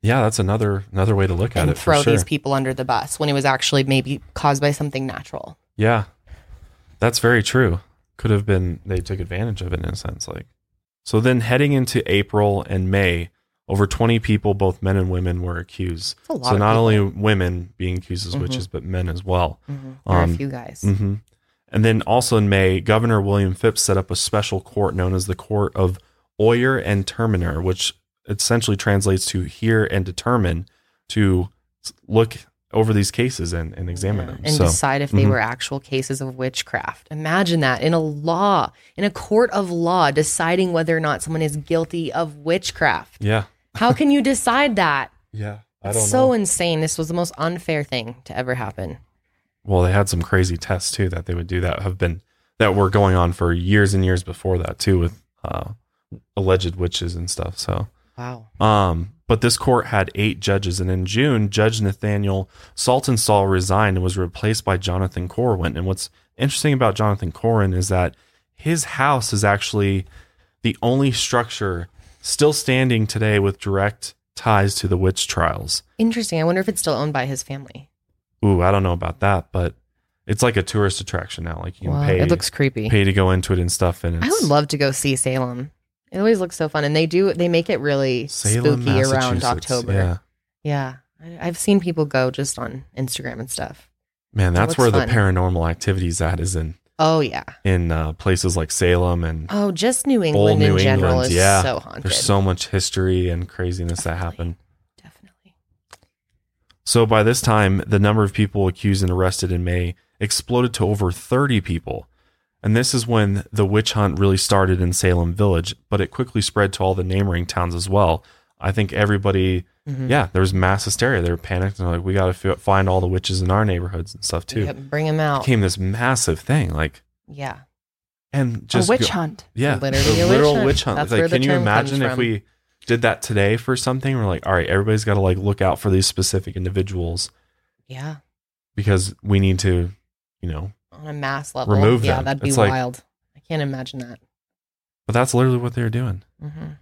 [SPEAKER 1] yeah that's another another way to look at
[SPEAKER 2] and
[SPEAKER 1] it
[SPEAKER 2] throw
[SPEAKER 1] for sure
[SPEAKER 2] these people under the bus when it was actually maybe caused by something natural.
[SPEAKER 1] yeah that's very true could have been they took advantage of it in a sense like so then heading into april and may over 20 people both men and women were accused
[SPEAKER 2] That's a lot
[SPEAKER 1] so
[SPEAKER 2] of
[SPEAKER 1] not
[SPEAKER 2] people.
[SPEAKER 1] only women being accused as
[SPEAKER 2] Mhm.
[SPEAKER 1] witches but men as well
[SPEAKER 2] There are a
[SPEAKER 1] Um,
[SPEAKER 2] few guys.
[SPEAKER 1] hmm And then also in May, Governor William Phipps set up a special court known as the Court of Oyer and Terminer, which essentially translates to hear and determine to s- look over these cases and, and examine
[SPEAKER 2] Yeah,
[SPEAKER 1] them.
[SPEAKER 2] and
[SPEAKER 1] so
[SPEAKER 2] decide if they
[SPEAKER 1] mhm.
[SPEAKER 2] were actual cases of witchcraft. Imagine that in a law, in a court of law, deciding whether or not someone is guilty of witchcraft.
[SPEAKER 1] yeah,
[SPEAKER 2] How can you decide that?
[SPEAKER 1] yeah, I don't
[SPEAKER 2] It's so
[SPEAKER 1] know.
[SPEAKER 2] insane. This was the most unfair thing to ever happen.
[SPEAKER 1] Well, they had some crazy tests too that they would do that have been that were going on for years and years before that too with uh, alleged witches and stuff. So
[SPEAKER 2] Wow.
[SPEAKER 1] Um, but this court had eight judges, and in June, Judge Nathaniel Saltonstall resigned and was replaced by Jonathan Corwin. And what's interesting about Jonathan Corwin is that his house is actually the only structure still standing today with direct ties to the witch trials.
[SPEAKER 2] Interesting. I wonder if it's still owned by his family.
[SPEAKER 1] Ooh, I don't know about that, but it's like a tourist attraction now. Like you can
[SPEAKER 2] Wow.
[SPEAKER 1] pay,
[SPEAKER 2] It looks creepy.
[SPEAKER 1] pay to go into it and stuff. And it's
[SPEAKER 2] I would love to go see Salem. It always looks so fun. And they do, they make it really
[SPEAKER 1] Salem,
[SPEAKER 2] spooky around
[SPEAKER 1] Massachusetts.
[SPEAKER 2] October.
[SPEAKER 1] Yeah.
[SPEAKER 2] Yeah. I, I've seen people go just on Instagram and stuff.
[SPEAKER 1] Man,
[SPEAKER 2] That
[SPEAKER 1] that's
[SPEAKER 2] looks
[SPEAKER 1] where the
[SPEAKER 2] fun.
[SPEAKER 1] paranormal activity's at is in
[SPEAKER 2] Oh, yeah.
[SPEAKER 1] in uh, places like Salem, and
[SPEAKER 2] Oh, just New England
[SPEAKER 1] New
[SPEAKER 2] in general
[SPEAKER 1] England,
[SPEAKER 2] is
[SPEAKER 1] yeah.
[SPEAKER 2] so haunted.
[SPEAKER 1] there's so much history and craziness that happened.
[SPEAKER 2] Definitely.
[SPEAKER 1] So by this time, the number of people accused and arrested in May exploded to over 30 people. And this is when the witch hunt really started in Salem Village, but it quickly spread to all the neighboring towns as well. I think everybody,
[SPEAKER 2] Mhm.
[SPEAKER 1] yeah, there was mass hysteria. They were panicked and like, we got to f- find all the witches in our neighborhoods and stuff too.
[SPEAKER 2] Yep, bring them out.
[SPEAKER 1] Became this massive thing, like,
[SPEAKER 2] Yeah.
[SPEAKER 1] and
[SPEAKER 3] a
[SPEAKER 1] just
[SPEAKER 3] witch
[SPEAKER 1] go-
[SPEAKER 3] hunt.
[SPEAKER 1] Yeah,
[SPEAKER 2] Literally
[SPEAKER 1] the
[SPEAKER 2] a witch
[SPEAKER 1] literal
[SPEAKER 2] hunt.
[SPEAKER 1] witch hunt.
[SPEAKER 2] That's
[SPEAKER 1] Like,
[SPEAKER 2] where the
[SPEAKER 1] can you
[SPEAKER 2] term
[SPEAKER 1] imagine
[SPEAKER 2] comes
[SPEAKER 1] if
[SPEAKER 2] from.
[SPEAKER 1] we did that today for something? We're like, all right, everybody's got to like look out for these specific individuals
[SPEAKER 2] Yeah.
[SPEAKER 1] because we need to, you know.
[SPEAKER 2] On a mass level.
[SPEAKER 1] Remove
[SPEAKER 2] yeah,
[SPEAKER 1] them.
[SPEAKER 2] that'd be
[SPEAKER 1] It's like-
[SPEAKER 2] wild. I can't imagine that.
[SPEAKER 1] But that's literally what they're doing.
[SPEAKER 2] Mhm.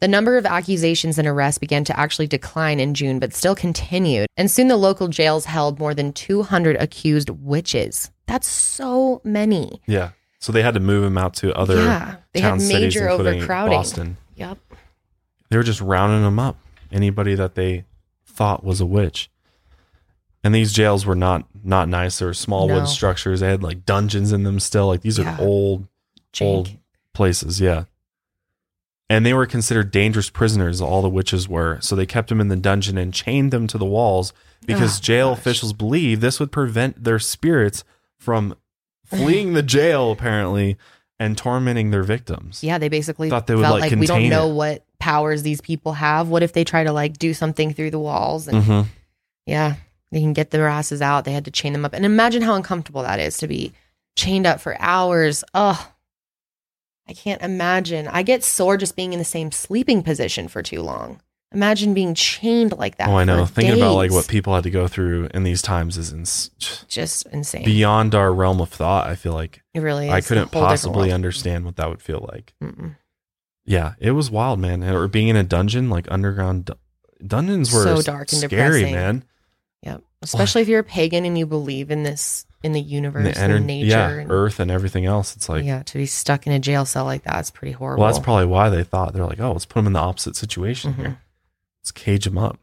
[SPEAKER 2] The number of accusations and arrests began to actually decline in June, but still continued. And soon the local jails held more than 200 accused witches. That's so many.
[SPEAKER 1] Yeah. So they had to move them out to other
[SPEAKER 2] yeah. They had
[SPEAKER 1] town cities,
[SPEAKER 2] major
[SPEAKER 1] including
[SPEAKER 2] overcrowding.
[SPEAKER 1] Boston.
[SPEAKER 2] Yep.
[SPEAKER 1] They were just rounding them up. Anybody that they thought was a witch. And these jails were not not nice. They were small
[SPEAKER 2] No.
[SPEAKER 1] wood structures. They had like dungeons in them still. Like these
[SPEAKER 2] Yeah.
[SPEAKER 1] are old
[SPEAKER 2] Jank.
[SPEAKER 1] places. Yeah. and they were considered dangerous prisoners. All the witches were, so they kept them in the dungeon and chained them to the walls because
[SPEAKER 2] Oh,
[SPEAKER 1] jail
[SPEAKER 2] gosh.
[SPEAKER 1] officials believe this would prevent their spirits from fleeing the jail, apparently, and tormenting their victims.
[SPEAKER 2] Yeah, they basically
[SPEAKER 1] Thought they would,
[SPEAKER 2] felt
[SPEAKER 1] like,
[SPEAKER 2] like, we don't
[SPEAKER 1] contain
[SPEAKER 2] know
[SPEAKER 1] it.
[SPEAKER 2] what powers these people have. What if they try to like do something through the walls? And
[SPEAKER 1] Mhm.
[SPEAKER 2] yeah, they can get their asses out. They had to chain them up, and imagine how uncomfortable that is to be chained up for hours. Ugh. I can't imagine. I get sore just being in the same sleeping position for too long. Imagine being chained like that.
[SPEAKER 1] Oh, I know.
[SPEAKER 2] for
[SPEAKER 1] Thinking about like
[SPEAKER 2] days.
[SPEAKER 1] what people had to go through in these times is ins-
[SPEAKER 2] Just insane.
[SPEAKER 1] beyond our realm of thought. I feel like
[SPEAKER 2] it really. Is
[SPEAKER 1] I
[SPEAKER 2] a
[SPEAKER 1] couldn't
[SPEAKER 2] whole different
[SPEAKER 1] possibly
[SPEAKER 2] world.
[SPEAKER 1] understand what that would feel like.
[SPEAKER 2] Mm-mm.
[SPEAKER 1] Yeah, it was wild, man. Or being in a dungeon, like underground dun- dungeons were
[SPEAKER 2] So dark and
[SPEAKER 1] scary,
[SPEAKER 2] depressing.
[SPEAKER 1] man.
[SPEAKER 2] Yep. Especially if you're a pagan and you believe in this, in the universe,
[SPEAKER 1] And the ener-
[SPEAKER 2] in nature.
[SPEAKER 1] yeah,
[SPEAKER 2] and-
[SPEAKER 1] Earth and everything else. It's like,
[SPEAKER 2] yeah, to be stuck in a jail cell like that is pretty horrible.
[SPEAKER 1] well, that's probably why they thought they're like, oh, let's put them in the opposite situation
[SPEAKER 2] Mhm.
[SPEAKER 1] here. Let's cage them up.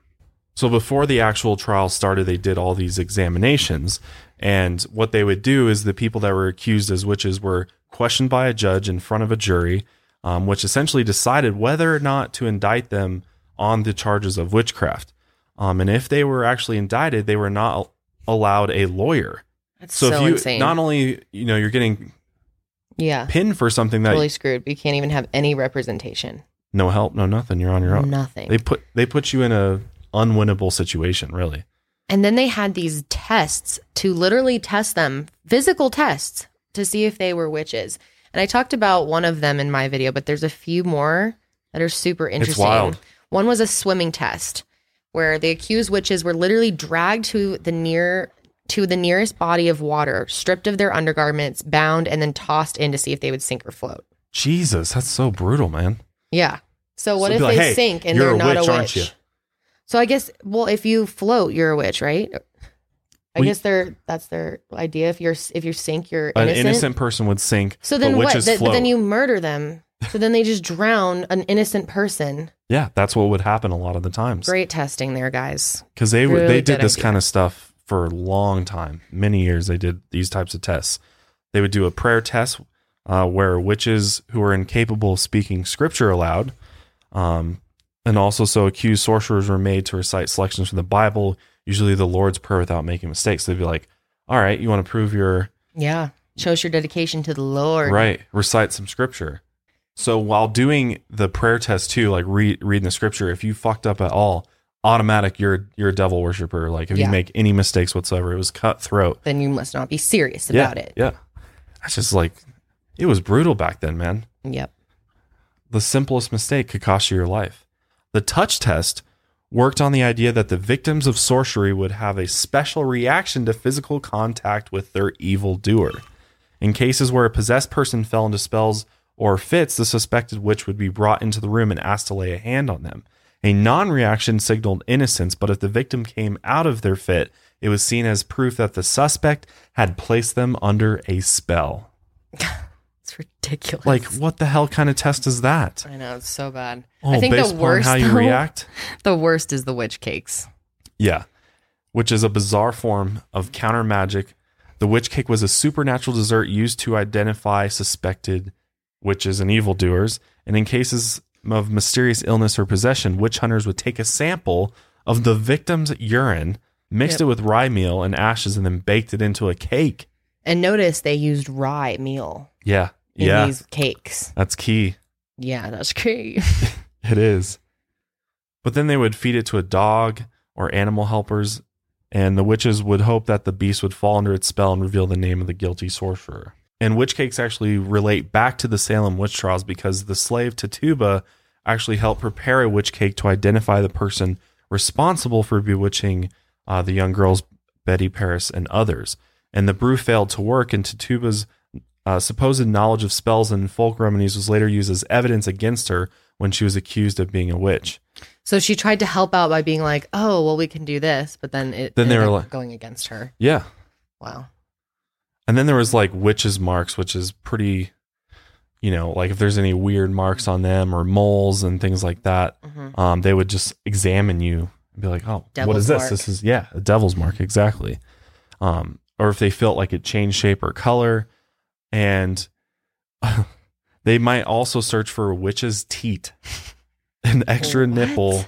[SPEAKER 1] So before the actual trial started, they did all these examinations, and what they would do is the people that were accused as witches were questioned by a judge in front of a jury, um, which essentially decided whether or not to indict them on the charges of witchcraft. Um, and if they were actually indicted, they were not al- allowed a lawyer.
[SPEAKER 2] That's
[SPEAKER 1] So,
[SPEAKER 2] so,
[SPEAKER 1] if you
[SPEAKER 2] insane.
[SPEAKER 1] not only you know you're getting
[SPEAKER 2] yeah.
[SPEAKER 1] pinned for something that
[SPEAKER 2] Totally screwed. But you can't even have any representation.
[SPEAKER 1] no help, no nothing, you're on your own.
[SPEAKER 2] Nothing.
[SPEAKER 1] They put they put you in a unwinnable situation, really.
[SPEAKER 2] and then they had these tests to literally test them, physical tests to see if they were witches. And I talked about one of them in my video, but there's a few more that are super interesting.
[SPEAKER 1] wild.
[SPEAKER 2] One was a swimming test where the accused witches were literally dragged to the near to the nearest body of water, stripped of their undergarments, bound, and then tossed in to see if they would sink or float.
[SPEAKER 1] Jesus, that's so brutal, man.
[SPEAKER 2] Yeah. So what
[SPEAKER 1] So
[SPEAKER 2] if
[SPEAKER 1] be like,
[SPEAKER 2] they
[SPEAKER 1] "Hey,
[SPEAKER 2] sink and
[SPEAKER 1] you're
[SPEAKER 2] they're
[SPEAKER 1] a
[SPEAKER 2] not
[SPEAKER 1] witch,
[SPEAKER 2] a
[SPEAKER 1] aren't
[SPEAKER 2] witch?
[SPEAKER 1] you?"
[SPEAKER 2] So I guess well, if you float, you're a witch, right? I
[SPEAKER 1] We-
[SPEAKER 2] guess they're that's their idea. If you're if you sink, you're
[SPEAKER 1] An
[SPEAKER 2] innocent.
[SPEAKER 1] innocent, person would sink.
[SPEAKER 2] so then
[SPEAKER 1] but
[SPEAKER 2] what?
[SPEAKER 1] witches
[SPEAKER 2] Th- but
[SPEAKER 1] float.
[SPEAKER 2] then you murder them. So then they just drown an innocent person.
[SPEAKER 1] yeah, that's what would happen a lot of the times.
[SPEAKER 2] Great testing there, guys.
[SPEAKER 1] Because they would
[SPEAKER 2] Really
[SPEAKER 1] they did
[SPEAKER 2] good
[SPEAKER 1] this
[SPEAKER 2] idea.
[SPEAKER 1] kind of stuff for a long time, many years. They did these types of tests. They would do a prayer test uh, where witches who were incapable of speaking scripture aloud, um, and also so accused sorcerers were made to recite selections from the Bible, usually the Lord's Prayer, without making mistakes. They'd be like, "All right, you want to prove your
[SPEAKER 2] Yeah, shows your dedication to the Lord.
[SPEAKER 1] Right. Recite some scripture. So while doing the prayer test too, like read reading the scripture, if you fucked up at all, automatic you're you're a devil worshiper. Like if
[SPEAKER 2] Yeah.
[SPEAKER 1] you make any mistakes whatsoever, it was cutthroat.
[SPEAKER 2] Then you must not be serious
[SPEAKER 1] Yeah,
[SPEAKER 2] about it.
[SPEAKER 1] Yeah. That's just like it was brutal back then, man.
[SPEAKER 2] Yep.
[SPEAKER 1] The simplest mistake could cost you your life. The touch test worked on the idea that the victims of sorcery would have a special reaction to physical contact with their evil doer. In cases where a possessed person fell into spells or fits, the suspected witch would be brought into the room and asked to lay a hand on them. A non reaction signaled innocence, but if the victim came out of their fit, it was seen as proof that the suspect had placed them under a spell.
[SPEAKER 2] It's ridiculous.
[SPEAKER 1] Like, what the hell kind of test is that?
[SPEAKER 2] I know it's so bad.
[SPEAKER 1] Oh,
[SPEAKER 2] I think
[SPEAKER 1] based
[SPEAKER 2] the worst,
[SPEAKER 1] upon how you
[SPEAKER 2] though-
[SPEAKER 1] react?
[SPEAKER 2] the worst is the witch cakes.
[SPEAKER 1] Yeah. Which is a bizarre form of counter magic. The witch cake was a supernatural dessert used to identify suspected witches and evildoers. And in cases of mysterious illness or possession, witch hunters would take a sample of the victim's urine, mixed
[SPEAKER 2] Yep.
[SPEAKER 1] it with rye meal and ashes, and then baked it into a cake.
[SPEAKER 2] And notice they used rye meal
[SPEAKER 1] Yeah.
[SPEAKER 2] in
[SPEAKER 1] yeah.
[SPEAKER 2] these cakes.
[SPEAKER 1] That's key.
[SPEAKER 2] Yeah, that's great.
[SPEAKER 1] It is. But then they would feed it to a dog or animal helpers, and the witches would hope that the beast would fall under its spell and reveal the name of the guilty sorcerer. And witch cakes actually relate back to the Salem witch trials because the slave Tituba actually helped prepare a witch cake to identify the person responsible for bewitching uh, the young girls, Betty Paris, and others. And the brew failed to work, and Tituba's uh, supposed knowledge of spells and folk remedies was later used as evidence against her when she was accused of being a witch.
[SPEAKER 2] So she tried to help out by being like, "Oh, well, we can do this," but then it
[SPEAKER 1] Then they
[SPEAKER 2] ended
[SPEAKER 1] were
[SPEAKER 2] up
[SPEAKER 1] like-
[SPEAKER 2] going against her.
[SPEAKER 1] Yeah.
[SPEAKER 2] Wow.
[SPEAKER 1] And then there was like witches' marks, which is pretty, you know, like if there's any weird marks on them or moles and things like that,
[SPEAKER 2] hmm
[SPEAKER 1] um, they would just examine you and be like, oh, what
[SPEAKER 2] Devil's
[SPEAKER 1] is
[SPEAKER 2] mark.
[SPEAKER 1] this? This is, yeah, a devil's mark, exactly. Um, or if they felt like it changed shape or color. And They might also search for witch's teat, an extra
[SPEAKER 2] What?
[SPEAKER 1] nipple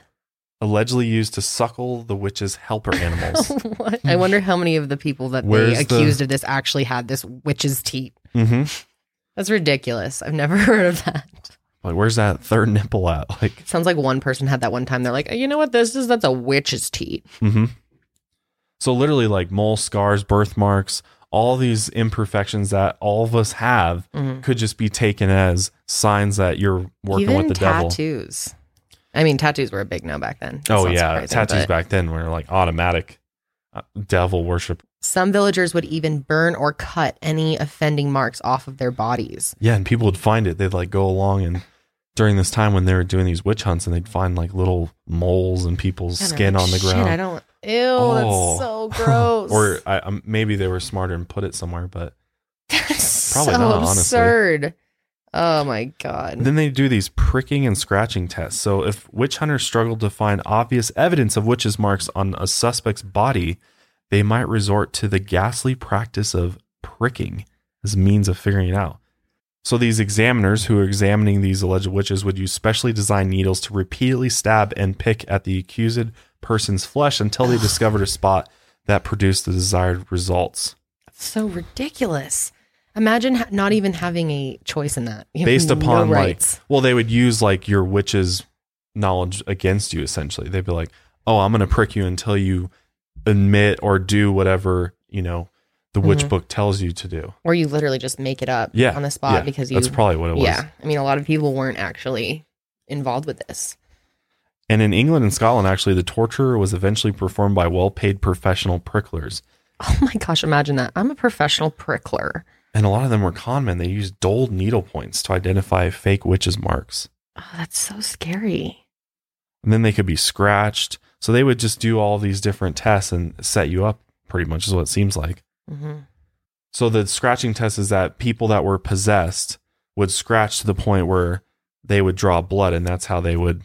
[SPEAKER 1] allegedly used to suckle the witch's helper animals.
[SPEAKER 2] What? I wonder how many of the people that
[SPEAKER 1] Where's
[SPEAKER 2] they
[SPEAKER 1] the-
[SPEAKER 2] accused of this actually had this witch's teat.
[SPEAKER 1] mm-hmm.
[SPEAKER 2] That's ridiculous. I've never heard of that.
[SPEAKER 1] Like, where's that third nipple at? Like,
[SPEAKER 2] Sounds like one person had that one time. They're like, you know what this is? That's a witch's teat.
[SPEAKER 1] Mm-hmm. So literally, like mole scars, birthmarks, all these imperfections that all of us have
[SPEAKER 2] Mhm.
[SPEAKER 1] could just be taken as signs that you're working
[SPEAKER 2] Even
[SPEAKER 1] with the devil.
[SPEAKER 2] tattoos. I mean, tattoos were a big no back then. That's
[SPEAKER 1] oh
[SPEAKER 2] not
[SPEAKER 1] yeah,
[SPEAKER 2] surprising,
[SPEAKER 1] tattoos
[SPEAKER 2] but
[SPEAKER 1] back then were like automatic uh, devil worship.
[SPEAKER 2] Some villagers would even burn or cut any offending marks off of their bodies.
[SPEAKER 1] Yeah, and people would find it. They'd like go along and during this time when they were doing these witch hunts, and they'd find like little moles and people's
[SPEAKER 2] And I'm
[SPEAKER 1] skin
[SPEAKER 2] like,
[SPEAKER 1] on the
[SPEAKER 2] "Shit,
[SPEAKER 1] ground.
[SPEAKER 2] I don't. Ew,
[SPEAKER 1] Oh.
[SPEAKER 2] that's so gross.
[SPEAKER 1] or I, um, maybe they were smarter and put it somewhere, but
[SPEAKER 2] that's
[SPEAKER 1] probably
[SPEAKER 2] so
[SPEAKER 1] not, honestly.
[SPEAKER 2] absurd. Oh my god.
[SPEAKER 1] Then they do these pricking and scratching tests. So if witch hunters struggle to find obvious evidence of witches' marks on a suspect's body, they might resort to the ghastly practice of pricking as a means of figuring it out. So these examiners who are examining these alleged witches would use specially designed needles to repeatedly stab and pick at the accused person's flesh until they discovered a spot that produced the desired results.
[SPEAKER 2] so ridiculous. Imagine ha- not even having a choice in that. You have
[SPEAKER 1] based
[SPEAKER 2] no
[SPEAKER 1] upon like
[SPEAKER 2] rights.
[SPEAKER 1] well they would use like your witch's knowledge against you essentially they'd be like oh i'm going to prick you until you admit or do whatever you know the witch
[SPEAKER 2] Mhm.
[SPEAKER 1] book tells you to do
[SPEAKER 2] or you literally just make it up
[SPEAKER 1] yeah
[SPEAKER 2] on the spot
[SPEAKER 1] yeah,
[SPEAKER 2] because you
[SPEAKER 1] that's probably what it was
[SPEAKER 2] yeah. I mean, a lot of people weren't actually involved with this.
[SPEAKER 1] and in england and scotland actually the torture was eventually performed by well-paid professional pricklers
[SPEAKER 2] Oh my gosh, imagine that. I'm a professional prickler.
[SPEAKER 1] and a lot of them were con men they used dulled needle points to identify fake witches marks
[SPEAKER 2] Oh, that's so scary.
[SPEAKER 1] and then they could be scratched so they would just do all these different tests and set you up pretty much is what it seems like
[SPEAKER 2] hmm
[SPEAKER 1] So the scratching test is that people that were possessed would scratch to the point where they would draw blood, and that's how they would.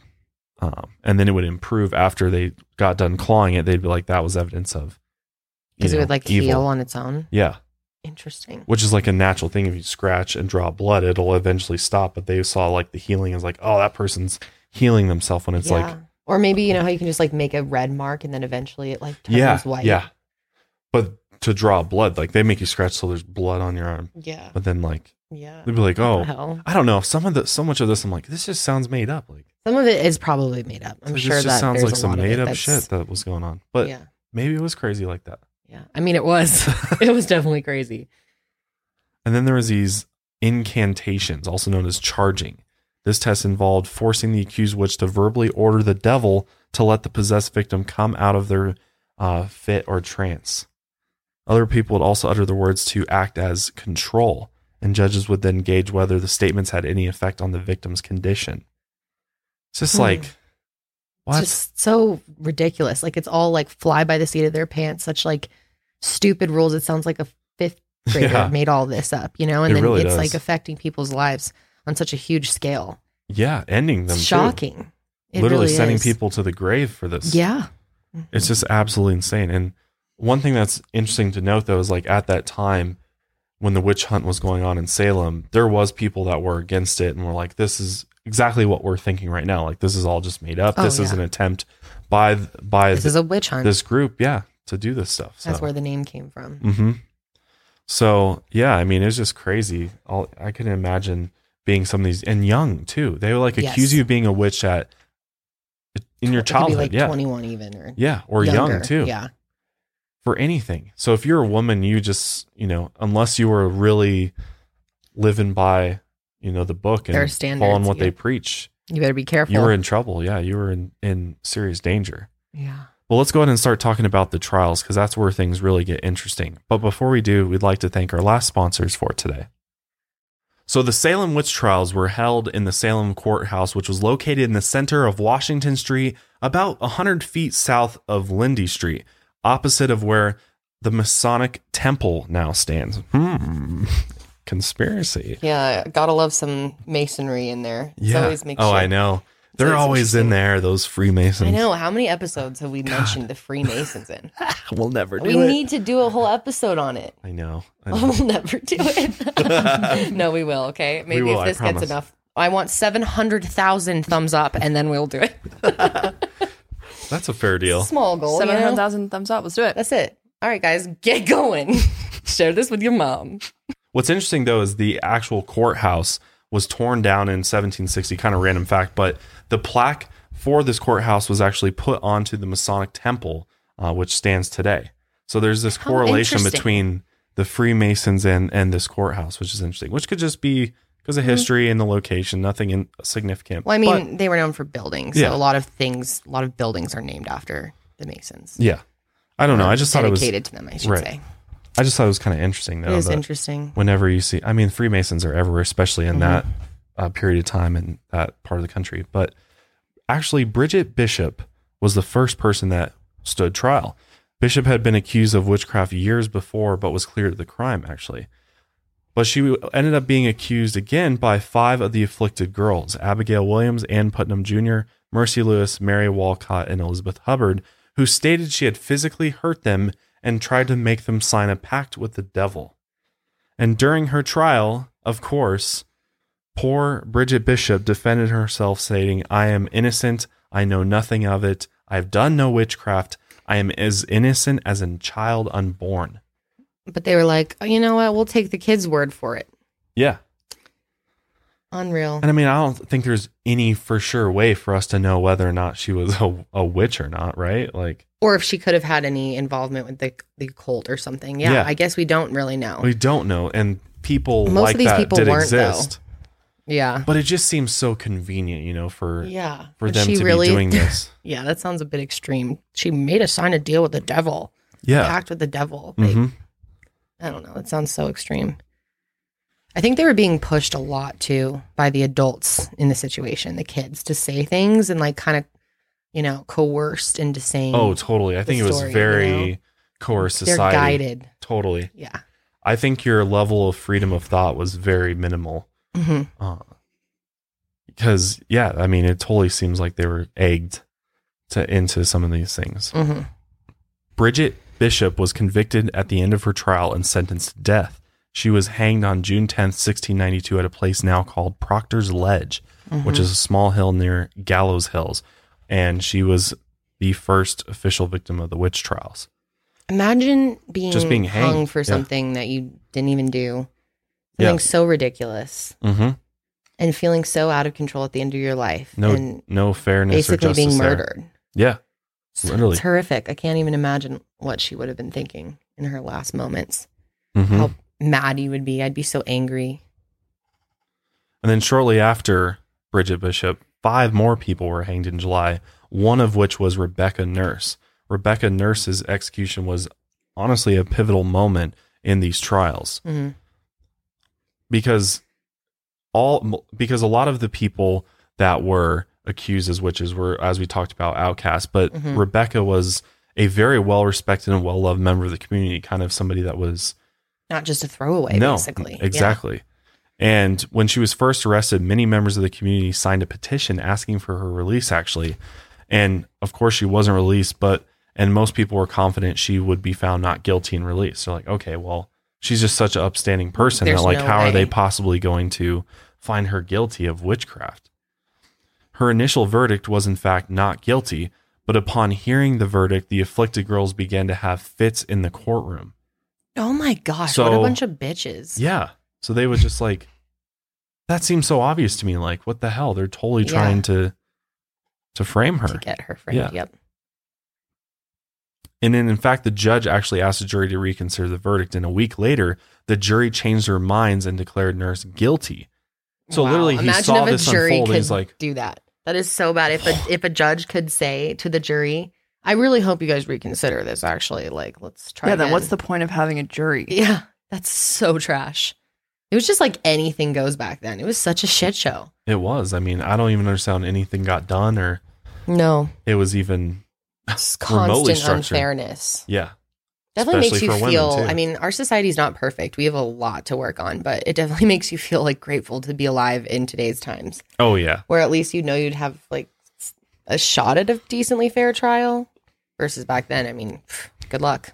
[SPEAKER 1] Um, and then it would improve after they got done clawing it. They'd be like, "That was evidence of you
[SPEAKER 2] Because it
[SPEAKER 1] know,
[SPEAKER 2] would like
[SPEAKER 1] evil."
[SPEAKER 2] heal on its own.
[SPEAKER 1] Yeah,
[SPEAKER 2] Interesting.
[SPEAKER 1] which is like a natural thing. If you scratch and draw blood, it'll eventually stop. But they saw like the healing is like, "Oh, that person's healing themselves." When it's
[SPEAKER 2] yeah.
[SPEAKER 1] like,
[SPEAKER 2] or maybe you know how you can just like make a red mark and then eventually it like turns
[SPEAKER 1] yeah,
[SPEAKER 2] white.
[SPEAKER 1] yeah. But to draw blood, like they make you scratch till there's blood on your arm.
[SPEAKER 2] Yeah.
[SPEAKER 1] But then like
[SPEAKER 2] Yeah.
[SPEAKER 1] they'd be like, "Oh,
[SPEAKER 2] What the hell?
[SPEAKER 1] I don't know. Some of the so much of this, I'm like, this just sounds made up. Like,
[SPEAKER 2] Some of it is probably made up. I'm
[SPEAKER 1] this
[SPEAKER 2] sure
[SPEAKER 1] just
[SPEAKER 2] that
[SPEAKER 1] sounds
[SPEAKER 2] there's
[SPEAKER 1] like
[SPEAKER 2] a
[SPEAKER 1] some
[SPEAKER 2] lot of it
[SPEAKER 1] made up
[SPEAKER 2] that's-
[SPEAKER 1] shit that was going on. But
[SPEAKER 2] yeah.
[SPEAKER 1] maybe it was crazy like that.
[SPEAKER 2] Yeah. I mean, it was. it was definitely crazy.
[SPEAKER 1] And then there was these incantations, also known as charging. This test involved forcing the accused witch to verbally order the devil to let the possessed victim come out of their uh, fit or trance. Other people would also utter the words to act as control, and judges would then gauge whether the statements had any effect on the victim's condition. It's just
[SPEAKER 2] Hmm.
[SPEAKER 1] like, what?
[SPEAKER 2] It's just so ridiculous. Like it's all like fly by the seat of their pants, such like stupid rules. It sounds like a fifth grader
[SPEAKER 1] Yeah.
[SPEAKER 2] made all this up, you know? And
[SPEAKER 1] It
[SPEAKER 2] then
[SPEAKER 1] really
[SPEAKER 2] it's
[SPEAKER 1] does.
[SPEAKER 2] like affecting people's lives on such a huge scale.
[SPEAKER 1] Yeah, ending them.
[SPEAKER 2] It's
[SPEAKER 1] too.
[SPEAKER 2] shocking. It
[SPEAKER 1] Literally
[SPEAKER 2] really
[SPEAKER 1] sending
[SPEAKER 2] is.
[SPEAKER 1] people to the grave for this.
[SPEAKER 2] Yeah.
[SPEAKER 1] It's just absolutely insane. And one thing that's interesting to note though is like at that time when the witch hunt was going on in Salem, there was people that were against it and were like, this is exactly what we're thinking right now. Like this is all just made up.
[SPEAKER 2] Oh,
[SPEAKER 1] this is
[SPEAKER 2] yeah.
[SPEAKER 1] an attempt by th- by
[SPEAKER 2] This
[SPEAKER 1] th-
[SPEAKER 2] is a witch hunt.
[SPEAKER 1] this group, yeah, to do this stuff. So.
[SPEAKER 2] That's where the name came from.
[SPEAKER 1] Mm-hmm. So yeah, I mean, it's just crazy. All I can imagine being some of these and young too. They would like
[SPEAKER 2] Yes.
[SPEAKER 1] accuse you of being a witch at in your
[SPEAKER 2] It could be
[SPEAKER 1] childhood,
[SPEAKER 2] like
[SPEAKER 1] yeah,
[SPEAKER 2] 21 even or,
[SPEAKER 1] yeah, or young
[SPEAKER 2] younger.
[SPEAKER 1] too,
[SPEAKER 2] Yeah.
[SPEAKER 1] for anything. So if you're a woman, you just you know, unless you were really living by you know the book
[SPEAKER 2] Their
[SPEAKER 1] and following
[SPEAKER 2] standards,
[SPEAKER 1] what
[SPEAKER 2] yeah.
[SPEAKER 1] they preach,
[SPEAKER 2] You better be careful.
[SPEAKER 1] you were in trouble. Yeah, you were in in serious danger.
[SPEAKER 2] yeah.
[SPEAKER 1] Well, let's go ahead and start talking about the trials because that's where things really get interesting. But before we do, we'd like to thank our last sponsors for today. So, the Salem witch trials were held in the Salem courthouse, which was located in the center of Washington Street, about 100 feet south of Lindy Street, opposite of where the Masonic Temple now stands. Hmm. Conspiracy.
[SPEAKER 2] Yeah. Gotta love some masonry in there. It's always makes
[SPEAKER 1] oh,
[SPEAKER 2] sure.
[SPEAKER 1] I know. They're always in there, those Freemasons.
[SPEAKER 2] I know. How many episodes have we mentioned the Freemasons in?
[SPEAKER 1] We'll never do
[SPEAKER 2] we
[SPEAKER 1] it.
[SPEAKER 2] need Oh to do a whole episode on it.
[SPEAKER 1] I know. I know.
[SPEAKER 2] We'll never do it. no, we will. Okay. Maybe
[SPEAKER 1] will, I
[SPEAKER 2] if this gets
[SPEAKER 1] promise.
[SPEAKER 2] enough. I want 700,000 thumbs up and then we'll do it.
[SPEAKER 1] That's a fair deal.
[SPEAKER 2] Small goal. you know?
[SPEAKER 3] Seven hundred thousand thumbs up. Let's do it.
[SPEAKER 2] That's it. All right, guys, get going. Share this with your mom.
[SPEAKER 1] What's interesting though is the actual courthouse was torn down in 1760. Kind of random fact, but the plaque for this courthouse was actually put onto the Masonic Temple, uh, which stands today. So there's this
[SPEAKER 2] How
[SPEAKER 1] correlation
[SPEAKER 2] interesting.
[SPEAKER 1] between the Freemasons and and this courthouse, which is interesting. Which could just be because
[SPEAKER 2] Hmm.
[SPEAKER 1] of history and the location, nothing in, significant.
[SPEAKER 2] Well, I
[SPEAKER 1] But-
[SPEAKER 2] mean, they were known for buildings. So
[SPEAKER 1] Yeah.
[SPEAKER 2] a lot of things, a lot of buildings are named after the Masons.
[SPEAKER 1] yeah, I don't know. I just thought it was.
[SPEAKER 2] dedicated to them, I should
[SPEAKER 1] right.
[SPEAKER 2] say.
[SPEAKER 1] I just thought it was kind of interesting
[SPEAKER 2] it
[SPEAKER 1] though.
[SPEAKER 2] is
[SPEAKER 1] that
[SPEAKER 2] interesting.
[SPEAKER 1] Whenever you see, I mean, Freemasons are everywhere, especially in that uh, period of time in that part of the country. But actually, Bridget Bishop was the first person that stood trial. Bishop had been accused of witchcraft years before, but was cleared of the crime, actually. But she ended up being accused again by five of the afflicted girls Abigail Williams, Ann Putnam Jr., Mercy Lewis, Mary Walcott, and Elizabeth Hubbard, who stated she had physically hurt them and tried to make them sign a pact with the devil. And during her trial, of course, poor Bridget Bishop defended herself, saying, I am innocent. I know nothing of it. I have done no witchcraft. I am as innocent as a child unborn.
[SPEAKER 2] But they were like, oh, you know what? We'll take the kids' word for it.
[SPEAKER 1] Yeah.
[SPEAKER 2] Unreal.
[SPEAKER 1] And I mean, I don't think there's any for sure way for us to know whether or not she was a, a witch or not, right? Like,
[SPEAKER 2] Or if she could have had any involvement with the, the cult or something. Yeah,
[SPEAKER 1] Yeah.
[SPEAKER 2] I guess we don't really know.
[SPEAKER 1] we don't know. And people
[SPEAKER 2] Most of
[SPEAKER 1] like
[SPEAKER 2] these
[SPEAKER 1] that
[SPEAKER 2] people
[SPEAKER 1] did
[SPEAKER 2] weren't,
[SPEAKER 1] exist.
[SPEAKER 2] yeah.
[SPEAKER 1] But it just seems so convenient, you know, for
[SPEAKER 2] Yeah.
[SPEAKER 1] for
[SPEAKER 2] But
[SPEAKER 1] them
[SPEAKER 2] she
[SPEAKER 1] to
[SPEAKER 2] really-
[SPEAKER 1] be doing this.
[SPEAKER 2] Yeah, that sounds a bit extreme. She made us sign a deal with the devil,
[SPEAKER 1] Yeah.
[SPEAKER 2] pact with the devil. Like,
[SPEAKER 1] hmm
[SPEAKER 2] I don't know. It sounds so extreme. I think they were being pushed a lot too by the adults in the situation, the kids, to say things and like kind of, you know, coerced into saying.
[SPEAKER 1] Oh, totally. I think it was
[SPEAKER 2] story, you
[SPEAKER 1] very
[SPEAKER 2] know?
[SPEAKER 1] coerced
[SPEAKER 2] they're
[SPEAKER 1] society.
[SPEAKER 2] guided.
[SPEAKER 1] Totally.
[SPEAKER 2] Yeah.
[SPEAKER 1] I think your level of freedom of thought was very minimal.
[SPEAKER 2] hmm
[SPEAKER 1] Uh, because yeah, I mean, it totally seems like they were egged to into some of these things.
[SPEAKER 2] hmm
[SPEAKER 1] Bridget Bishop was convicted at the end of her trial and sentenced to death. She was hanged on June 10th, 1692, at a place now called Proctor's Ledge,
[SPEAKER 2] Mm-hmm.
[SPEAKER 1] which is a small hill near Gallows Hills. And she was the first official victim of the witch trials.
[SPEAKER 2] Imagine being
[SPEAKER 1] Just being hanged,
[SPEAKER 2] hung for
[SPEAKER 1] yeah.
[SPEAKER 2] something that you didn't even do.
[SPEAKER 1] Yeah.
[SPEAKER 2] Something so ridiculous
[SPEAKER 1] Mm-hmm.
[SPEAKER 2] and feeling so out of control at the end of your life
[SPEAKER 1] No,
[SPEAKER 2] and
[SPEAKER 1] no fairness or
[SPEAKER 2] basically
[SPEAKER 1] justice
[SPEAKER 2] being
[SPEAKER 1] there.
[SPEAKER 2] murdered.
[SPEAKER 1] Yeah, Literally.
[SPEAKER 2] It's horrific. I can't even imagine what she would have been thinking in her last moments.
[SPEAKER 1] Mhm.
[SPEAKER 2] How mad you would be. I'd be so angry.
[SPEAKER 1] And then shortly after Bridget Bishop, five more people were hanged in July, one of which was Rebecca Nurse. Rebecca Nurse's execution was honestly a pivotal moment in these trials
[SPEAKER 2] Mhm.
[SPEAKER 1] because all because a lot of the people that were accused as witches were as we talked about outcasts but
[SPEAKER 2] Mhm.
[SPEAKER 1] rebecca was a very well respected and well loved member of the community kind of somebody that was
[SPEAKER 2] Not just a throwaway, basically. Yeah.
[SPEAKER 1] Exactly. And when she was first arrested, many members of the community signed a petition asking for her release, actually. And of course, she wasn't released, but, and most people were confident she would be found not guilty and released. They're like, okay, well, she's just such an upstanding person
[SPEAKER 2] There's
[SPEAKER 1] that, like,
[SPEAKER 2] no
[SPEAKER 1] how
[SPEAKER 2] way.
[SPEAKER 1] are they possibly going to find her guilty of witchcraft? Her initial verdict was, in fact, not guilty, but upon hearing the verdict, the afflicted girls began to have fits in the courtroom.
[SPEAKER 2] Oh my gosh. what a
[SPEAKER 1] So-
[SPEAKER 2] bunch of bitches.
[SPEAKER 1] Yeah. So they would just like that seems so obvious to me. Like, what the hell? They're totally
[SPEAKER 2] Yeah.
[SPEAKER 1] trying to to frame
[SPEAKER 2] To
[SPEAKER 1] her.
[SPEAKER 2] get her friend.
[SPEAKER 1] Yeah.
[SPEAKER 2] Yep.
[SPEAKER 1] And then in fact the judge actually asked the jury to reconsider the verdict. And a week later, the jury changed their minds and declared nurse guilty. So
[SPEAKER 2] Wow.
[SPEAKER 1] literally he
[SPEAKER 2] Imagine
[SPEAKER 1] saw
[SPEAKER 2] if a
[SPEAKER 1] this
[SPEAKER 2] jury
[SPEAKER 1] unfold
[SPEAKER 2] could
[SPEAKER 1] and he's like,
[SPEAKER 2] do that. That is so bad. If a if a judge could say to the jury, I really hope you guys reconsider this actually. Like, let's try
[SPEAKER 3] Yeah. Then
[SPEAKER 2] again."
[SPEAKER 3] what's the point of having a jury?
[SPEAKER 2] Yeah. That's so trash. It was just like anything goes back then. It was such a shit show.
[SPEAKER 1] It was. I mean, I don't even understand anything got done or
[SPEAKER 2] No.
[SPEAKER 1] it was even
[SPEAKER 2] It's
[SPEAKER 1] Remotely
[SPEAKER 2] constant
[SPEAKER 1] structured.
[SPEAKER 2] unfairness.
[SPEAKER 1] yeah.
[SPEAKER 2] definitely
[SPEAKER 1] Especially for
[SPEAKER 2] makes you
[SPEAKER 1] women,
[SPEAKER 2] feel
[SPEAKER 1] too.
[SPEAKER 2] i mean our society's not perfect we have a lot to work on but it definitely makes you feel like grateful to be alive in today's times
[SPEAKER 1] Oh yeah.
[SPEAKER 2] where at least you know you'd have like a shot at a decently fair trial versus back then i mean pff, good luck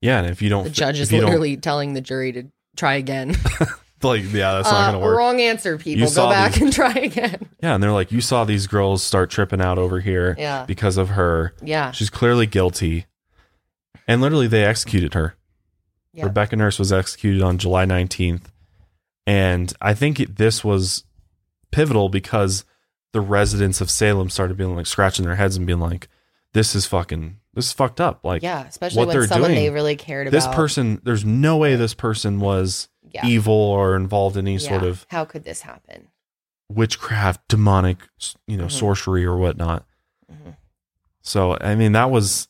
[SPEAKER 1] Yeah, and if you don't
[SPEAKER 2] the
[SPEAKER 1] f-
[SPEAKER 2] judge
[SPEAKER 1] if
[SPEAKER 2] is
[SPEAKER 1] you don't-
[SPEAKER 2] literally telling the jury to try again
[SPEAKER 1] like yeah, that's not
[SPEAKER 2] Uh,
[SPEAKER 1] going to work.
[SPEAKER 2] wrong answer people
[SPEAKER 1] You
[SPEAKER 2] go
[SPEAKER 1] saw
[SPEAKER 2] back
[SPEAKER 1] these-
[SPEAKER 2] and try again
[SPEAKER 1] Yeah, and they're like you saw these girls start tripping out over here
[SPEAKER 2] yeah
[SPEAKER 1] because of her.
[SPEAKER 2] yeah
[SPEAKER 1] She's clearly guilty. And literally they executed her.
[SPEAKER 2] Yeah.
[SPEAKER 1] Rebecca Nurse was executed on July 19th. And I think it, this was pivotal because the residents of Salem started being like scratching their heads and being like this is fucking this is fucked up. Like
[SPEAKER 2] yeah especially
[SPEAKER 1] what
[SPEAKER 2] when
[SPEAKER 1] they're
[SPEAKER 2] someone
[SPEAKER 1] doing-
[SPEAKER 2] they really cared about
[SPEAKER 1] this person there's no way this person was
[SPEAKER 2] yeah,
[SPEAKER 1] evil or involved in any sort
[SPEAKER 2] yeah.
[SPEAKER 1] of
[SPEAKER 2] how could this happen
[SPEAKER 1] witchcraft, demonic, s- you know,
[SPEAKER 2] Mhm.
[SPEAKER 1] sorcery or whatnot.
[SPEAKER 2] Mhm.
[SPEAKER 1] So, I mean, that was,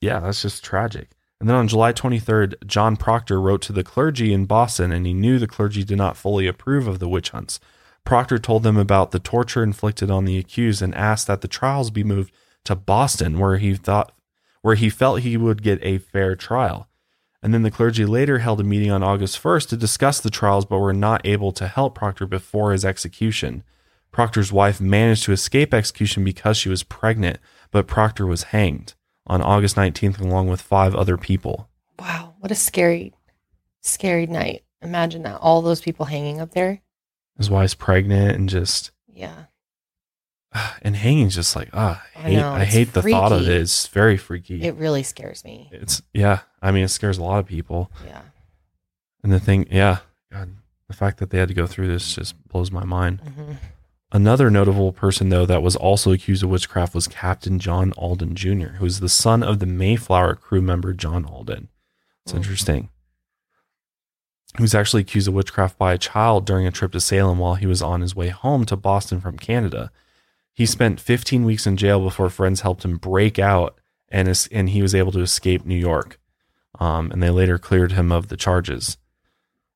[SPEAKER 1] yeah, that's just tragic. And then on July 23rd, John Proctor wrote to the clergy in Boston, and he knew the clergy did not fully approve of the witch hunts. Proctor told them about the torture inflicted on the accused and asked that the trials be moved to Boston, where he thought, where he felt he would get a fair trial. And then the clergy later held a meeting on August 1st to discuss the trials, but were not able to help Proctor before his execution. Proctor's wife managed to escape execution because she was pregnant, but Proctor was hanged on August 19th along with five other people.
[SPEAKER 2] Wow, what a scary, scary night. Imagine that. All those people hanging up there.
[SPEAKER 1] His wife's pregnant and just,
[SPEAKER 2] Yeah.
[SPEAKER 1] and hanging's just like, ah, I
[SPEAKER 2] I
[SPEAKER 1] hate,
[SPEAKER 2] know,
[SPEAKER 1] I
[SPEAKER 2] it's
[SPEAKER 1] hate the thought of
[SPEAKER 2] freaky.
[SPEAKER 1] it. It's very freaky.
[SPEAKER 2] It really scares me.
[SPEAKER 1] it's, yeah, I mean, it scares a lot of people.
[SPEAKER 2] Yeah.
[SPEAKER 1] And the thing, yeah, God, the fact that they had to go through this just blows my mind.
[SPEAKER 2] hmm
[SPEAKER 1] Another notable person, though, that was also accused of witchcraft was Captain John Alden Jr., who is the son of the Mayflower crew member John Alden. It's
[SPEAKER 2] Hmm.
[SPEAKER 1] interesting. He was actually accused of witchcraft by a child during a trip to Salem while he was on his way home to Boston from Canada. He spent 15 weeks in jail before friends helped him break out, and es- and he was able to escape New York. Um, and they later cleared him of the charges.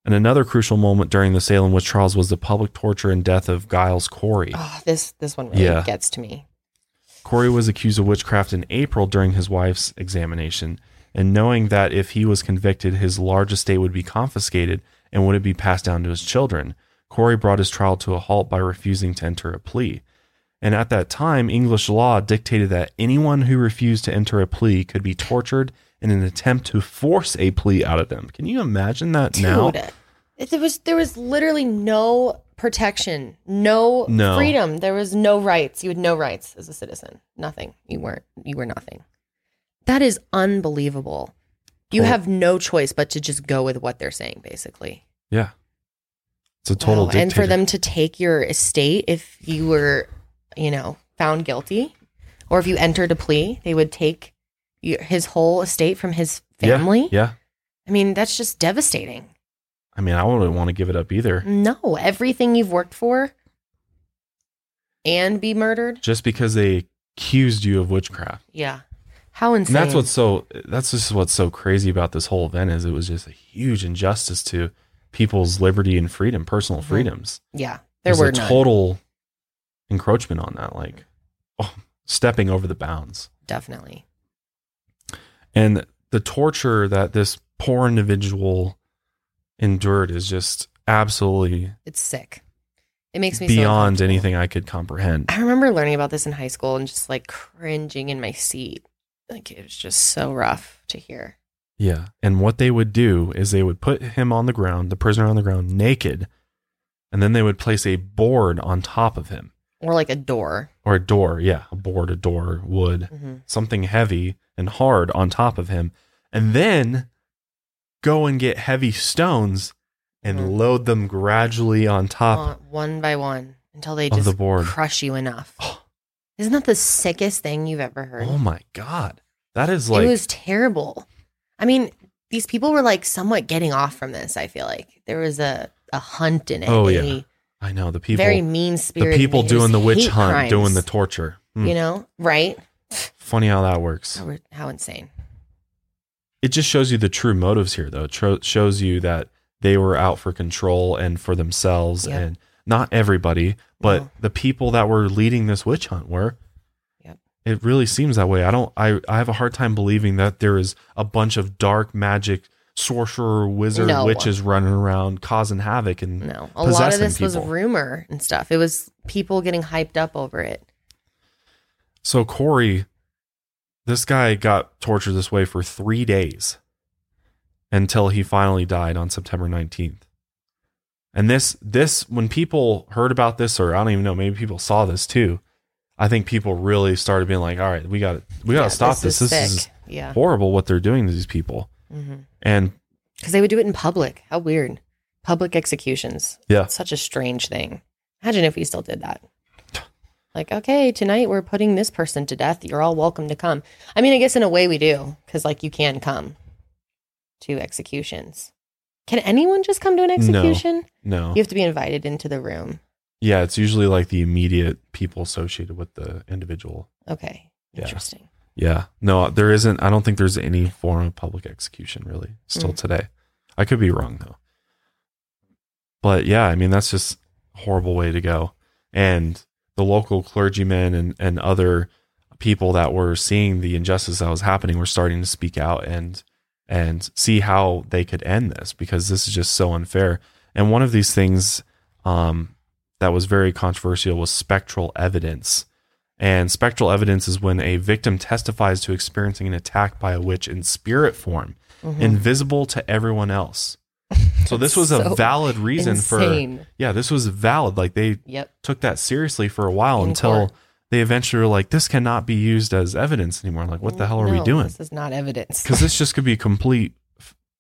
[SPEAKER 1] And another crucial moment during the Salem witch trials was the public torture and death of Giles Corey.
[SPEAKER 2] Oh, this this one really
[SPEAKER 1] Yeah.
[SPEAKER 2] gets to me.
[SPEAKER 1] Corey was accused of witchcraft in April during his wife's examination, and knowing that if he was convicted, his large estate would be confiscated and would it be passed down to his children. Corey brought his trial to a halt by refusing to enter a plea. And at that time, English law dictated that anyone who refused to enter a plea could be tortured in an attempt to force a plea out of them. Can you imagine that now?
[SPEAKER 2] Dude, it, there was there was literally no protection, no,
[SPEAKER 1] No.
[SPEAKER 2] freedom. There was no rights. You had no rights as a citizen. Nothing. You weren't. You were nothing. That is unbelievable. You
[SPEAKER 1] Tot-
[SPEAKER 2] have no choice but to just go with what they're saying, basically.
[SPEAKER 1] Yeah. It's a total
[SPEAKER 2] Wow.
[SPEAKER 1] dictator.
[SPEAKER 2] And for them to take your estate if you were, you know, found guilty or if you entered a plea, they would take your, his whole estate from his
[SPEAKER 1] Yeah,
[SPEAKER 2] family.
[SPEAKER 1] yeah.
[SPEAKER 2] I mean, that's just devastating.
[SPEAKER 1] I mean, I wouldn't want to give it up either.
[SPEAKER 2] No, everything you've worked for and be murdered.
[SPEAKER 1] just because they accused you of witchcraft.
[SPEAKER 2] Yeah. How insane.
[SPEAKER 1] And that's what's so that's just what's so crazy about this whole event is it was just a huge injustice to people's liberty and freedom, personal
[SPEAKER 2] Mhm.
[SPEAKER 1] freedoms.
[SPEAKER 2] Yeah.
[SPEAKER 1] It
[SPEAKER 2] There
[SPEAKER 1] was
[SPEAKER 2] were
[SPEAKER 1] a
[SPEAKER 2] none.
[SPEAKER 1] total encroachment on that, like oh, stepping over the bounds.
[SPEAKER 2] Definitely.
[SPEAKER 1] And the torture that this poor individual endured is just absolutely
[SPEAKER 2] It's sick. It makes me so
[SPEAKER 1] beyond
[SPEAKER 2] uncomfortable.
[SPEAKER 1] anything I could comprehend.
[SPEAKER 2] I remember learning about this in high school and just like cringing in my seat. Like it was just so rough to hear.
[SPEAKER 1] Yeah. And what they would do is they would put him on the ground, the prisoner on the ground, naked, and then they would place a board on top of him
[SPEAKER 2] Or like a door.
[SPEAKER 1] or a door. Yeah. A board, a door, wood,
[SPEAKER 2] Mm-hmm.
[SPEAKER 1] something heavy and hard on top of him. And then go and get heavy stones and
[SPEAKER 2] Mhm.
[SPEAKER 1] load them gradually on top.
[SPEAKER 2] On- one by one until they
[SPEAKER 1] Ah. Of
[SPEAKER 2] just
[SPEAKER 1] the board.
[SPEAKER 2] crush you enough. Isn't that the sickest thing you've ever heard?
[SPEAKER 1] Oh my God. That is like,
[SPEAKER 2] it was terrible. I mean, these people were like somewhat getting off from this, I feel like. There was a, a hunt in it.
[SPEAKER 1] Oh,
[SPEAKER 2] a
[SPEAKER 1] yeah. I know the people,
[SPEAKER 2] Very mean
[SPEAKER 1] the
[SPEAKER 2] spirit.
[SPEAKER 1] people doing the witch hunt, doing the torture. Hmm.
[SPEAKER 2] you know, right?
[SPEAKER 1] Funny how that works.
[SPEAKER 2] How, how insane.
[SPEAKER 1] it just shows you the true motives here though it tro- shows you that they were out for control and for themselves
[SPEAKER 2] Yep.
[SPEAKER 1] and not everybody but
[SPEAKER 2] No.
[SPEAKER 1] the people that were leading this witch hunt were
[SPEAKER 2] Yep.
[SPEAKER 1] It really seems that way. I don't. I I have a hard time believing that there is a bunch of dark magic sorcerer, wizard,
[SPEAKER 2] No.
[SPEAKER 1] witches running around causing havoc and
[SPEAKER 2] No, a
[SPEAKER 1] Mm.
[SPEAKER 2] lot of
[SPEAKER 1] Possessing
[SPEAKER 2] this was
[SPEAKER 1] people.
[SPEAKER 2] rumor and stuff. It was people getting hyped up over it.
[SPEAKER 1] So Corey, this guy got tortured this way for three days until he finally died on September 19th. And this this when people heard about this, or I don't even know, maybe people saw this too. I think people really started being like, all right, we got to we gotta
[SPEAKER 2] Yeah,
[SPEAKER 1] stop this. This is,
[SPEAKER 2] sick. yeah, Mm-hmm.
[SPEAKER 1] horrible what they're doing to these people.
[SPEAKER 2] because
[SPEAKER 1] And
[SPEAKER 2] they would do it in public. How weird! Public executions.
[SPEAKER 1] Yeah.
[SPEAKER 2] such a strange thing. Imagine if we still did that. Like, okay, tonight we're putting this person to death. You're all welcome to come. I mean, I guess in a way we do, because like you can come to executions. Can anyone just come to an execution?
[SPEAKER 1] no.
[SPEAKER 2] You have to be invited into the room.
[SPEAKER 1] Yeah, it's usually like the immediate people associated with the individual.
[SPEAKER 2] Okay,
[SPEAKER 1] Yeah.
[SPEAKER 2] interesting.
[SPEAKER 1] Yeah. No, there isn't. I don't think there's any form of public execution really still today. I could be wrong though. But yeah, I mean that's just a horrible way to go. And the local clergymen and and other people that were seeing the injustice that was happening were starting to speak out and and see how they could end this because this is just so unfair. And one of these things um, that was very controversial was spectral evidence. And spectral evidence is when a victim testifies to experiencing an attack by a witch in spirit form, invisible to everyone else. So this was a
[SPEAKER 2] So
[SPEAKER 1] valid reason
[SPEAKER 2] insane.
[SPEAKER 1] for Yeah, this was valid. Like they
[SPEAKER 2] Yep.
[SPEAKER 1] took that seriously for a while
[SPEAKER 2] In
[SPEAKER 1] until
[SPEAKER 2] court.
[SPEAKER 1] they eventually were like, this cannot be used as evidence anymore. Like, what the hell are we
[SPEAKER 2] No,
[SPEAKER 1] doing?
[SPEAKER 2] This is not evidence.
[SPEAKER 1] Because this just could be complete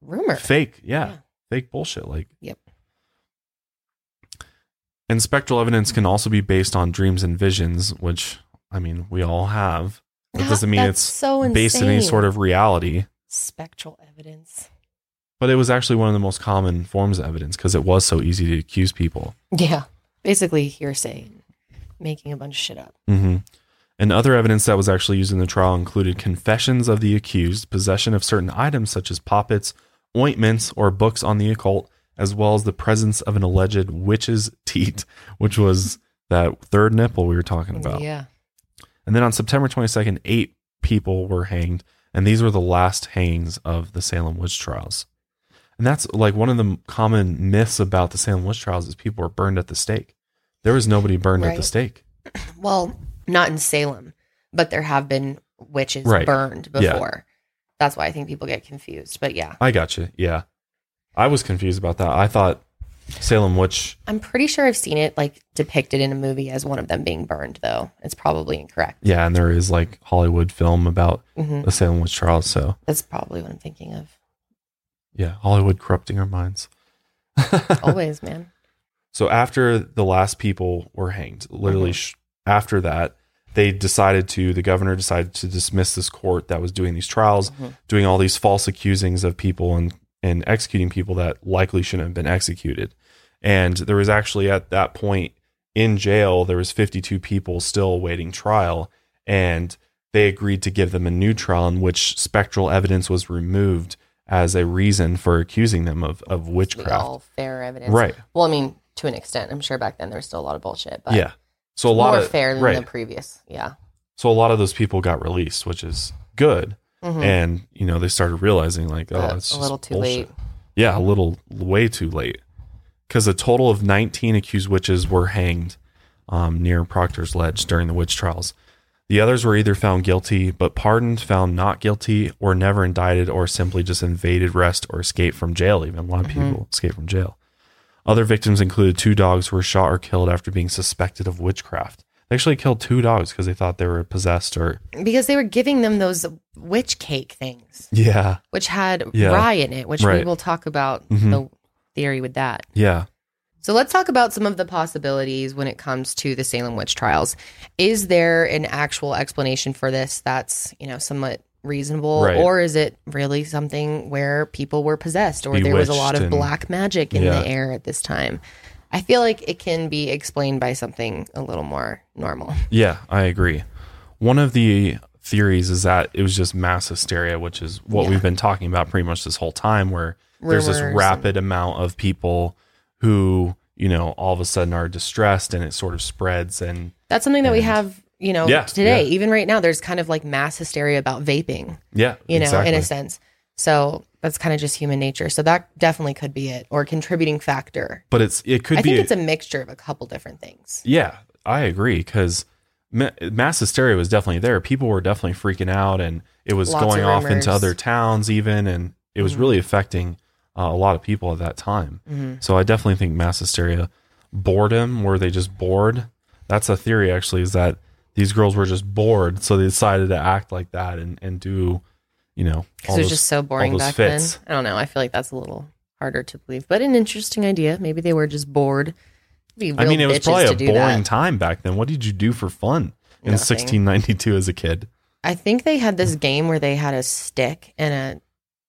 [SPEAKER 2] Rumor.
[SPEAKER 1] fake yeah,
[SPEAKER 2] Yeah.
[SPEAKER 1] fake bullshit like
[SPEAKER 2] Yep.
[SPEAKER 1] and spectral evidence can also be based on dreams and visions which i mean we all have that doesn't mean
[SPEAKER 2] Uh-huh. That's
[SPEAKER 1] it's
[SPEAKER 2] so
[SPEAKER 1] based in any
[SPEAKER 2] insane.
[SPEAKER 1] sort of reality
[SPEAKER 2] spectral evidence.
[SPEAKER 1] but it was actually one of the most common forms of evidence because it was so easy to accuse people
[SPEAKER 2] Yeah. Basically hearsay, making a bunch of shit up.
[SPEAKER 1] hmm and other evidence that was actually used in the trial included confessions of the accused possession of certain items such as poppets ointments or books on the occult, as well as the presence of an alleged witch's teat, which was that third nipple we were talking about.
[SPEAKER 2] Yeah.
[SPEAKER 1] And then on September 22nd, eight people were hanged, and these were the last hangings of the Salem witch trials. And that's like one of the common myths about the Salem witch trials is people were burned at the stake. There was nobody burned at the
[SPEAKER 2] Right.
[SPEAKER 1] stake.
[SPEAKER 2] Well, not in Salem, but there have been witches
[SPEAKER 1] Right.
[SPEAKER 2] burned
[SPEAKER 1] Yeah.
[SPEAKER 2] before. That's why I think people get confused. But yeah,
[SPEAKER 1] I got you. Yeah, I was confused about that. I thought Salem witch.
[SPEAKER 2] I'm pretty sure I've seen it like depicted in a movie as one of them being burned, though. It's probably incorrect.
[SPEAKER 1] Yeah, and there is like Hollywood film about
[SPEAKER 2] hmm
[SPEAKER 1] the Salem witch trials. So
[SPEAKER 2] That's probably what I'm thinking of.
[SPEAKER 1] Yeah, Hollywood corrupting our minds.
[SPEAKER 2] Always, man.
[SPEAKER 1] so after the last people were hanged, literally sh- after that, they decided to the governor decided to dismiss this court that was doing these trials,
[SPEAKER 2] Mhm.
[SPEAKER 1] doing all these false accusings of people and and executing people that likely shouldn't have been executed. And there was actually at that point in jail there was 52 people still awaiting trial and they agreed to give them a new trial in which spectral evidence was removed as a reason for accusing them of, of
[SPEAKER 2] We
[SPEAKER 1] witchcraft.
[SPEAKER 2] all fair evidence.
[SPEAKER 1] Right.
[SPEAKER 2] Well, I mean, to an extent, I'm sure back then there was still a lot of bullshit, but
[SPEAKER 1] yeah. So a lot
[SPEAKER 2] more
[SPEAKER 1] of
[SPEAKER 2] fair than
[SPEAKER 1] right.
[SPEAKER 2] the previous. Yeah.
[SPEAKER 1] so a lot of those people got released, which is good.
[SPEAKER 2] Mhm.
[SPEAKER 1] And you know they started realizing like, oh,
[SPEAKER 2] Uh,
[SPEAKER 1] it's
[SPEAKER 2] a
[SPEAKER 1] just
[SPEAKER 2] little too
[SPEAKER 1] bullshit.
[SPEAKER 2] late.
[SPEAKER 1] Yeah, a little way too late. Because a total of 19 accused witches were hanged um, near Proctor's Ledge during the witch trials. The others were either found guilty, but pardoned, found not guilty, or never indicted, or simply just invaded rest or escaped from jail. Even a lot of people escaped from jail. Other victims included two dogs who were shot or killed after being suspected of witchcraft. They actually killed two dogs because they thought they were possessed or.
[SPEAKER 2] Because they were giving them those witch cake things,
[SPEAKER 1] Yeah.
[SPEAKER 2] which had
[SPEAKER 1] Yeah.
[SPEAKER 2] rye in it, which we
[SPEAKER 1] Right.
[SPEAKER 2] will talk about
[SPEAKER 1] Mhm.
[SPEAKER 2] the theory with that.
[SPEAKER 1] Yeah.
[SPEAKER 2] So let's talk about some of the possibilities when it comes to the Salem witch trials. Is there an actual explanation for this that's, you know, somewhat reasonable
[SPEAKER 1] Right.
[SPEAKER 2] or is it really something where people were possessed or there was a lot of
[SPEAKER 1] Bewitched and-
[SPEAKER 2] black magic in
[SPEAKER 1] Yeah.
[SPEAKER 2] the air at this time? I feel like it can be explained by something a little more normal.
[SPEAKER 1] Yeah, I agree. One of the theories is that it was just mass hysteria, which is what
[SPEAKER 2] Yeah.
[SPEAKER 1] we've been talking about pretty much this whole time, where there's
[SPEAKER 2] Rumors
[SPEAKER 1] this
[SPEAKER 2] and-
[SPEAKER 1] rapid amount of people who, you know, all of a sudden are distressed and it sort of spreads. And
[SPEAKER 2] That's something that we
[SPEAKER 1] And-
[SPEAKER 2] have you know,
[SPEAKER 1] Yeah,
[SPEAKER 2] today,
[SPEAKER 1] yeah.
[SPEAKER 2] even right now, there's kind of like mass hysteria about vaping,
[SPEAKER 1] Yeah,
[SPEAKER 2] you know,
[SPEAKER 1] exactly.
[SPEAKER 2] in a sense. So that's kind of just human nature. So that definitely could be it or a contributing factor.
[SPEAKER 1] but it's it could
[SPEAKER 2] I
[SPEAKER 1] be
[SPEAKER 2] think
[SPEAKER 1] a-
[SPEAKER 2] it's a mixture of a couple different things.
[SPEAKER 1] Yeah, I agree because mass hysteria was definitely there. People were definitely freaking out, and it was
[SPEAKER 2] Lots of
[SPEAKER 1] going off
[SPEAKER 2] rumors.
[SPEAKER 1] into other towns, even, and it was
[SPEAKER 2] Mhm.
[SPEAKER 1] really affecting uh, a lot of people at that time.
[SPEAKER 2] Mm-hmm.
[SPEAKER 1] So I definitely think mass hysteria, boredom, were they just bored? That's a theory actually, is that these girls were just bored, so they decided to act like that and and do, you know, all
[SPEAKER 2] Because it was
[SPEAKER 1] those-
[SPEAKER 2] just so boring
[SPEAKER 1] those
[SPEAKER 2] back
[SPEAKER 1] fits.
[SPEAKER 2] then. I don't know. I feel like that's a little harder to believe, but an interesting idea. Maybe they were just bored. Be
[SPEAKER 1] I
[SPEAKER 2] real
[SPEAKER 1] mean, it was
[SPEAKER 2] bitches
[SPEAKER 1] probably
[SPEAKER 2] to
[SPEAKER 1] a
[SPEAKER 2] do
[SPEAKER 1] boring
[SPEAKER 2] that.
[SPEAKER 1] time back then. What did you do for fun in
[SPEAKER 2] Nothing.
[SPEAKER 1] 1692 as a kid?
[SPEAKER 2] I think they had
[SPEAKER 1] Hmm.
[SPEAKER 2] this game where they had a stick and a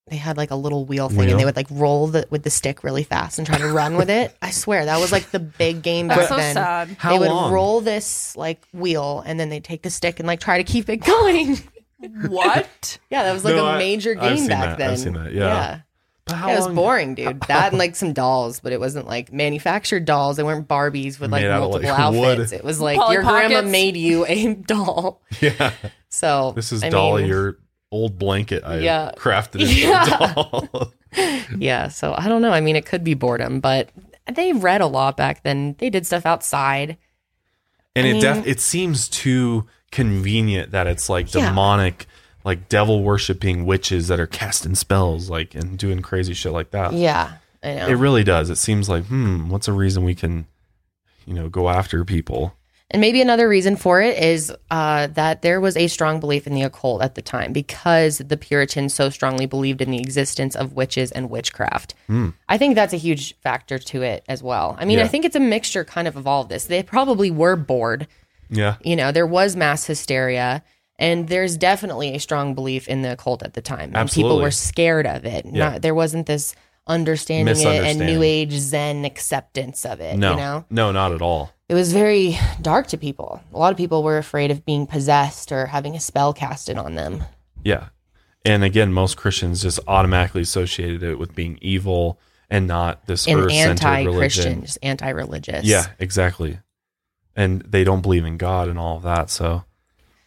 [SPEAKER 2] they had like a little wheel thing
[SPEAKER 1] Wheel?
[SPEAKER 2] and they would like roll the, with the stick really fast and try to run with it. I swear that was like the big game back
[SPEAKER 3] That's so
[SPEAKER 2] then.
[SPEAKER 3] sad.
[SPEAKER 1] How
[SPEAKER 2] they would
[SPEAKER 1] long?
[SPEAKER 2] roll this like wheel and then they'd take the stick and like try to keep it going.
[SPEAKER 3] What?
[SPEAKER 2] yeah, that was like
[SPEAKER 1] No,
[SPEAKER 2] a
[SPEAKER 1] I-
[SPEAKER 2] major
[SPEAKER 1] I've
[SPEAKER 2] game
[SPEAKER 1] seen
[SPEAKER 2] back
[SPEAKER 1] that.
[SPEAKER 2] then.
[SPEAKER 1] I've seen that, yeah. But how
[SPEAKER 2] Yeah, it was
[SPEAKER 1] long-
[SPEAKER 2] boring, dude. That and like some dolls, but it wasn't like manufactured dolls. They weren't Barbies with like
[SPEAKER 1] Made out of,
[SPEAKER 2] multiple
[SPEAKER 1] like, wood.
[SPEAKER 2] outfits. It was like
[SPEAKER 3] Polly
[SPEAKER 2] your grandma
[SPEAKER 3] Pockets.
[SPEAKER 2] made you a doll.
[SPEAKER 1] Yeah.
[SPEAKER 2] So
[SPEAKER 1] This is
[SPEAKER 2] I
[SPEAKER 1] Dolly,
[SPEAKER 2] mean-
[SPEAKER 1] your old blanket I
[SPEAKER 2] Yeah.
[SPEAKER 1] crafted into
[SPEAKER 2] Yeah.
[SPEAKER 1] a doll.
[SPEAKER 2] yeah, so I don't know. I mean, it could be boredom, but they read a lot back then. They did stuff outside.
[SPEAKER 1] and
[SPEAKER 2] I
[SPEAKER 1] it def-
[SPEAKER 2] mean-
[SPEAKER 1] it seems too convenient that it's like
[SPEAKER 2] Yeah.
[SPEAKER 1] demonic, like devil worshipping witches that are casting spells, like and doing crazy shit like that.
[SPEAKER 2] Yeah, I know.
[SPEAKER 1] It really does. It seems like, hmm, what's a reason we can, you know, go after people?
[SPEAKER 2] and maybe another reason for it is uh, that there was a strong belief in the occult at the time because the Puritans so strongly believed in the existence of witches and witchcraft. I think that's a huge factor to it as well. I mean, I
[SPEAKER 1] Yeah.
[SPEAKER 2] think it's a mixture kind of of all of this. They probably were bored
[SPEAKER 1] Yeah.
[SPEAKER 2] you know, there was mass hysteria and there's definitely a strong belief in the occult at the time. And people
[SPEAKER 1] Absolutely.
[SPEAKER 2] were scared of it.
[SPEAKER 1] Yeah.
[SPEAKER 2] Not, there wasn't this understanding it and
[SPEAKER 1] Misunderstanding.
[SPEAKER 2] new age Zen acceptance of it.
[SPEAKER 1] No.
[SPEAKER 2] You know?
[SPEAKER 1] No, not at all.
[SPEAKER 2] It was very dark to people. A lot of people were afraid of being possessed or having a spell casted on them.
[SPEAKER 1] Yeah. And again, most Christians just automatically associated it with being evil and not this
[SPEAKER 2] And
[SPEAKER 1] earth
[SPEAKER 2] anti
[SPEAKER 1] centered
[SPEAKER 2] Christian,
[SPEAKER 1] religion.
[SPEAKER 2] just anti religious.
[SPEAKER 1] Yeah, exactly. And they don't believe in God and all of that. So,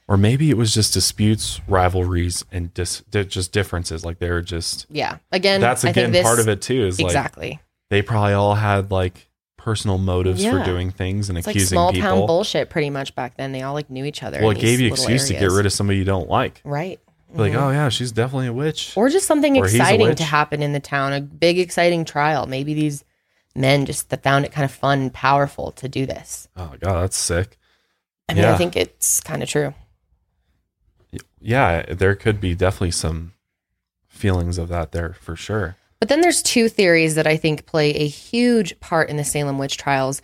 [SPEAKER 1] or maybe it was just disputes, rivalries, and dis, di- just differences. Like they're just,
[SPEAKER 2] Yeah. Again,
[SPEAKER 1] that's
[SPEAKER 2] I
[SPEAKER 1] again
[SPEAKER 2] think this,
[SPEAKER 1] part of it too, is like
[SPEAKER 2] Exactly.
[SPEAKER 1] they probably all had like personal motives
[SPEAKER 2] Yeah.
[SPEAKER 1] for doing things and
[SPEAKER 2] it's like
[SPEAKER 1] accusing
[SPEAKER 2] small
[SPEAKER 1] people.
[SPEAKER 2] town bullshit pretty much back then. They all like knew each other.
[SPEAKER 1] well,
[SPEAKER 2] in
[SPEAKER 1] it gave
[SPEAKER 2] these
[SPEAKER 1] you
[SPEAKER 2] little
[SPEAKER 1] excuse to get
[SPEAKER 2] areas.
[SPEAKER 1] rid of somebody you don't like.
[SPEAKER 2] Right.
[SPEAKER 1] Be Like, oh yeah, she's definitely a witch.
[SPEAKER 2] or just something
[SPEAKER 1] Or he's a
[SPEAKER 2] exciting
[SPEAKER 1] witch.
[SPEAKER 2] to happen in the town a big exciting trial maybe these men just th- found it kind of fun and powerful to do this
[SPEAKER 1] oh god, that's sick.
[SPEAKER 2] i mean i
[SPEAKER 1] Yeah.
[SPEAKER 2] think it's kind of true
[SPEAKER 1] Yeah, there could be definitely some feelings of that there for sure.
[SPEAKER 2] but then there's two theories that i think play a huge part in the salem witch trials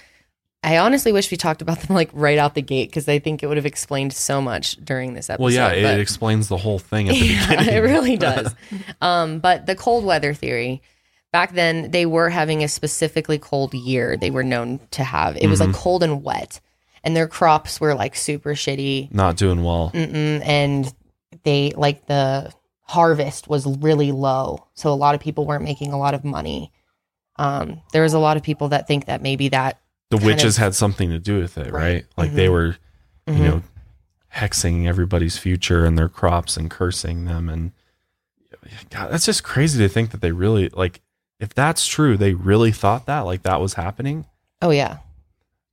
[SPEAKER 2] i honestly wish we talked about them like right out the gate because i think it would have explained so much during this episode
[SPEAKER 1] Well, yeah, it,
[SPEAKER 2] but-
[SPEAKER 1] it explains the whole thing at the beginning.
[SPEAKER 2] it really does. um, but the cold weather theory, back then they were having a specifically cold year. They were known to have. It was
[SPEAKER 1] Mm-hmm.
[SPEAKER 2] like cold and wet, and their crops were like super shitty.
[SPEAKER 1] Not doing well.
[SPEAKER 2] Mm-mm, and they like the harvest was really low, so a lot of people weren't making a lot of money. Um, there was a lot of people that think that maybe that
[SPEAKER 1] the
[SPEAKER 2] kind
[SPEAKER 1] witches
[SPEAKER 2] of- Mm-hmm.
[SPEAKER 1] had something to do with it, right? Like they were, you know, hexing everybody's future and their crops and cursing them. And God, that's just crazy to think that they really, like, if that's true, they really thought that, like, that was happening.
[SPEAKER 2] oh yeah,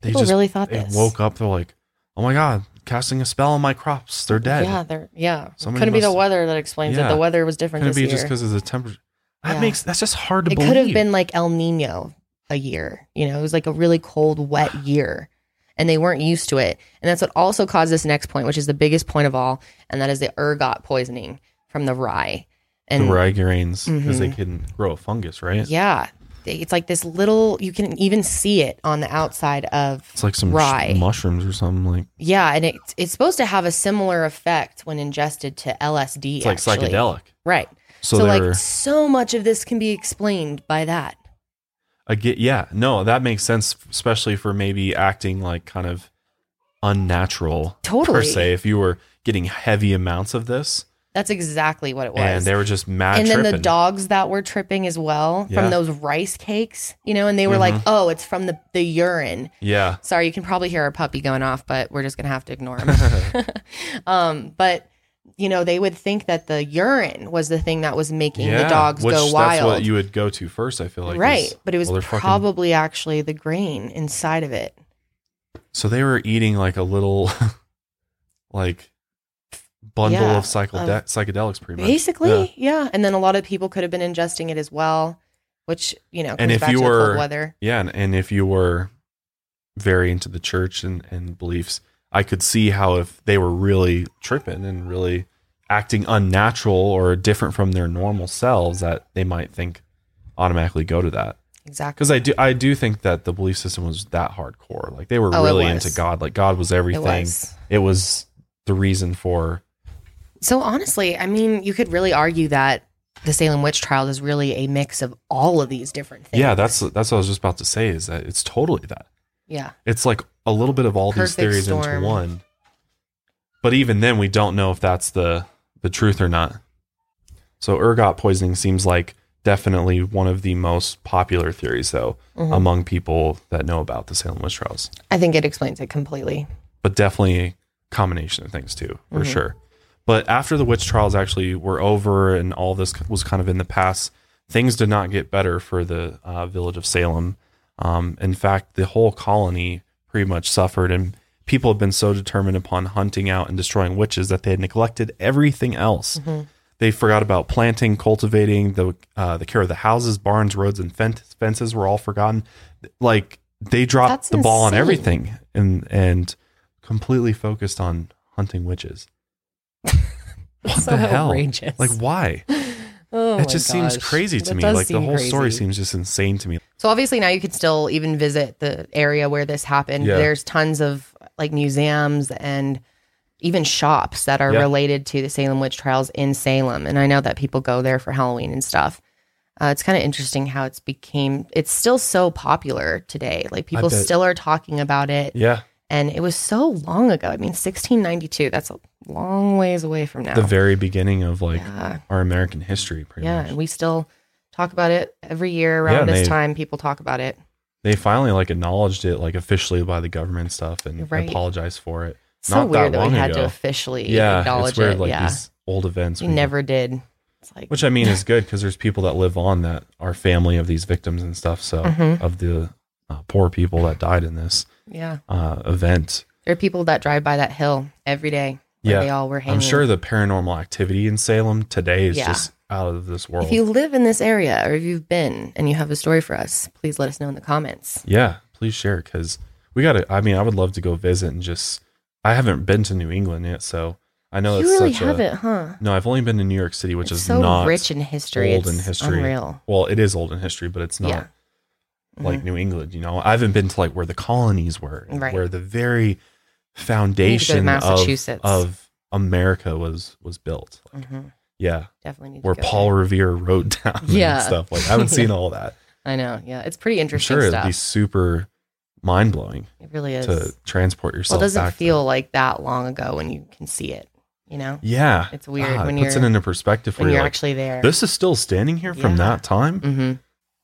[SPEAKER 1] They
[SPEAKER 2] people
[SPEAKER 1] just
[SPEAKER 2] really thought
[SPEAKER 1] they
[SPEAKER 2] this.
[SPEAKER 1] woke up, they're like, oh my God, casting a spell on my crops. They're dead.
[SPEAKER 2] Yeah, they're yeah.
[SPEAKER 1] Somebody
[SPEAKER 2] Couldn't be the
[SPEAKER 1] must-
[SPEAKER 2] weather that explains
[SPEAKER 1] Yeah.
[SPEAKER 2] it. The weather was different
[SPEAKER 1] Could it
[SPEAKER 2] this
[SPEAKER 1] be
[SPEAKER 2] year.
[SPEAKER 1] just because of the temperature? That
[SPEAKER 2] Yeah.
[SPEAKER 1] makes, that's just hard to
[SPEAKER 2] it
[SPEAKER 1] believe.
[SPEAKER 2] could have been like El Nino a year. You know, it was like a really cold, wet year, and they weren't used to it. And that's what also caused this next point, which is the biggest point of all, and that is the ergot poisoning from the rye. And
[SPEAKER 1] the rigaranes because they
[SPEAKER 2] Mhm.
[SPEAKER 1] couldn't grow a fungus, right?
[SPEAKER 2] yeah, they- it's like this little. You can even see it on the outside of
[SPEAKER 1] It's like some sh-
[SPEAKER 2] Rye.
[SPEAKER 1] mushrooms or something like
[SPEAKER 2] yeah, and it's it's supposed to have a similar effect when ingested to LSD.
[SPEAKER 1] it's like
[SPEAKER 2] actually.
[SPEAKER 1] psychedelic.
[SPEAKER 2] right?
[SPEAKER 1] So,
[SPEAKER 2] so
[SPEAKER 1] they
[SPEAKER 2] like
[SPEAKER 1] were
[SPEAKER 2] so much of this can be explained by that.
[SPEAKER 1] again, yeah, no, that makes sense, especially for maybe acting like kind of unnatural
[SPEAKER 2] Totally.
[SPEAKER 1] per se. If you were getting heavy amounts of this,
[SPEAKER 2] That's exactly what it was.
[SPEAKER 1] and they were just mad.
[SPEAKER 2] and then
[SPEAKER 1] tripping.
[SPEAKER 2] the dogs that were tripping as well
[SPEAKER 1] Yeah.
[SPEAKER 2] from those rice cakes, you know, and they were
[SPEAKER 1] Mhm.
[SPEAKER 2] like, "Oh, it's from the the urine."
[SPEAKER 1] Yeah.
[SPEAKER 2] Sorry, you can probably hear our puppy going off, but we're just gonna have to ignore him. um, but you know, they would think that the urine was the thing that was making
[SPEAKER 1] yeah.
[SPEAKER 2] the dogs
[SPEAKER 1] Which
[SPEAKER 2] go
[SPEAKER 1] that's
[SPEAKER 2] wild,
[SPEAKER 1] what you would go to first. I feel like
[SPEAKER 2] right?
[SPEAKER 1] is-
[SPEAKER 2] but it was
[SPEAKER 1] well, they're fucking-
[SPEAKER 2] probably actually the grain inside of it.
[SPEAKER 1] So they were eating like a little, like bundle
[SPEAKER 2] Yeah,
[SPEAKER 1] of, psychode-
[SPEAKER 2] of-
[SPEAKER 1] psychedelics, pretty much.
[SPEAKER 2] Basically, yeah. And then a lot of people could have been ingesting it as well, which you know, comes
[SPEAKER 1] if
[SPEAKER 2] back
[SPEAKER 1] you
[SPEAKER 2] to the
[SPEAKER 1] were-
[SPEAKER 2] cold weather,
[SPEAKER 1] Yeah, and, and if you were very into the church and, and beliefs, I could see how if they were really tripping and really acting unnatural or different from their normal selves, that they might think automatically go to that.
[SPEAKER 2] exactly.
[SPEAKER 1] Because I do, I do think that the belief system was that hardcore. Like they were
[SPEAKER 2] Oh, it
[SPEAKER 1] really
[SPEAKER 2] was.
[SPEAKER 1] into God. Like God was everything.
[SPEAKER 2] It was.
[SPEAKER 1] It was the reason for.
[SPEAKER 2] So honestly, I mean, you could really argue that the Salem witch trial is really a mix of all of these different things.
[SPEAKER 1] Yeah, that's that's what I was just about to say. Is that it's totally that.
[SPEAKER 2] yeah.
[SPEAKER 1] It's like a little bit of all
[SPEAKER 2] Perfect
[SPEAKER 1] these theories
[SPEAKER 2] storm.
[SPEAKER 1] into one. But even then, we don't know if that's the the truth or not. So ergot poisoning seems like definitely one of the most popular theories, though,
[SPEAKER 2] Mhm.
[SPEAKER 1] among people that know about the Salem witch trials.
[SPEAKER 2] I think it explains it completely.
[SPEAKER 1] But definitely a combination of things too, for
[SPEAKER 2] Mhm.
[SPEAKER 1] sure. But after the witch trials actually were over and all this was kind of in the past, things did not get better for the uh, village of Salem. Um, in fact, the whole colony pretty much suffered, and people had been so determined upon hunting out and destroying witches that they had neglected everything else.
[SPEAKER 2] Mm-hmm.
[SPEAKER 1] They forgot about planting, cultivating, the uh, the care of the houses, barns, roads, and fen- fences were all forgotten. Like they dropped
[SPEAKER 2] That's
[SPEAKER 1] the ball on
[SPEAKER 2] insane.
[SPEAKER 1] everything, and and completely focused on hunting witches. what
[SPEAKER 2] so outrageous.
[SPEAKER 1] Like why?
[SPEAKER 2] Oh,
[SPEAKER 1] that just seems crazy to me. Like the whole story seems just insane to me.
[SPEAKER 2] So obviously now you could still even visit the area where this happened.
[SPEAKER 1] Yeah.
[SPEAKER 2] There's tons of like museums and even shops that are
[SPEAKER 1] Yeah.
[SPEAKER 2] related to the Salem witch trials in Salem, and I know that people go there for Halloween and stuff. Uh, it's kind of interesting how it's became. It's still so popular today. Like people
[SPEAKER 1] bet.
[SPEAKER 2] still are talking about it,
[SPEAKER 1] Yeah,
[SPEAKER 2] and it was so long ago. I mean, 1692. That's a long ways away from now.
[SPEAKER 1] the very beginning of like
[SPEAKER 2] yeah.
[SPEAKER 1] our American history. Pretty
[SPEAKER 2] Yeah,
[SPEAKER 1] much.
[SPEAKER 2] and we still talk about it every year
[SPEAKER 1] Yeah,
[SPEAKER 2] around
[SPEAKER 1] and
[SPEAKER 2] this
[SPEAKER 1] they-
[SPEAKER 2] time. People talk about it.
[SPEAKER 1] they finally like acknowledged it like officially by the government stuff and
[SPEAKER 2] Right.
[SPEAKER 1] apologized for it.
[SPEAKER 2] So
[SPEAKER 1] Not that
[SPEAKER 2] weird that,
[SPEAKER 1] long
[SPEAKER 2] we had
[SPEAKER 1] ago.
[SPEAKER 2] to officially
[SPEAKER 1] Yeah,
[SPEAKER 2] acknowledge
[SPEAKER 1] it's weird.
[SPEAKER 2] it.
[SPEAKER 1] Like
[SPEAKER 2] yeah,
[SPEAKER 1] these old events,
[SPEAKER 2] we
[SPEAKER 1] we-
[SPEAKER 2] never did. It's like
[SPEAKER 1] which I mean is good because there's people that live on that are family of these victims and stuff. So
[SPEAKER 2] Mhm.
[SPEAKER 1] of the uh, poor people that died in this
[SPEAKER 2] yeah,
[SPEAKER 1] uh, event,
[SPEAKER 2] there are people that drive by that hill every day. Where
[SPEAKER 1] Yeah,
[SPEAKER 2] they all were hanging.
[SPEAKER 1] I'm sure the paranormal activity in Salem today is
[SPEAKER 2] Yeah.
[SPEAKER 1] just out of this world.
[SPEAKER 2] If you live in this area or if you've been and you have a story for us, please let us know in the comments.
[SPEAKER 1] yeah, please share because we got to. I mean, I would love to go visit and just. I haven't been to New England yet, so I know
[SPEAKER 2] you
[SPEAKER 1] it's
[SPEAKER 2] really
[SPEAKER 1] such a.
[SPEAKER 2] haven't, huh?
[SPEAKER 1] No, I've only been to New York City, which
[SPEAKER 2] it's
[SPEAKER 1] is
[SPEAKER 2] so
[SPEAKER 1] not
[SPEAKER 2] rich in history.
[SPEAKER 1] old
[SPEAKER 2] it's
[SPEAKER 1] in history.
[SPEAKER 2] Unreal.
[SPEAKER 1] Well, it is old in history, but it's not
[SPEAKER 2] Yeah. Mm-hmm.
[SPEAKER 1] like New England. You know, I haven't been to like where the colonies were, and
[SPEAKER 2] Right.
[SPEAKER 1] where the very foundation of,
[SPEAKER 2] Massachusetts.
[SPEAKER 1] of America was was built.
[SPEAKER 2] hmm
[SPEAKER 1] Yeah,
[SPEAKER 2] Definitely need
[SPEAKER 1] where
[SPEAKER 2] to go
[SPEAKER 1] Paul Revere rode down
[SPEAKER 2] Yeah.
[SPEAKER 1] and stuff. Like I haven't seen all that.
[SPEAKER 2] there. I know. Yeah, it's pretty
[SPEAKER 1] I'm
[SPEAKER 2] interesting
[SPEAKER 1] sure it'd
[SPEAKER 2] stuff.
[SPEAKER 1] be super mind blowing
[SPEAKER 2] it really is.
[SPEAKER 1] to transport
[SPEAKER 2] well,
[SPEAKER 1] yourself.
[SPEAKER 2] it doesn't
[SPEAKER 1] back
[SPEAKER 2] feel like that long ago when you can see it. You know,
[SPEAKER 1] There. Yeah,
[SPEAKER 2] it's weird
[SPEAKER 1] Ah,
[SPEAKER 2] when
[SPEAKER 1] it puts
[SPEAKER 2] you're
[SPEAKER 1] it into perspective.
[SPEAKER 2] when
[SPEAKER 1] where
[SPEAKER 2] you're
[SPEAKER 1] you're like,
[SPEAKER 2] actually there.
[SPEAKER 1] this is still standing here from
[SPEAKER 2] Yeah.
[SPEAKER 1] that time.
[SPEAKER 2] hmm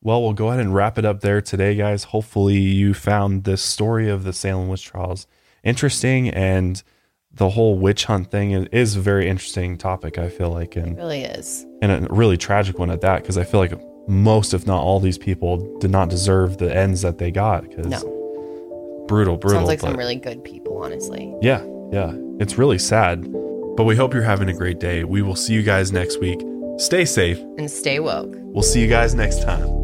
[SPEAKER 1] Well, we'll go ahead and wrap it up there today, guys. Hopefully, you found this story of the Salem witch trials interesting, and the whole witch hunt thing is, is a very interesting topic. I feel like,
[SPEAKER 2] It
[SPEAKER 1] and
[SPEAKER 2] really is.
[SPEAKER 1] and a really tragic one at that, because I feel like most, if not all, these people did not deserve the ends that they got. Because
[SPEAKER 2] No,
[SPEAKER 1] brutal, brutal.
[SPEAKER 2] sounds like
[SPEAKER 1] but-
[SPEAKER 2] some really good people, honestly.
[SPEAKER 1] yeah, yeah. It's really sad, but we hope you're having a great day. We will see you guys next week. Stay safe.
[SPEAKER 2] And stay woke.
[SPEAKER 1] We'll see you guys next time.